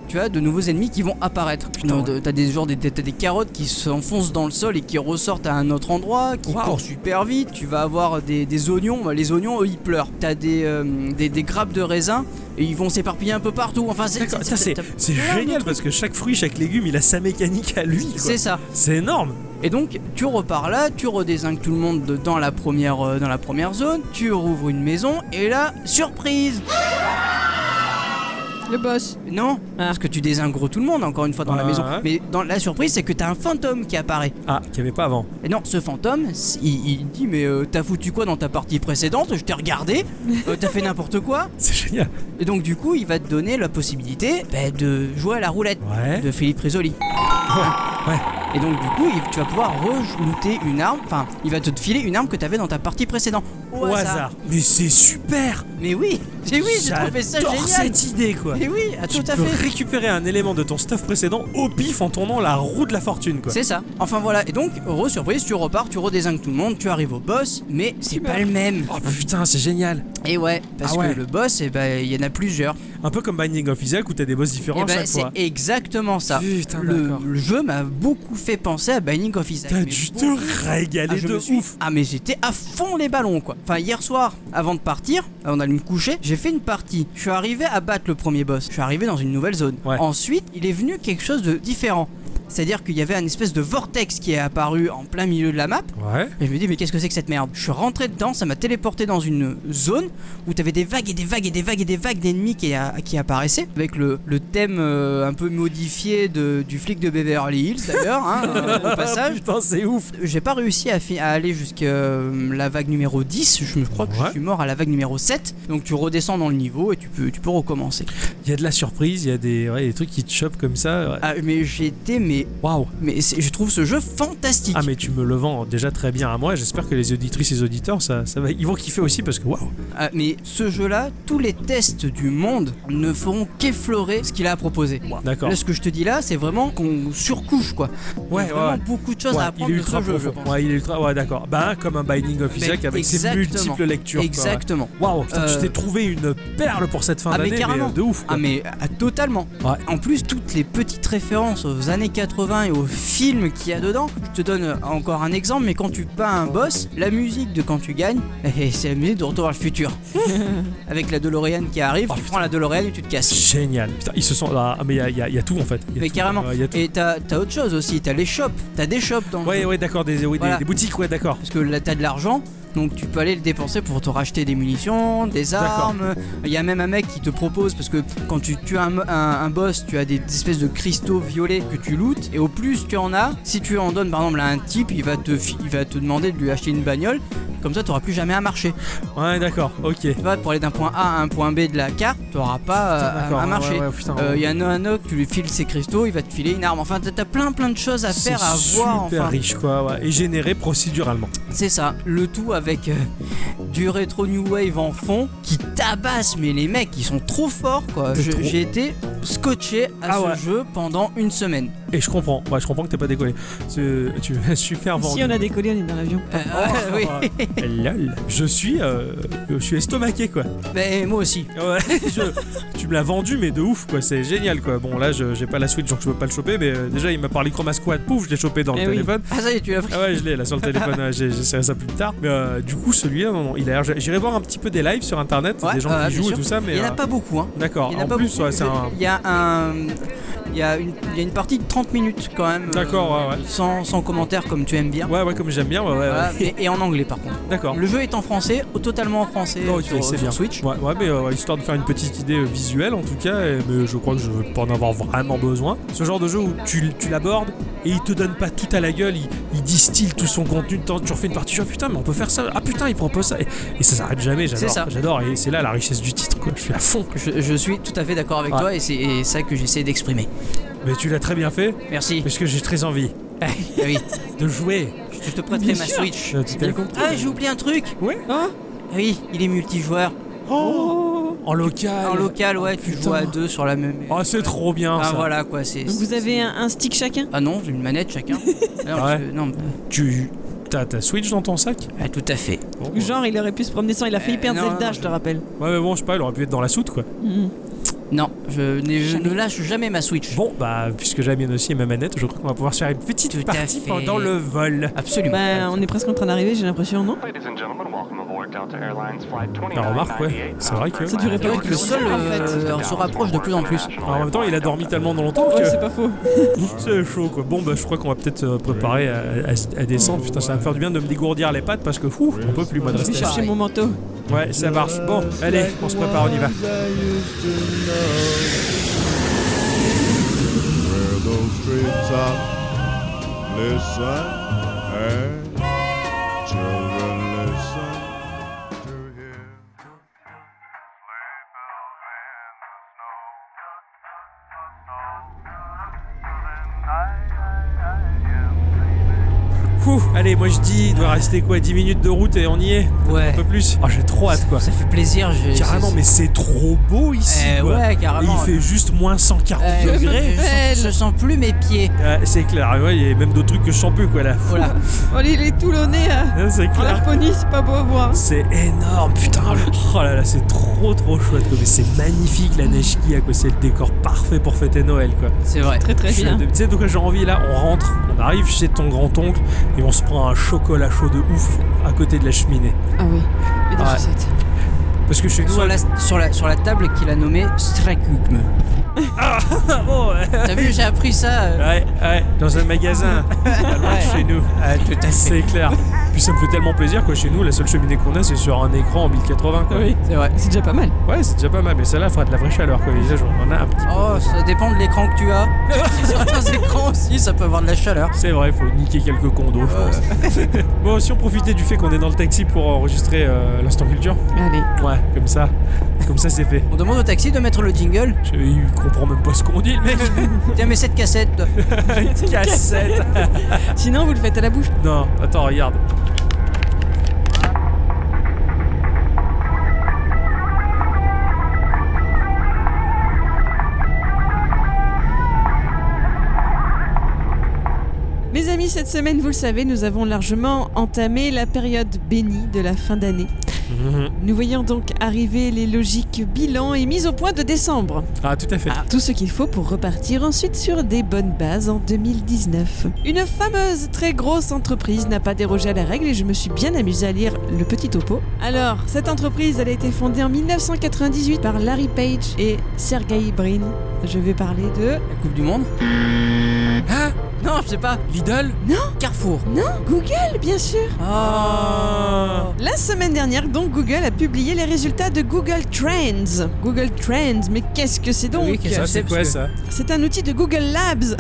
Speaker 3: Tu as de nouveaux ennemis qui vont apparaître. Donc, T'as des genre des, t'as des carottes qui s'enfoncent dans le sol et qui ressortent à un autre endroit, qui
Speaker 1: Waouh.
Speaker 3: courent super vite. Tu vas avoir des, des oignons, Bah, les oignons eux ils pleurent. T'as des, euh, des des grappes de raisin et ils vont s'éparpiller un peu partout. Enfin c'est
Speaker 1: D'accord, ça, c'est c'est
Speaker 3: plein de
Speaker 1: génial
Speaker 3: trucs.
Speaker 1: parce que chaque fruit, chaque légume, il a sa mécanique à lui. quoi.
Speaker 3: C'est ça.
Speaker 1: C'est énorme.
Speaker 3: Et donc tu repars là, tu redésingues tout le monde de- dans la première euh, dans la première zone, tu rouvres une maison et là surprise.
Speaker 2: Le boss.
Speaker 3: Non,
Speaker 2: Ah.
Speaker 3: parce que tu désingres tout le monde encore une fois dans la
Speaker 1: Ouais.
Speaker 3: maison. Mais dans la surprise c'est que t'as un fantôme qui apparaît.
Speaker 1: Ah, qu'il n'y avait pas avant.
Speaker 3: Et non, ce fantôme, s- il, il dit mais euh, t'as foutu quoi dans ta partie précédente Je t'ai regardé, euh, t'as fait n'importe quoi.
Speaker 1: C'est génial.
Speaker 3: Et donc du coup, il va te donner la possibilité bah, de jouer à la roulette
Speaker 1: Ouais.
Speaker 3: de Philippe Risoli.
Speaker 1: ouais.
Speaker 3: Et donc du coup, il- tu vas pouvoir rejouter une arme. Enfin, il va te filer une arme que t'avais dans ta partie précédente.
Speaker 1: Au hasard. Mais c'est super.
Speaker 3: Mais oui, mais oui, j'ai trouvé ça
Speaker 1: J'adore
Speaker 3: génial.
Speaker 1: cette idée, quoi.
Speaker 3: Mais oui, à
Speaker 1: Tu
Speaker 3: tout à
Speaker 1: peux
Speaker 3: fait.
Speaker 1: récupérer un élément de ton stuff précédent au pif en tournant la roue de la fortune, quoi.
Speaker 3: C'est ça. Enfin voilà. Et donc, heureux surprise, tu repars, tu redésingues tout le monde, tu arrives au boss, mais c'est pas le même.
Speaker 1: Oh putain, c'est génial.
Speaker 3: Et ouais, parce
Speaker 1: Ah ouais.
Speaker 3: que le boss, eh ben, il y en a plusieurs.
Speaker 1: Un peu comme Binding of Isaac où t'as des boss différents
Speaker 3: Eh
Speaker 1: à
Speaker 3: ben,
Speaker 1: chaque
Speaker 3: c'est
Speaker 1: fois.
Speaker 3: exactement ça.
Speaker 1: Putain,
Speaker 3: le,
Speaker 1: d'accord.
Speaker 3: le jeu m'a beaucoup fait penser à Binding of Isaac.
Speaker 1: T'as
Speaker 3: mais
Speaker 1: dû
Speaker 3: beaucoup.
Speaker 1: te
Speaker 3: Ah,
Speaker 1: régaler
Speaker 3: je
Speaker 1: de
Speaker 3: me suis-
Speaker 1: ouf.
Speaker 3: Ah mais j'étais à fond les ballons quoi. Enfin hier soir, avant de partir, avant d'aller me coucher, j'ai fait une partie. Je suis arrivé à battre le premier boss. Je suis arrivé dans une nouvelle zone.
Speaker 1: Ouais.
Speaker 3: Ensuite, il est venu quelque chose de différent. C'est-à-dire qu'il y avait un espèce de vortex qui est apparu en plein milieu de la map.
Speaker 1: Ouais.
Speaker 3: Et je me dis mais qu'est-ce que c'est que cette merde Je suis rentré dedans, ça m'a téléporté dans une zone où t'avais des vagues et des vagues et des vagues et des vagues d'ennemis qui, a- qui apparaissaient avec le, le thème euh, un peu modifié de- du flic de Beverly Hills d'ailleurs hein, euh, au passage.
Speaker 1: Putain, c'est ouf.
Speaker 3: J'ai pas réussi à, fi- à aller jusqu'à euh, la vague numéro 10, je me crois que je
Speaker 1: Ouais.
Speaker 3: suis mort à la vague numéro 7, donc tu redescends dans le niveau et tu peux, tu peux recommencer.
Speaker 1: Il y a de la surprise, il y a des, ouais, des trucs qui te chopent comme ça. ouais.
Speaker 3: Ah, mais j'étais, mais,
Speaker 1: Waouh.
Speaker 3: mais c'est- je trouve ce jeu fantastique.
Speaker 1: Ah mais tu me le vends déjà très bien à moi. J'espère que les auditrices et les auditeurs, ça, ça va, ils vont kiffer aussi parce que waouh.
Speaker 3: Ah, mais ce jeu-là, tous les tests du monde ne feront qu'effleurer ce qu'il a à proposer.
Speaker 1: D'accord.
Speaker 3: Là, ce que je te dis là, c'est vraiment qu'on surcouche quoi. Il y a vraiment beaucoup de choses
Speaker 1: Ouais,
Speaker 3: à
Speaker 1: il est
Speaker 3: apprendre de ce
Speaker 1: ultra
Speaker 3: jeu, je
Speaker 1: profond.
Speaker 3: pense.
Speaker 1: Ouais, il est ultra. Ouais, d'accord. Bah, comme un Binding of Isaac
Speaker 3: Ben,
Speaker 1: avec ses
Speaker 3: exactement.
Speaker 1: multiples lectures. quoi, ouais.
Speaker 3: Exactement.
Speaker 1: Waouh, putain, tu
Speaker 3: Euh,
Speaker 1: t'es trouvé une perle pour cette fin
Speaker 3: Ah, mais
Speaker 1: d'année, mais,
Speaker 3: carrément.
Speaker 1: euh, de ouf. quoi.
Speaker 3: Ah mais ah, totalement.
Speaker 1: Ouais.
Speaker 3: En plus toutes les petites références aux années 80 et aux films qu'il y a dedans. Je te donne euh, encore un exemple, mais quand tu bats un boss, la musique de quand tu gagnes, eh, c'est la musique de Retour vers le futur. Avec la DeLorean qui arrive,
Speaker 1: Oh,
Speaker 3: tu
Speaker 1: putain.
Speaker 3: prends la DeLorean et tu te casses.
Speaker 1: Génial. Putain, ils se sont. Ah, mais il y a- il y, a- il y a tout en fait. Il y a
Speaker 3: Mais
Speaker 1: tout.
Speaker 3: carrément.
Speaker 1: Ouais, il y a tout.
Speaker 3: Et t'as t'as autre chose aussi, t'as les shops, t'as des shops dans le
Speaker 1: Ouais,
Speaker 3: jeu.
Speaker 1: ouais, d'accord. Des, oui, des-
Speaker 3: Voilà.
Speaker 1: des boutiques, ouais, d'accord.
Speaker 3: Parce que là t'as de l'argent, donc tu peux aller le dépenser pour te racheter des munitions, des
Speaker 1: D'accord.
Speaker 3: armes. Il y a même un mec qui te propose, parce que quand tu tues un, un- un boss, tu as des espèces de cristaux violets que tu lootes, et au plus tu en as, si tu en donnes par exemple à un type, il va te, fi- il va te demander de lui acheter une bagnole. Comme ça, t'auras plus jamais à marcher.
Speaker 1: Ouais, d'accord. Ok.
Speaker 3: Tu vois, pour aller d'un point A à un point B de la carte, t'auras pas euh,
Speaker 1: D'accord,
Speaker 3: à, à
Speaker 1: ouais,
Speaker 3: marcher.
Speaker 1: ouais, putain,
Speaker 3: Euh, Il y
Speaker 1: ouais.
Speaker 3: a un Noanoc, tu lui files ses cristaux, il va te filer une arme. Enfin, t'as- t'as plein plein de choses à
Speaker 1: C'est
Speaker 3: faire, à voir.
Speaker 1: super
Speaker 3: Enfin,
Speaker 1: riche quoi, ouais. et généré procéduralement.
Speaker 3: C'est ça, le tout avec euh, du rétro new wave en fond qui tabasse, mais les mecs ils sont trop forts quoi.
Speaker 1: C'est
Speaker 3: Je-
Speaker 1: trop.
Speaker 3: J'ai été scotché à
Speaker 1: Ah
Speaker 3: ce
Speaker 1: ouais.
Speaker 3: jeu pendant une semaine.
Speaker 1: Et je comprends, ouais, je comprends que t'es pas décollé. C'est- Tu super vendu.
Speaker 2: Si on a décollé, on est dans l'avion.
Speaker 3: Euh,
Speaker 1: Oh.
Speaker 3: ouais, oui,
Speaker 1: Lol. Je suis, euh, je suis estomaqué quoi.
Speaker 3: mais moi aussi.
Speaker 1: Ouais, je- tu me l'as vendu, mais de ouf, quoi. C'est génial, quoi. Bon, là, je- j'ai pas la Switch, donc je peux pas le choper. Mais euh, déjà, il m'a parlé Chroma Squad. Pouf, je l'ai chopé dans le
Speaker 2: Eh oui.
Speaker 1: téléphone.
Speaker 3: Ah ça y est, tu l'as pris.
Speaker 1: Ah ouais, je l'ai là sur le téléphone. ouais, j'ai- J'essaierai ça plus tard. Mais euh, du coup, celui-là, non, il a l'air- J'irai voir un petit peu des lives sur internet,
Speaker 3: Ouais,
Speaker 1: Ah des gens
Speaker 3: euh,
Speaker 1: qui
Speaker 3: bien
Speaker 1: jouent et
Speaker 3: sûr.
Speaker 1: tout ça. Mais
Speaker 3: Il y en a
Speaker 1: euh,
Speaker 3: pas beaucoup hein.
Speaker 1: d'accord.
Speaker 3: Il y en a
Speaker 1: En
Speaker 3: pas
Speaker 1: plus,
Speaker 3: beaucoup.
Speaker 1: ouais, c'est un.
Speaker 3: Il y a un. Il y a une, il y a une partie de 30 minutes quand même. euh,
Speaker 1: D'accord, ouais, ouais.
Speaker 3: Sans, sans commentaire comme tu aimes bien.
Speaker 1: Ouais, ouais, comme j'aime bien. Ouais, ouais, ouais.
Speaker 3: Voilà, mais- et en anglais par contre.
Speaker 1: D'accord.
Speaker 3: Le jeu est en français, totalement en français
Speaker 1: Oh, ok,
Speaker 3: sur,
Speaker 1: c'est
Speaker 3: sur
Speaker 1: bien.
Speaker 3: Switch.
Speaker 1: Ouais, ouais, mais euh, histoire de faire une petite idée euh, visuelle en tout cas, et- mais je crois que je vais pas en avoir vraiment besoin. Ce genre de jeu où tu, tu l'abordes et il te donne pas tout à la gueule, il, il distille tout son contenu, t'en- tu refais une partie, tu dis, ah putain, mais on peut faire ça, ah putain, il propose ça, et, et ça s'arrête jamais,
Speaker 3: C'est
Speaker 1: j'adore.
Speaker 3: ça.
Speaker 1: J'adore, et c'est là la richesse du titre, quoi, je suis à fond.
Speaker 3: Je, je suis tout à fait d'accord avec
Speaker 1: Ouais.
Speaker 3: toi et c'est et ça que j'essaie d'exprimer.
Speaker 1: Mais tu l'as très bien fait,
Speaker 3: Merci.
Speaker 1: parce que j'ai très envie
Speaker 3: Ah oui,
Speaker 1: de jouer.
Speaker 3: je te prêterai ma Switch.
Speaker 1: Euh, tu t'es-
Speaker 3: Ah, j'ai oublié un truc.
Speaker 1: Ouais.
Speaker 2: Hein
Speaker 3: Ah Oui, il est multijoueur.
Speaker 1: Oh, en local.
Speaker 3: En local, ouais, tu
Speaker 1: Oh, putain.
Speaker 3: joues à deux sur la même.
Speaker 1: Oh, c'est trop bien
Speaker 3: ah
Speaker 1: ça.
Speaker 3: voilà quoi, c'est.
Speaker 2: Donc vous avez un, un stick chacun
Speaker 3: Ah non, j'ai une manette chacun. Ah non,
Speaker 1: Ouais.
Speaker 3: je- non, mais-
Speaker 1: Tu, T'as ta Switch dans ton sac
Speaker 3: Ah, tout à fait.
Speaker 1: Bon, ouais.
Speaker 2: Genre, il aurait pu se promener sans. Il a failli
Speaker 3: Euh,
Speaker 2: perdre
Speaker 3: non,
Speaker 2: Zelda,
Speaker 3: non,
Speaker 2: je te
Speaker 3: je-
Speaker 2: rappelle.
Speaker 1: Ouais, mais bon, je sais pas, il aurait pu être dans la soute quoi.
Speaker 2: Mhm.
Speaker 3: Non, je, n'ai- je ne lâche jamais ma Switch.
Speaker 1: Bon, bah, puisque j'ai la mienne aussi et ma manette, je crois qu'on va pouvoir se faire une petite
Speaker 3: Tout à
Speaker 1: partie
Speaker 3: fait.
Speaker 1: pendant le vol.
Speaker 3: Absolument.
Speaker 2: Bah, on est presque en train d'arriver, j'ai l'impression, non
Speaker 7: Ladies and gentlemen, welcome aboard Delta Airlines flight
Speaker 1: Ah, remarque, ouais. C'est vrai que-
Speaker 2: Ça durait pas
Speaker 3: Ouais,
Speaker 2: beaucoup
Speaker 3: le
Speaker 2: de
Speaker 3: sol
Speaker 2: temps, en
Speaker 3: euh, se rapproche de plus en plus.
Speaker 1: Alors, en même temps, il a dormi tellement longtemps que
Speaker 2: Ouais, c'est pas faux.
Speaker 1: c'est chaud quoi. Bon, bah, je crois qu'on va peut-être euh, préparer à, à- à descendre. Putain, ça va me faire du bien de me dégourdir les pattes parce que fou, on peut plus moi de
Speaker 2: Je vais
Speaker 1: rester.
Speaker 2: chercher mon manteau.
Speaker 1: Ouais, ça marche. Bon, allez, on se prépare, on y va.
Speaker 8: where those streets are. Listen, eh? Children, listen to hear.
Speaker 1: Fou, allez, moi je dis, il doit rester quoi 10 minutes de route et on y est
Speaker 3: Ouais.
Speaker 1: Un peu plus Ah, j'ai trop hâte quoi.
Speaker 3: Ça fait plaisir. j'ai-
Speaker 1: Carrément,
Speaker 3: c'est-
Speaker 1: mais c'est trop beau ici
Speaker 3: Eh
Speaker 1: quoi.
Speaker 3: ouais,
Speaker 1: Et il
Speaker 3: carrément.
Speaker 1: fait juste moins 140
Speaker 3: Eh,
Speaker 1: degrés.
Speaker 3: je, sens- je sens plus mes pieds.
Speaker 1: Ouais, c'est clair, ouais, il y a même d'autres trucs que je sens plus quoi là. Fou.
Speaker 3: Eh. Voilà.
Speaker 2: Oh, il est tout toulonnais euh,
Speaker 1: Ouais, C'est
Speaker 2: en
Speaker 1: clair.
Speaker 2: Laponie, c'est pas beau à voir. hein.
Speaker 1: C'est énorme, putain. le- Oh là là, c'est trop trop chouette. Quoi. Mais c'est magnifique la neige qu'il y a, quoi. C'est le décor parfait pour fêter Noël, quoi.
Speaker 3: C'est vrai.
Speaker 2: Très très
Speaker 1: Je suis-
Speaker 2: bien.
Speaker 1: Tu sais de quoi j'ai envie là On rentre, on arrive chez ton grand-oncle et on se prend un chocolat chaud de ouf à côté de la cheminée.
Speaker 2: Ah oui. Et des
Speaker 1: Ouais.
Speaker 2: chaussettes.
Speaker 1: Parce que chez nous,
Speaker 3: Sur la, sur, la, sur la table qu'il a nommée Strakugm.
Speaker 1: Ah, bon, ouais,
Speaker 3: T'as vu, j'ai appris ça. euh,
Speaker 1: ouais, ouais, dans un magasin, pas loin de chez nous.
Speaker 3: Ah, tout à fait.
Speaker 1: C'est clair. Puis ça me fait tellement plaisir quoi. Chez nous, la seule cheminée qu'on a, c'est sur un écran en 1080. Quoi.
Speaker 2: Oui.
Speaker 3: C'est vrai.
Speaker 2: C'est déjà pas mal.
Speaker 1: Ouais, c'est déjà pas mal, mais celle-là fera de la vraie chaleur quoi. Les âges, on en a un petit peu.
Speaker 3: Oh, ça dépend de l'écran que tu as. Certains écrans aussi, ça peut avoir de la chaleur.
Speaker 1: C'est vrai, faut niquer quelques condos, je pense. bon, si on profitait du fait qu'on est dans le taxi pour enregistrer euh, l'instant culture,
Speaker 2: Allez.
Speaker 1: ouais, comme ça, comme ça c'est fait.
Speaker 3: On demande au taxi de mettre le jingle.
Speaker 1: Je il comprend même pas ce qu'on dit, le mec.
Speaker 3: Tiens, mais cette cassette.
Speaker 1: Une cassette.
Speaker 2: Sinon, vous le faites à la bouche.
Speaker 1: non, attends, regarde.
Speaker 2: Mes amis, cette semaine, vous le savez, nous avons largement entamé la période bénie de la fin d'année. Nous voyons donc arriver les logiques bilans et mises au point de décembre.
Speaker 1: Ah, tout à fait.
Speaker 2: Tout ce qu'il faut pour repartir ensuite sur des bonnes bases en 2019. Une fameuse très grosse entreprise n'a pas dérogé à la règle et je me suis bien amusée à lire le petit topo. Alors, cette entreprise, elle a été fondée en 1998 par Larry Page et Sergey Brin. Je vais parler de
Speaker 3: La Coupe du Monde. Ah Non, je sais pas.
Speaker 1: Lidl
Speaker 3: Carrefour.
Speaker 2: Google, bien sûr.
Speaker 1: Ah.
Speaker 3: Oh
Speaker 2: La semaine dernière, donc, Google a publié les résultats de Google Trends. Google Trends, mais qu'est-ce que c'est donc
Speaker 3: Oui, qu'est-ce
Speaker 1: Ça,
Speaker 3: que
Speaker 1: c'est
Speaker 3: parce
Speaker 1: quoi
Speaker 3: que-
Speaker 1: ça
Speaker 2: C'est un outil de Google Labs.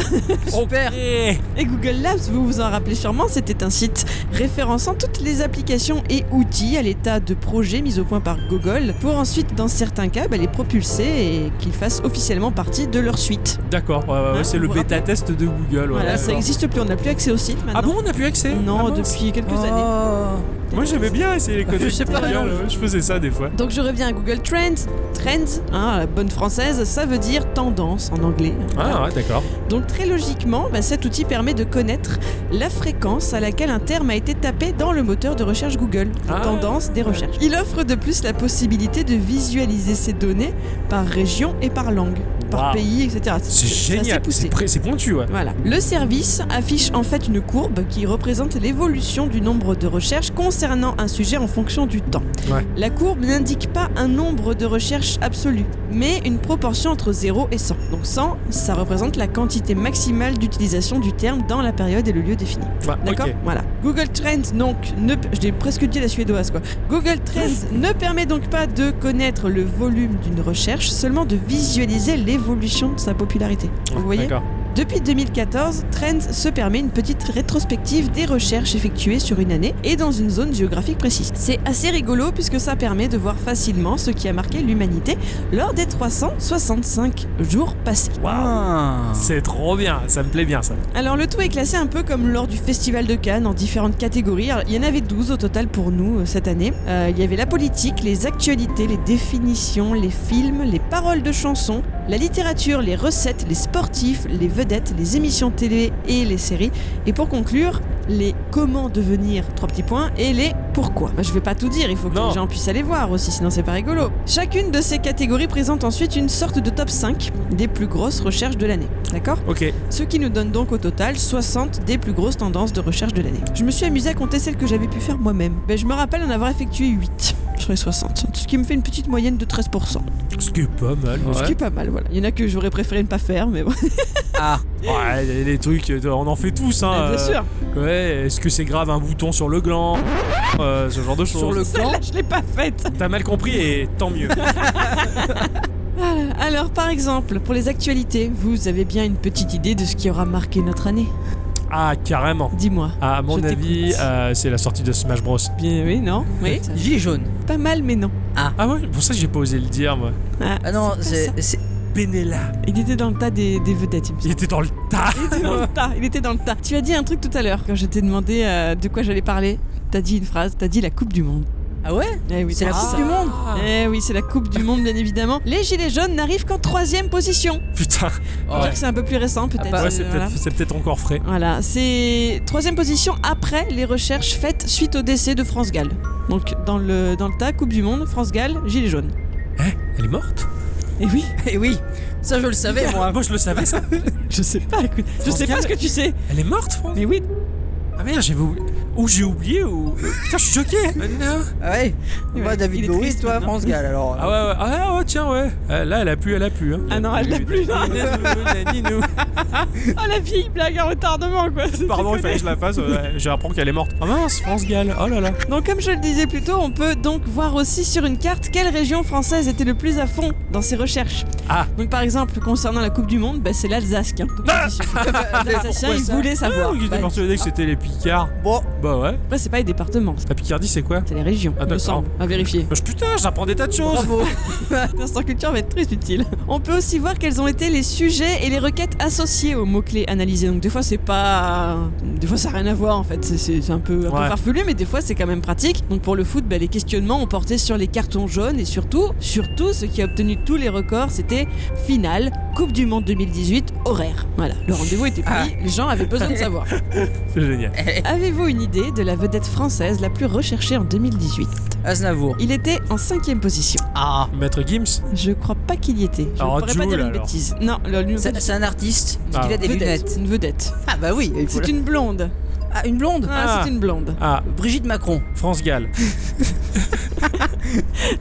Speaker 3: Super
Speaker 1: Eh,
Speaker 2: Et Google Labs, vous vous en rappelez sûrement, c'était un site référençant toutes les applications et outils à l'état de projet mis au point par Google pour ensuite, dans certains cas, bah, les propulser et qu'ils fassent officiellement partie de leur suite.
Speaker 1: D'accord, ouais, ouais, ouais,
Speaker 2: Hein,
Speaker 1: c'est le
Speaker 2: vous
Speaker 1: bêta test de Google. ouais,
Speaker 2: voilà,
Speaker 1: d'accord.
Speaker 2: ça n'existe plus, on n'a plus accès au site maintenant.
Speaker 1: Ah bon, on a plus accès
Speaker 2: Non,
Speaker 1: Ah mince.
Speaker 2: depuis quelques années.
Speaker 3: Oh.
Speaker 1: Moi j'aimais bien essayer les conneries.
Speaker 3: Je sais pas,
Speaker 1: Google,
Speaker 3: non.
Speaker 2: euh,
Speaker 1: ouais, je faisais ça des fois.
Speaker 2: Donc je reviens à Google Trends. Trends, hein, à la bonne française, ça veut dire tendance en anglais.
Speaker 1: Ah, ouais, d'accord.
Speaker 2: Donc très logiquement, bah, cet outil permet de connaître la fréquence à laquelle un terme a été tapé dans le moteur de recherche Google, la
Speaker 1: Ah.
Speaker 2: tendance des recherches. Il offre de plus la possibilité de visualiser ces données par région et par langue, par
Speaker 1: Waouh.
Speaker 2: pays, etc.
Speaker 1: C'est génial,
Speaker 2: assez poussé.
Speaker 1: c'est pré- c'est pointu, ouais.
Speaker 2: Voilà. Le service affiche en fait une courbe qui représente l'évolution du nombre de recherches concernant un sujet en fonction du temps.
Speaker 1: Ouais.
Speaker 2: La courbe n'indique pas un nombre de recherches absolu, mais une proportion entre 0 et 100. Donc 100, ça représente la quantité maximale d'utilisation du terme dans la période et le lieu défini.
Speaker 1: Ouais,
Speaker 2: D'accord
Speaker 1: ok.
Speaker 2: Voilà. Google Trends, donc, ne... j'ai presque dit la suédoise, quoi. Google Trends ne permet donc pas de connaître le volume d'une recherche, seulement de visualiser l'évolution de sa popularité. Vous voyez
Speaker 1: D'accord.
Speaker 2: depuis 2014, Trends se permet une petite rétrospective des recherches effectuées sur une année et dans une zone géographique précise. C'est assez rigolo puisque ça permet de voir facilement ce qui a marqué l'humanité lors des 365 jours passés.
Speaker 1: Waouh,
Speaker 3: Ah.
Speaker 1: c'est trop bien, ça me plaît bien ça.
Speaker 2: Alors le tout est classé un peu comme lors du Festival de Cannes en différentes catégories. Alors, il y en avait 12 au total pour nous euh, cette année. Euh, il y avait la politique, les actualités, les définitions, les films, les paroles de chansons, la littérature, les recettes, les sportifs, les vedettes, les émissions télé et les séries. Et pour conclure, les comment devenir, trois petits points, et les pourquoi. Bah, je vais pas tout dire, il faut que
Speaker 1: Non.
Speaker 2: les gens puissent aller voir aussi, sinon c'est pas rigolo. Chacune de ces catégories présente ensuite une sorte de top 5 des plus grosses recherches de l'année. D'accord
Speaker 1: Ok.
Speaker 2: ce qui nous donne donc au total 60 des plus grosses tendances de recherche de l'année. Je me suis amusée à compter celles que j'avais pu faire moi-même. Ben, je me rappelle en avoir effectué 8 sur les 60, ce qui me fait une petite moyenne de 13%.
Speaker 1: Ce qui est pas mal.
Speaker 2: Ce qui est pas mal, voilà. Il y en a que j'aurais préféré ne pas faire, mais bon,
Speaker 3: Ah,
Speaker 1: Ouais, les- les trucs, euh, on en fait tous, hein.
Speaker 2: Bah, bien
Speaker 1: euh,
Speaker 2: sûr.
Speaker 1: Ouais, est-ce que c'est grave un bouton sur le gland Euh, Ce genre de choses.
Speaker 3: sur le gland.
Speaker 2: Celle-là, je l'ai pas faite.
Speaker 1: T'as mal compris et tant mieux.
Speaker 2: Voilà. Alors, par exemple, pour les actualités, vous avez bien une petite idée de ce qui aura marqué notre année
Speaker 1: Ah, carrément.
Speaker 2: Dis-moi.
Speaker 1: À mon
Speaker 2: Je
Speaker 1: avis,
Speaker 2: t'écoute.
Speaker 1: euh, c'est la sortie de Smash Bros.
Speaker 2: Bien, oui, non
Speaker 3: Oui,
Speaker 2: Ça,
Speaker 3: gilet jaune.
Speaker 2: Pas mal, mais non.
Speaker 1: Ah ouais, pour ça j'ai pas osé le dire moi.
Speaker 2: Ah,
Speaker 3: Ah non,
Speaker 2: c'est
Speaker 3: c'est.
Speaker 2: pas
Speaker 3: c'est-
Speaker 1: Benella,
Speaker 2: ça. Il était dans le tas des, des vedettes, il me semble.
Speaker 1: il était dans le tas.
Speaker 2: Il était dans le tas, il était dans le tas. Tu as dit un truc tout à l'heure quand je t'ai demandé euh, de quoi j'allais parler. T'as dit une phrase, t'as dit la Coupe du Monde.
Speaker 3: Ah ouais
Speaker 2: Eh oui,
Speaker 3: C'est la
Speaker 2: t'as dit
Speaker 3: Coupe
Speaker 2: ça.
Speaker 3: du Monde
Speaker 2: Eh oui, c'est la Coupe du Monde, bien évidemment. Les Gilets jaunes n'arrivent qu'en troisième position.
Speaker 1: Putain,
Speaker 2: On va dire que C'est un peu plus récent, peut-être.
Speaker 3: Ah bah,
Speaker 1: ouais, c'est
Speaker 2: euh,
Speaker 1: peut-être
Speaker 2: voilà.
Speaker 1: c'est peut-être encore frais.
Speaker 2: Voilà, c'est troisième position après les recherches faites suite au décès de France Gall. Donc dans le, dans le tas, Coupe du Monde, France Gall, Gilets jaunes.
Speaker 1: Elle est morte
Speaker 2: Et oui,
Speaker 3: Et Eh oui, ça je le savais moi.
Speaker 1: Moi je le savais ça.
Speaker 2: je sais pas, écoute, je
Speaker 1: France
Speaker 2: sais pas
Speaker 1: Gall.
Speaker 2: ce que tu sais.
Speaker 1: Elle est morte, France
Speaker 2: Mais oui,
Speaker 1: Ah merde, j'ai oublié. Ou j'ai oublié ou. Putain, je suis choqué
Speaker 3: Ah ouais Moi,
Speaker 2: Ouais, il
Speaker 3: David
Speaker 2: est
Speaker 3: Bowie,
Speaker 2: triste
Speaker 3: toi,
Speaker 2: maintenant.
Speaker 3: France Gall, alors.
Speaker 1: Ah ouais, ouais, ah ouais, tiens, ouais. Euh, Là, elle a pu, elle a pu. Hein.
Speaker 2: Ah non, elle l'a plus, non.
Speaker 1: Naninou.
Speaker 2: oh la vieille blague à retardement quoi. c'est
Speaker 1: Pardon, il
Speaker 2: déconné.
Speaker 1: fallait que je la fasse. euh, J'apprends qu'elle est morte. Ah mince, France Gall. Oh là là.
Speaker 2: Donc comme je le disais plus tôt, on peut donc voir aussi sur une carte quelle région française était le plus à fond dans ses recherches.
Speaker 1: Ah.
Speaker 2: Donc par exemple concernant la Coupe du Monde, bah, c'est l'Alsace qui est en toute position. Les Alsaciens
Speaker 3: Pourquoi
Speaker 2: ils
Speaker 3: ça
Speaker 2: voulaient
Speaker 1: Ah,
Speaker 2: savoir.
Speaker 1: donc, j'étais
Speaker 2: Bah,
Speaker 1: persuadé que c'était les Picards.
Speaker 3: Bon,
Speaker 1: Bah ouais.
Speaker 2: après c'est pas les départements,
Speaker 1: La Picardie, c'est quoi
Speaker 2: c'est les régions.
Speaker 1: Ah,
Speaker 2: il me
Speaker 1: d'accord.
Speaker 2: semble, à vérifier.
Speaker 1: Bah, je- Putain, j'apprends des tas de choses.
Speaker 3: bravo.
Speaker 2: L'instant culture va être très utile. On peut aussi voir quels ont été les sujets et les requêtes associées aux mots-clés analysés. Donc des fois c'est pas... Des fois ça n'a rien à voir en fait, c'est- c'est c'est un, peu, un peu
Speaker 1: Ouais.
Speaker 2: farfelu, mais des fois c'est quand même pratique. Donc pour le foot, bah, les questionnements ont porté sur les cartons jaunes et surtout, surtout ce qui a obtenu tous les records, c'était finale, Coupe du Monde 2018, horaire. Voilà, le rendez-vous était pris,
Speaker 3: Ah.
Speaker 2: les gens avaient besoin de savoir.
Speaker 1: C'est génial.
Speaker 2: Avez-vous une idée de la vedette française la plus recherchée en 2018
Speaker 3: Aznavour.
Speaker 2: Il était en cinquième position.
Speaker 3: Ah.
Speaker 1: Maître Gims
Speaker 2: Je crois pas qu'il y était. Je
Speaker 1: Alors,
Speaker 2: ne pourrais pas
Speaker 1: Jul,
Speaker 2: dire une
Speaker 1: alors.
Speaker 2: bêtise. Non, le- le-
Speaker 3: C'est c'est un artiste, parce
Speaker 1: Ah.
Speaker 3: qu'il a des
Speaker 2: vedette.
Speaker 3: lunettes.
Speaker 2: Une vedette.
Speaker 3: Ah bah oui, il faut
Speaker 2: C'est
Speaker 3: la-
Speaker 2: une blonde.
Speaker 3: Ah, une blonde
Speaker 2: Ah,
Speaker 1: Ah.
Speaker 2: c'est une blonde.
Speaker 1: Ah,
Speaker 3: Brigitte Macron.
Speaker 1: France Gall.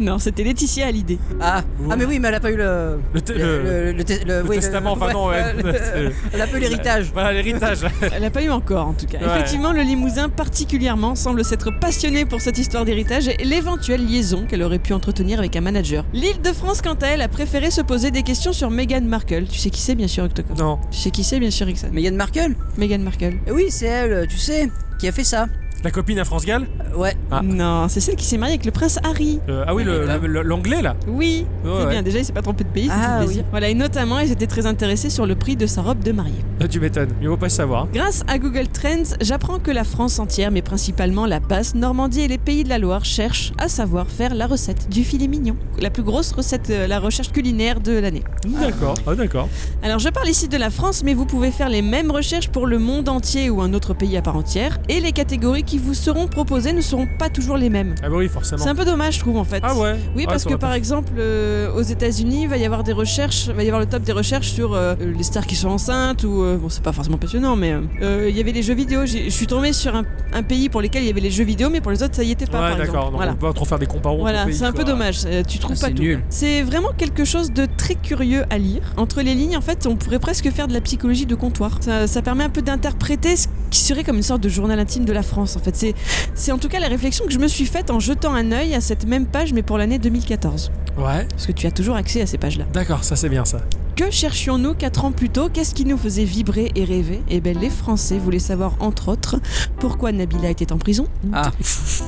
Speaker 2: Non, c'était Laetitia Hallyday.
Speaker 3: Ah.
Speaker 1: Ouh.
Speaker 3: ah, mais oui, mais elle a pas eu le.
Speaker 1: Le, te-
Speaker 3: le,
Speaker 1: le-
Speaker 3: le- le te-
Speaker 1: le
Speaker 3: le- oui, le-
Speaker 1: testament, enfin non, ouais.
Speaker 3: le- le- Elle a peu l'héritage.
Speaker 1: Voilà, l'héritage.
Speaker 2: Elle l'a pas eu encore en tout cas.
Speaker 1: Ouais.
Speaker 2: Effectivement, le Limousin particulièrement semble s'être passionné pour cette histoire d'héritage et l'éventuelle liaison qu'elle aurait pu entretenir avec un manager. L'Île-de-France quant à elle a préféré se poser des questions sur Meghan Markle. Tu sais qui c'est bien sûr Octocom.
Speaker 1: non.
Speaker 2: Tu sais qui c'est bien sûr Ixon.
Speaker 3: Meghan Markle
Speaker 2: Meghan Markle.
Speaker 3: Eh oui, c'est elle, tu sais, qui a fait ça.
Speaker 1: La copine à France Gall
Speaker 3: Euh, Ouais.
Speaker 1: Ah.
Speaker 2: Non, c'est celle qui s'est mariée avec le prince Harry.
Speaker 1: Euh, Ah oui, le- le- le- l'anglais là.
Speaker 2: Oui,
Speaker 1: Ouais,
Speaker 2: c'est
Speaker 1: ouais.
Speaker 2: bien. Déjà, il s'est pas trompé de pays. ça
Speaker 3: Ah,
Speaker 2: fait plaisir. Voilà, et notamment, ils étaient très intéressés sur le prix de sa robe de mariée.
Speaker 1: Ah, Tu m'étonnes. Mieux vaut pas savoir.
Speaker 2: Grâce à Google Trends, j'apprends que la France entière, mais principalement la basse Normandie et les pays de la Loire, cherchent à savoir faire la recette du filet mignon, la plus grosse recette, euh, la recherche culinaire de l'année.
Speaker 1: D'accord. Ah d'accord.
Speaker 2: Alors je parle ici de la France, mais vous pouvez faire les mêmes recherches pour le monde entier ou un autre pays à part entière, et les catégories qui vous seront proposées ne seront pas toujours les mêmes.
Speaker 1: Ah bah oui, forcément.
Speaker 2: C'est un peu dommage, je trouve, en fait.
Speaker 1: Ah ouais.
Speaker 2: Oui,
Speaker 1: Ah,
Speaker 2: parce
Speaker 1: ça
Speaker 2: que
Speaker 1: aurait
Speaker 2: par
Speaker 1: pas-
Speaker 2: exemple, euh, aux États-Unis, il va y avoir des recherches, va y avoir le top des recherches sur euh, les stars qui sont enceintes ou euh, bon, c'est pas forcément passionnant, mais euh, euh, il y avait les jeux vidéo. J'ai- Je suis tombée sur un, un pays pour lequel il y avait les jeux vidéo, mais pour les autres, ça y était pas.
Speaker 1: Ouais,
Speaker 2: par
Speaker 1: d'accord.
Speaker 2: exemple.
Speaker 1: Donc
Speaker 2: Voilà.
Speaker 1: on peut pas trop faire des comparaisons.
Speaker 2: Voilà,
Speaker 1: entre pays,
Speaker 2: c'est un peu
Speaker 1: quoi.
Speaker 2: dommage, euh, tu trouves
Speaker 3: Ah,
Speaker 2: pas
Speaker 3: c'est
Speaker 2: tout.
Speaker 3: nul.
Speaker 2: C'est vraiment quelque chose de très curieux à lire. Entre les lignes, en fait, on pourrait presque faire de la psychologie de comptoir. Ça, ça permet un peu d'interpréter ce qui serait comme une sorte de journal intime de la France, en fait. C'est- C'est en tout cas la réflexion que je me suis faite en jetant un œil à cette même page, mais pour l'année 2014
Speaker 1: Ouais.
Speaker 2: parce que tu as toujours accès à ces pages-là.
Speaker 1: D'accord, ça c'est bien ça.
Speaker 2: Que cherchions-nous 4 ans plus tôt Qu'est-ce qui nous faisait vibrer et rêver Eh bien, les Français voulaient savoir, entre autres, pourquoi Nabila était en prison,
Speaker 3: Ah.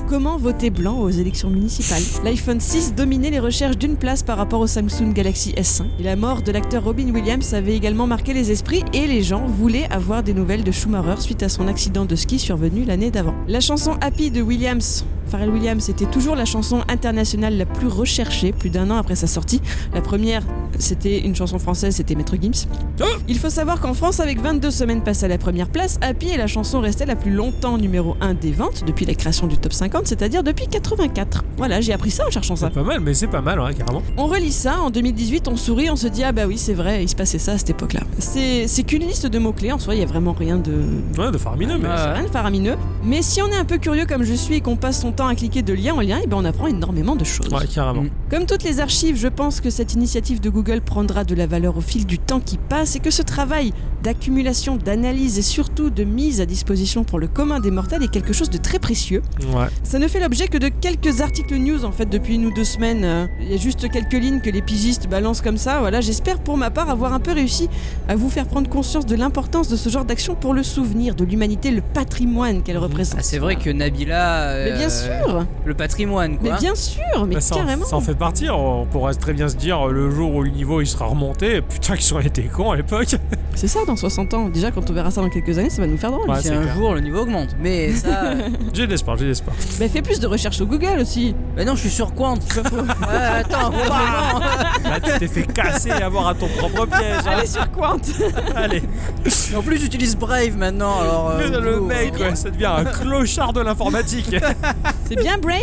Speaker 2: comment voter blanc aux élections municipales, l'iPhone 6 dominait les recherches d'une place par rapport au Samsung Galaxy S5, et la mort de l'acteur Robin Williams avait également marqué les esprits, et les gens voulaient avoir des nouvelles de Schumacher suite à son accident de ski survenu l'année d'avant. La chanson Happy de Williams Pharrell Williams était toujours la chanson internationale la plus recherchée plus d'un an après sa sortie. La première, c'était une chanson française, c'était Maître Gims.
Speaker 1: Oh
Speaker 2: Il faut savoir qu'en France, avec 22 semaines passées à la première place, Happy est la chanson restée la plus longtemps numéro 1 des ventes depuis la création du top 50, c'est-à-dire depuis 84. Voilà, j'ai appris ça en cherchant ça.
Speaker 1: C'est pas mal, mais c'est pas mal, hein, carrément.
Speaker 2: On relit ça, en 2018, on sourit, on se dit Ah bah oui, c'est vrai, il se passait ça à cette époque-là. C'est c'est qu'une liste de mots-clés, en soi, il n'y a vraiment rien de.
Speaker 1: Ah Ouais, de faramineux, mais.
Speaker 2: c'est rien de faramineux. Mais si on est un peu curieux comme je suis et qu'on passe son temps à cliquer de lien en lien, et ben on apprend énormément de choses.
Speaker 1: Ouais, carrément.
Speaker 3: Mm.
Speaker 2: Comme toutes les archives, je pense que cette initiative de Google prendra de la valeur au fil du temps qui passe et que ce travail d'accumulation, d'analyse et surtout de mise à disposition pour le commun des mortels est quelque chose de très précieux.
Speaker 1: Ouais.
Speaker 2: Ça ne fait l'objet que de quelques articles news en fait depuis une ou deux semaines. Euh, Il y a juste quelques lignes que les pigistes balancent comme ça. Voilà, j'espère pour ma part avoir un peu réussi à vous faire prendre conscience de l'importance de ce genre d'action pour le souvenir de l'humanité, le patrimoine qu'elle représente.
Speaker 3: Ah, c'est vrai que Nabila.
Speaker 2: Mais bien
Speaker 3: euh,
Speaker 2: sûr,
Speaker 3: Le patrimoine, quoi.
Speaker 2: mais bien sûr, mais
Speaker 1: Bah, ça, en-
Speaker 2: carrément.
Speaker 1: ça en fait partie, on pourrait très bien se dire euh, le jour où le niveau il sera remonté, putain qu'ils ont été cons à l'époque.
Speaker 2: C'est ça dans 60 ans. Déjà quand on verra ça dans quelques années, ça va nous faire drôle.
Speaker 1: Ouais,
Speaker 3: Si
Speaker 1: c'est
Speaker 3: un
Speaker 1: clair.
Speaker 3: jour le niveau augmente. Mais ça. euh,
Speaker 1: J'ai de l'espoir, j'ai de l'espoir.
Speaker 2: Mais fais plus de recherches sur Google aussi.
Speaker 3: Mais non, je suis sur Quant. Ouais, attends, vraiment.
Speaker 1: Là Bah, tu t'es fait casser et avoir à ton propre piège. hein.
Speaker 2: Allez sur Quant.
Speaker 1: Allez,
Speaker 3: Et En plus, j'utilise Brave maintenant, alors. euh,
Speaker 1: le
Speaker 3: oh,
Speaker 1: mec,
Speaker 3: c'est bien.
Speaker 1: ouais, ça devient un clochard de l'informatique.
Speaker 2: C'est bien Brave.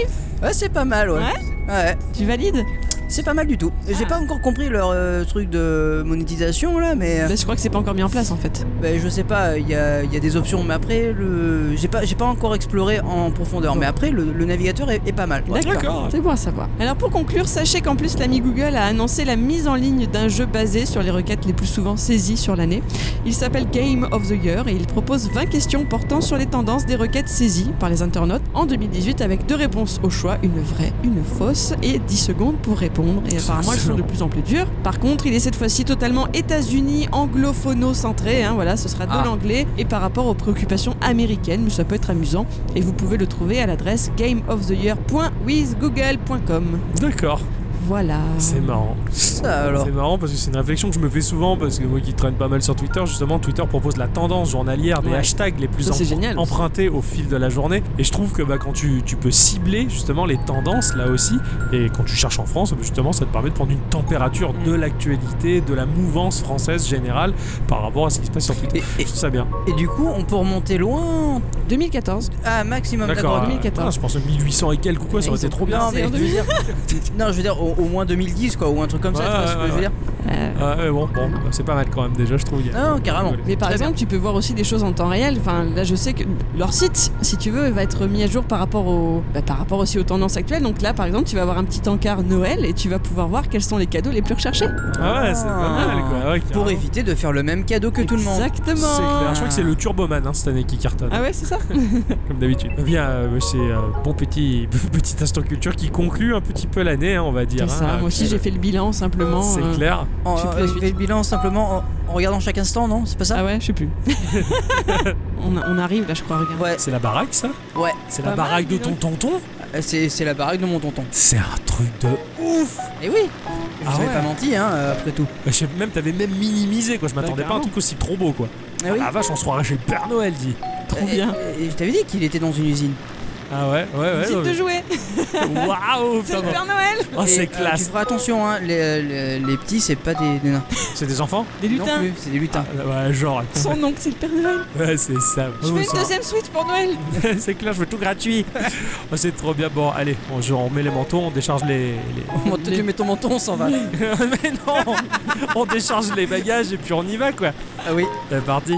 Speaker 3: euh, Ouais, c'est pas mal, ouais. Ouais,
Speaker 2: Tu valides
Speaker 3: c'est pas mal du tout.
Speaker 1: Ah.
Speaker 3: J'ai pas encore compris leur euh, truc de monétisation là, mais euh,
Speaker 2: Bah, Je crois que c'est pas encore mis en place en fait.
Speaker 3: bah, je sais pas, il y a, il y a des options, mais après, le... j'ai pas, j'ai pas encore exploré en profondeur, mais après, le, le navigateur est, est pas mal. ouais.
Speaker 1: D'accord.
Speaker 2: C'est bon à savoir. Alors pour conclure, sachez qu'en plus l'ami Google a annoncé la mise en ligne d'un jeu basé sur les requêtes les plus souvent saisies sur l'année. Il s'appelle Game of the Year et il propose 20 questions portant sur les tendances des requêtes saisies par les internautes en 2018 avec deux réponses au choix, une vraie, une fausse et 10 secondes pour répondre. Et apparemment elles sont de plus en plus dures. Par contre, il est cette fois-ci totalement États-Unis anglophono-centré. hein, voilà, ce sera de
Speaker 3: Ah.
Speaker 2: l'anglais et par rapport aux préoccupations américaines, mais ça peut être amusant. Et vous pouvez le trouver à l'adresse gameoftheyear.withgoogle.com.
Speaker 1: D'accord.
Speaker 2: Voilà.
Speaker 1: C'est marrant.
Speaker 3: Ça, alors.
Speaker 1: C'est marrant parce que c'est une réflexion que je me fais souvent parce que moi qui traîne pas mal sur Twitter, justement, Twitter propose la tendance journalière des
Speaker 2: Ouais.
Speaker 1: hashtags les plus
Speaker 2: Ça, c'est
Speaker 1: empr-
Speaker 2: génial.
Speaker 1: empruntés au fil de la journée. Et je trouve que bah, quand tu, tu peux cibler justement les tendances là aussi, et quand tu cherches en France, bah, justement, ça te permet de prendre une température de l'actualité, de la mouvance française générale par rapport à ce qui se passe sur Twitter.
Speaker 3: Et,
Speaker 1: Je trouve ça bien.
Speaker 3: et- et du coup, on peut remonter loin
Speaker 2: 2014.
Speaker 3: à un maximum
Speaker 1: D'accord.
Speaker 3: d'accord,
Speaker 1: euh, putain, je pense que 1800 et quelques ou quoi, ça aurait été trop bien.
Speaker 3: Non, mais je veux dire, non, je veux dire au, au moins 2010, quoi, ou un truc comme ça.
Speaker 1: Ouais,
Speaker 3: tu vois ce que
Speaker 1: ouais,
Speaker 3: je veux
Speaker 1: ouais.
Speaker 3: dire
Speaker 2: Euh,
Speaker 1: Ah ouais, bon, bon, bah, c'est pas mal quand même déjà, je trouve. il y a-
Speaker 3: Non, carrément.
Speaker 2: Mais par
Speaker 3: Très
Speaker 2: exemple, tu peux voir aussi des choses en temps réel. Enfin, là, je sais que leur site, si tu veux, va être mis à jour par rapport, au, bah, par rapport aussi aux tendances actuelles. Donc là, par exemple, tu vas avoir un petit encart Noël et tu vas pouvoir voir quels sont les cadeaux les plus recherchés.
Speaker 1: Ah ouais, c'est pas mal quoi. Ah ouais,
Speaker 3: Pour
Speaker 1: carrément.
Speaker 3: éviter de faire le même cadeau que tout le monde.
Speaker 1: C'est
Speaker 2: Exactement.
Speaker 1: clair. Je crois que c'est le Turboman hein, cette année qui cartonne,
Speaker 2: Ah ouais, c'est ça
Speaker 1: comme d'habitude. Eh bien, euh, c'est euh, bon petit, petit instant culture qui conclut un petit peu l'année, hein, on va dire.
Speaker 2: C'est ça.
Speaker 1: hein.
Speaker 2: Moi aussi, j'ai fait le bilan simplement.
Speaker 1: C'est
Speaker 2: euh,
Speaker 1: clair.
Speaker 3: En,
Speaker 2: Je sais plus la
Speaker 3: euh,
Speaker 2: suite.
Speaker 3: fais le bilan simplement en, en regardant chaque instant, non C'est pas ça
Speaker 2: Ah ouais, je sais plus. on, on arrive là, je crois. Regarde.
Speaker 3: Ouais,
Speaker 1: C'est la baraque, ça
Speaker 3: ouais. Euh,
Speaker 1: C'est la
Speaker 2: Pas mal,
Speaker 1: baraque de
Speaker 2: dis
Speaker 1: ton
Speaker 2: donc.
Speaker 1: tonton
Speaker 3: C'est c'est la baraque de mon tonton.
Speaker 1: C'est un truc de euh, ouf
Speaker 3: Et oui Je
Speaker 1: Ah
Speaker 3: vous avais
Speaker 1: ouais.
Speaker 3: pas menti, hein, euh, après tout.
Speaker 1: Je sais même, t'avais même minimisé quoi. Je m'attendais pas à un
Speaker 2: Bah, carrément.
Speaker 1: truc aussi trop beau quoi.
Speaker 3: Ah
Speaker 1: Ah
Speaker 3: oui.
Speaker 1: la vache, on se croirait chez le Père Noël, dit.
Speaker 2: Trop
Speaker 3: Et-
Speaker 2: bien.
Speaker 3: Et, je t'avais dit qu'il était dans une usine.
Speaker 1: Ah ouais, ouais, ouais.
Speaker 2: Site
Speaker 1: non,
Speaker 2: de jouer.
Speaker 1: mais- Waouh,
Speaker 2: C'est
Speaker 1: putain.
Speaker 2: le Père Noël.
Speaker 1: Oh,
Speaker 3: Et,
Speaker 1: c'est
Speaker 3: euh, tu
Speaker 1: classe.
Speaker 3: feras attention, hein, les, les- les petits, c'est pas des, des nains.
Speaker 2: euh,
Speaker 1: C'est des enfants
Speaker 2: Des
Speaker 3: Non
Speaker 2: lutins.
Speaker 3: plus, c'est des lutins.
Speaker 1: Ouais, genre.
Speaker 2: Son oncle, c'est le Père Noël.
Speaker 1: Ouais, c'est ça.
Speaker 2: Je
Speaker 1: Ouais,
Speaker 2: fais
Speaker 1: ça.
Speaker 2: une deuxième Switch pour Noël.
Speaker 1: c'est clair, je veux tout gratuit. Oh, c'est trop bien. Bon, allez, on, je- on met les mentons, on décharge les. les-
Speaker 3: Bon, tu- tu mets ton menton, on s'en va.
Speaker 1: Mais non On décharge les bagages et puis on y va, quoi.
Speaker 3: Ah oui.
Speaker 1: C'est parti.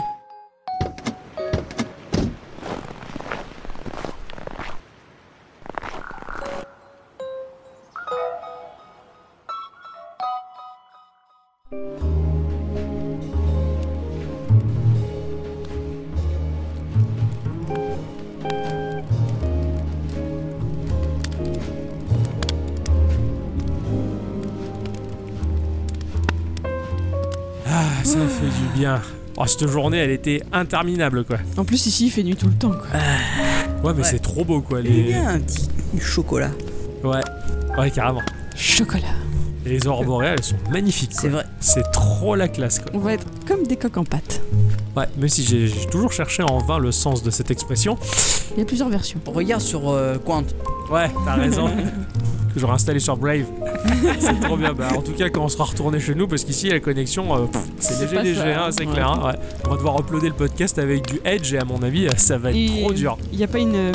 Speaker 1: Ah, ça fait du bien. Oh, cette journée, elle était interminable, quoi.
Speaker 2: En plus, ici, il fait nuit tout le temps. Quoi.
Speaker 1: Ouais, mais
Speaker 3: Ouais.
Speaker 1: c'est trop beau, quoi.
Speaker 3: Il y
Speaker 1: Les...
Speaker 3: a un petit chocolat.
Speaker 1: Ouais. Ouais, carrément.
Speaker 2: Chocolat.
Speaker 1: Et les aurores boréales, elles sont magnifiques,
Speaker 3: C'est
Speaker 1: quoi.
Speaker 3: vrai.
Speaker 1: C'est trop la classe, quoi.
Speaker 2: On va être comme des coques en pâte.
Speaker 1: Ouais, même si j'ai j'ai toujours cherché en vain le sens de cette expression.
Speaker 2: Il y a plusieurs versions.
Speaker 3: Regarde sur euh, Quant.
Speaker 1: Ouais, t'as raison. que j'aurais installé sur Brave. c'est trop bien. Bah, en tout cas, quand on sera retourné chez nous, parce qu'ici, la connexion, euh, pff, c'est léger,
Speaker 2: pas ça,
Speaker 1: léger, hein, c'est
Speaker 2: ouais.
Speaker 1: clair. hein, ouais. On va devoir uploader le podcast avec du Edge, et à mon avis, euh, ça va être
Speaker 2: Et-
Speaker 1: trop dur.
Speaker 2: Il n'y a pas une, euh,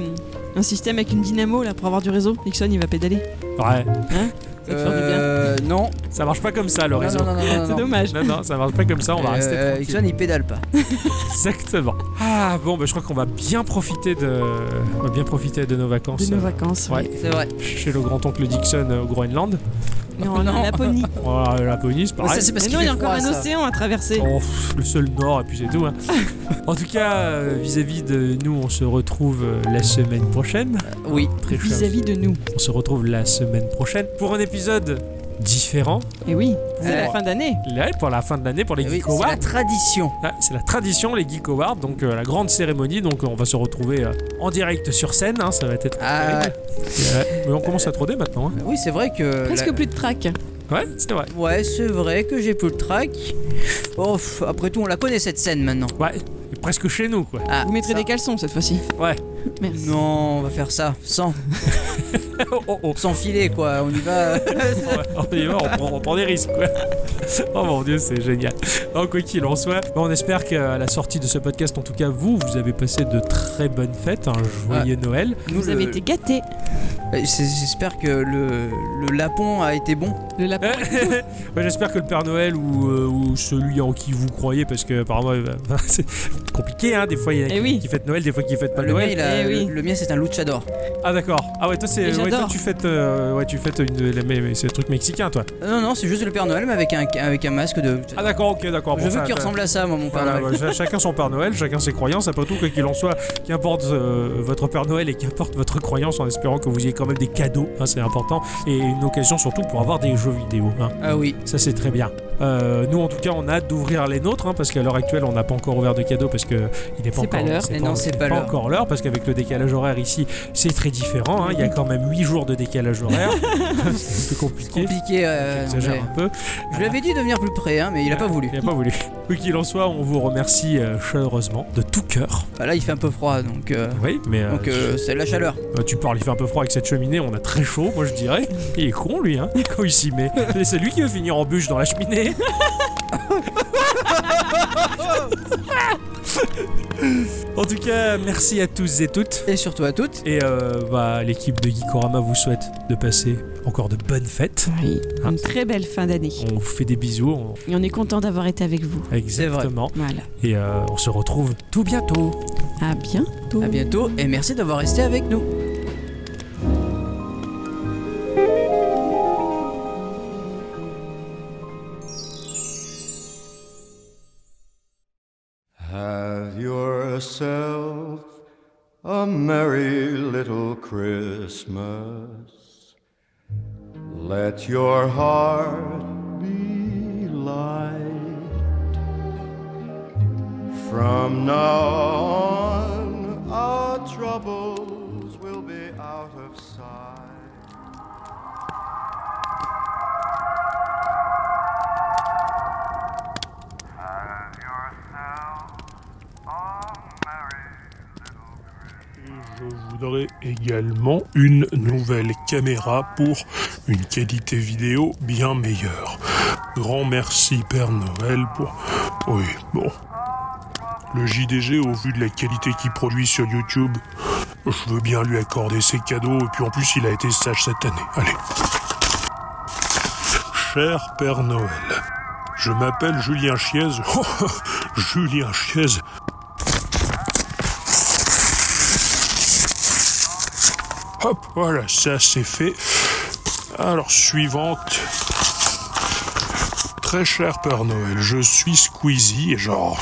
Speaker 2: un système avec une dynamo là pour avoir du réseau Nixon, il va pédaler.
Speaker 1: Ouais,
Speaker 2: Ça te ferait du bien.
Speaker 3: Euh, non.
Speaker 1: ça marche pas comme ça, le réseau.
Speaker 3: non, non, non, non,
Speaker 2: C'est
Speaker 3: non.
Speaker 2: dommage.
Speaker 1: Non, non, ça marche pas comme ça, on va
Speaker 3: Euh,
Speaker 1: rester
Speaker 3: euh,
Speaker 1: tranquille.
Speaker 3: Ixon, il pédale pas.
Speaker 1: Exactement. Ah bon, bah, je crois qu'on va bien profiter de, on va bien profiter de nos vacances.
Speaker 2: De nos
Speaker 1: euh,
Speaker 2: vacances.
Speaker 1: ouais.
Speaker 3: C'est vrai.
Speaker 1: Chez le grand-oncle Dixon euh, au Groenland.
Speaker 2: Non, en
Speaker 3: Non.
Speaker 2: Laponie.
Speaker 1: Voilà, la Laponie, c'est pareil.
Speaker 3: ça, c'est parce
Speaker 2: Mais
Speaker 3: qu'il
Speaker 2: non, il y a
Speaker 3: fait
Speaker 2: encore
Speaker 3: froid,
Speaker 2: un
Speaker 3: ça.
Speaker 2: océan à traverser.
Speaker 1: Oh, pff, le seul Nord, et puis c'est tout. hein. en tout cas, euh, vis-à-vis de nous, on se retrouve euh, la semaine prochaine.
Speaker 3: Oui.
Speaker 1: Très cher.
Speaker 2: Vis-à-vis de nous.
Speaker 1: On se retrouve la semaine prochaine pour un épisode différent.
Speaker 2: Et Eh oui, c'est
Speaker 3: Ouais.
Speaker 2: la fin d'année.
Speaker 1: Là, pour la fin de l'année, pour les
Speaker 3: Eh oui,
Speaker 1: Geek
Speaker 3: c'est
Speaker 1: Awards.
Speaker 3: la tradition.
Speaker 1: Ah, C'est la tradition, les Geek Awards, donc euh, la grande cérémonie. Donc euh, on va se retrouver euh, en direct sur scène. hein, ça va être.
Speaker 3: Ah,
Speaker 1: terrible. Ouais, Mais on commence à 3D maintenant. hein.
Speaker 3: oui, c'est vrai que.
Speaker 2: Presque
Speaker 3: la-
Speaker 2: plus de trac.
Speaker 1: Ouais, c'est vrai.
Speaker 3: Ouais, c'est vrai que j'ai plus le track. Oh, pff, après tout, on la connaît cette scène maintenant.
Speaker 1: Ouais, et presque chez nous, quoi.
Speaker 3: Ah,
Speaker 2: Vous mettrez
Speaker 3: ça-
Speaker 2: des caleçons cette fois-ci.
Speaker 1: Ouais.
Speaker 2: Merci.
Speaker 3: Non, on va faire ça. Sans,
Speaker 1: oh, oh, oh.
Speaker 3: sans filet, quoi. On y va.
Speaker 1: Ouais, on y va, on prend, on prend des risques, quoi. Oh mon dieu, c'est génial. Donc, quoi qu'il en soit, bon, on espère qu'à la sortie de ce podcast, en tout cas, vous, vous avez passé de très bonnes fêtes, un joyeux Noël.
Speaker 3: Nous,
Speaker 2: Vous avez
Speaker 3: le-
Speaker 2: été gâtés.
Speaker 3: Euh, c'est- J'espère que le, le lapon a été bon.
Speaker 2: Le
Speaker 1: Euh.
Speaker 2: lapin.
Speaker 1: Ouais, J'espère que le Père Noël ou, euh, ou celui en qui vous croyez, parce que apparemment, euh, c'est compliqué, hein. Des fois, il y en a
Speaker 2: Eh
Speaker 1: qui,
Speaker 2: oui.
Speaker 1: qui fêtent Noël, des fois qui fêtent pas
Speaker 3: le,
Speaker 1: Noël.
Speaker 3: mien, il a-
Speaker 2: Eh oui.
Speaker 3: le, le mien, c'est un luchador.
Speaker 1: Ah, d'accord. Ah, ouais, toi, c'est,
Speaker 2: Et
Speaker 1: ouais, toi
Speaker 2: j'adore.
Speaker 1: tu fêtes, euh, ouais, tu fêtes une, la- mais- mais c'est un truc mexicain, toi.
Speaker 3: Euh, Non, non, c'est juste le Père Noël, mais avec un, avec un masque de.
Speaker 1: Ah, d'accord, ok, d'accord.
Speaker 3: Je
Speaker 1: Bon,
Speaker 3: veux
Speaker 1: ça-
Speaker 2: euh,
Speaker 3: qu'il
Speaker 1: ça-
Speaker 3: ressemble à ça, moi, mon Père
Speaker 1: Voilà,
Speaker 3: Noël.
Speaker 1: ouais, ch- chacun son Père Noël, chacun ses croyances. Après tout, quoi qu'il en soit, qu'importe euh, votre Père Noël et qu'importe votre croyance, en espérant que vous ayez quand même des cadeaux, hein, c'est important, et une occasion surtout pour avoir des jeux vidéo. hein.
Speaker 3: Ah oui.
Speaker 1: Ça, c'est très bien. Euh, nous, en tout cas, on a hâte d'ouvrir les nôtres, hein, parce qu'à l'heure actuelle, on n'a pas encore ouvert de cadeaux, parce que il n'est pas
Speaker 2: C'est
Speaker 1: encore
Speaker 2: pas l'heure.
Speaker 1: c'est
Speaker 3: Mais non, c'est pas l'heure.
Speaker 1: encore l'heure, parce qu'avec le décalage horaire ici, c'est très différent. hein. Il y a quand même 8 jours de décalage horaire. c'est plus compliqué.
Speaker 3: Compliqué. euh,
Speaker 1: J'exagère
Speaker 3: mais-
Speaker 1: un peu.
Speaker 2: hein.
Speaker 3: Je lui avais dit de venir plus près, hein, mais il a pas
Speaker 2: Ah,
Speaker 3: voulu.
Speaker 1: Il n'a pas voulu. Quoi qu'il en soit, on vous remercie euh, chaleureusement, de tout cœur.
Speaker 3: Bah, là, il fait un peu froid, donc. euh,
Speaker 1: Oui, mais
Speaker 2: Ah,
Speaker 1: euh,
Speaker 3: Donc, euh, c'est la chaleur.
Speaker 1: Euh, tu parles, il fait un peu froid avec cette cheminée, on a très chaud, moi je dirais. Il est con lui, hein, quand il s'y met. Et C'est lui qui veut finir en bûche dans la cheminée. en tout cas, merci à tous et toutes.
Speaker 3: Et surtout à toutes.
Speaker 1: Et euh, bah, l'équipe de Geekorama vous souhaite de passer encore de bonnes fêtes.
Speaker 2: Oui, une très belle fin d'année.
Speaker 1: On vous fait des bisous. on-
Speaker 2: Et on est content d'avoir été avec vous.
Speaker 1: Exactement.
Speaker 2: Voilà.
Speaker 1: Et euh, on se retrouve tout bientôt.
Speaker 2: À bientôt.
Speaker 3: À bientôt et merci d'avoir resté avec nous.
Speaker 8: Have yourself a merry little Christmas. Let your heart be light. From now on, our troubles will be out of sight.
Speaker 5: Je voudrais également une nouvelle caméra pour une qualité vidéo bien meilleure. Grand merci Père Noël pour... Oui, bon. Le JDG, au vu de la qualité qu'il produit sur YouTube, je veux bien lui accorder ses cadeaux, et puis en plus il a été sage cette année. Allez. Cher Père Noël, je m'appelle Julien Chiez. Julien Chiez, Hop, voilà, ça c'est fait. Alors, suivante. Très cher Père Noël, je suis Squeezie et genre.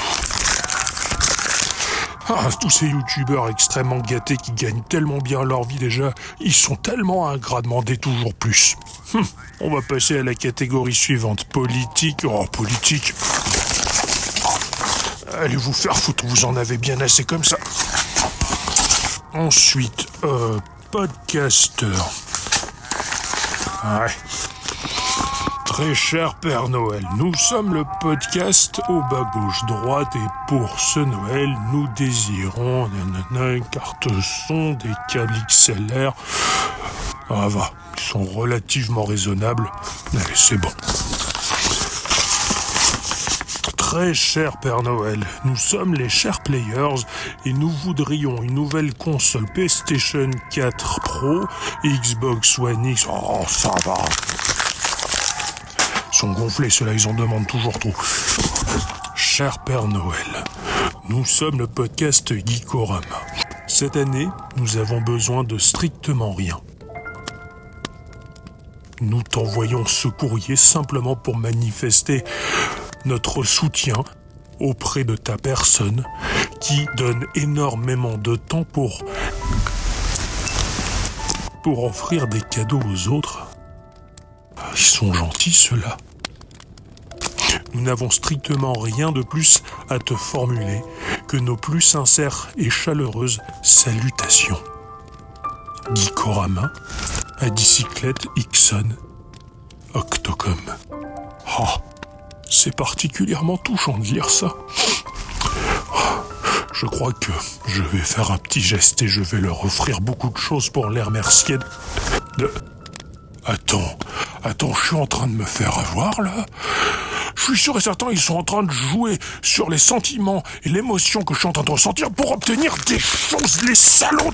Speaker 5: Ah, tous ces youtubeurs extrêmement gâtés qui gagnent tellement bien leur vie déjà, ils sont tellement ingrats, demander toujours plus. Hum, on va passer à la catégorie suivante, politique. Oh, politique. Allez vous faire foutre, vous en avez bien assez comme ça. Ensuite, euh, podcasteur. Ouais. Très cher Père Noël, nous sommes le podcast au bas gauche droite et pour ce Noël, nous désirons nanana, une carte son, des câbles XLR. Ah va, ils sont relativement raisonnables. Allez, c'est bon. Très cher Père Noël, nous sommes les chers players et nous voudrions une nouvelle console PlayStation 4 Pro, Xbox One X. Oh, ça va. Ils sont gonflés, ceux-là, ils en demandent toujours trop. Cher Père Noël, nous sommes le podcast Geekorama. Cette année, nous avons besoin de strictement rien. Nous t'envoyons ce courrier simplement pour manifester notre soutien auprès de ta personne qui donne énormément de temps pour pour offrir des cadeaux aux autres. Ils sont gentils ceux-là. Nous n'avons strictement rien de plus à te formuler que nos plus sincères et chaleureuses salutations. Guy Corama, à bicyclette Ixon, Octocom. Ah, c'est particulièrement touchant de lire ça. Je crois que je vais faire un petit geste et je vais leur offrir beaucoup de choses pour les remercier de- de... Attends, attends, je suis en train de me faire avoir là Je suis sûr et certain, ils sont en train de jouer sur les sentiments et l'émotion que je suis en train de ressentir pour obtenir des choses, les salauds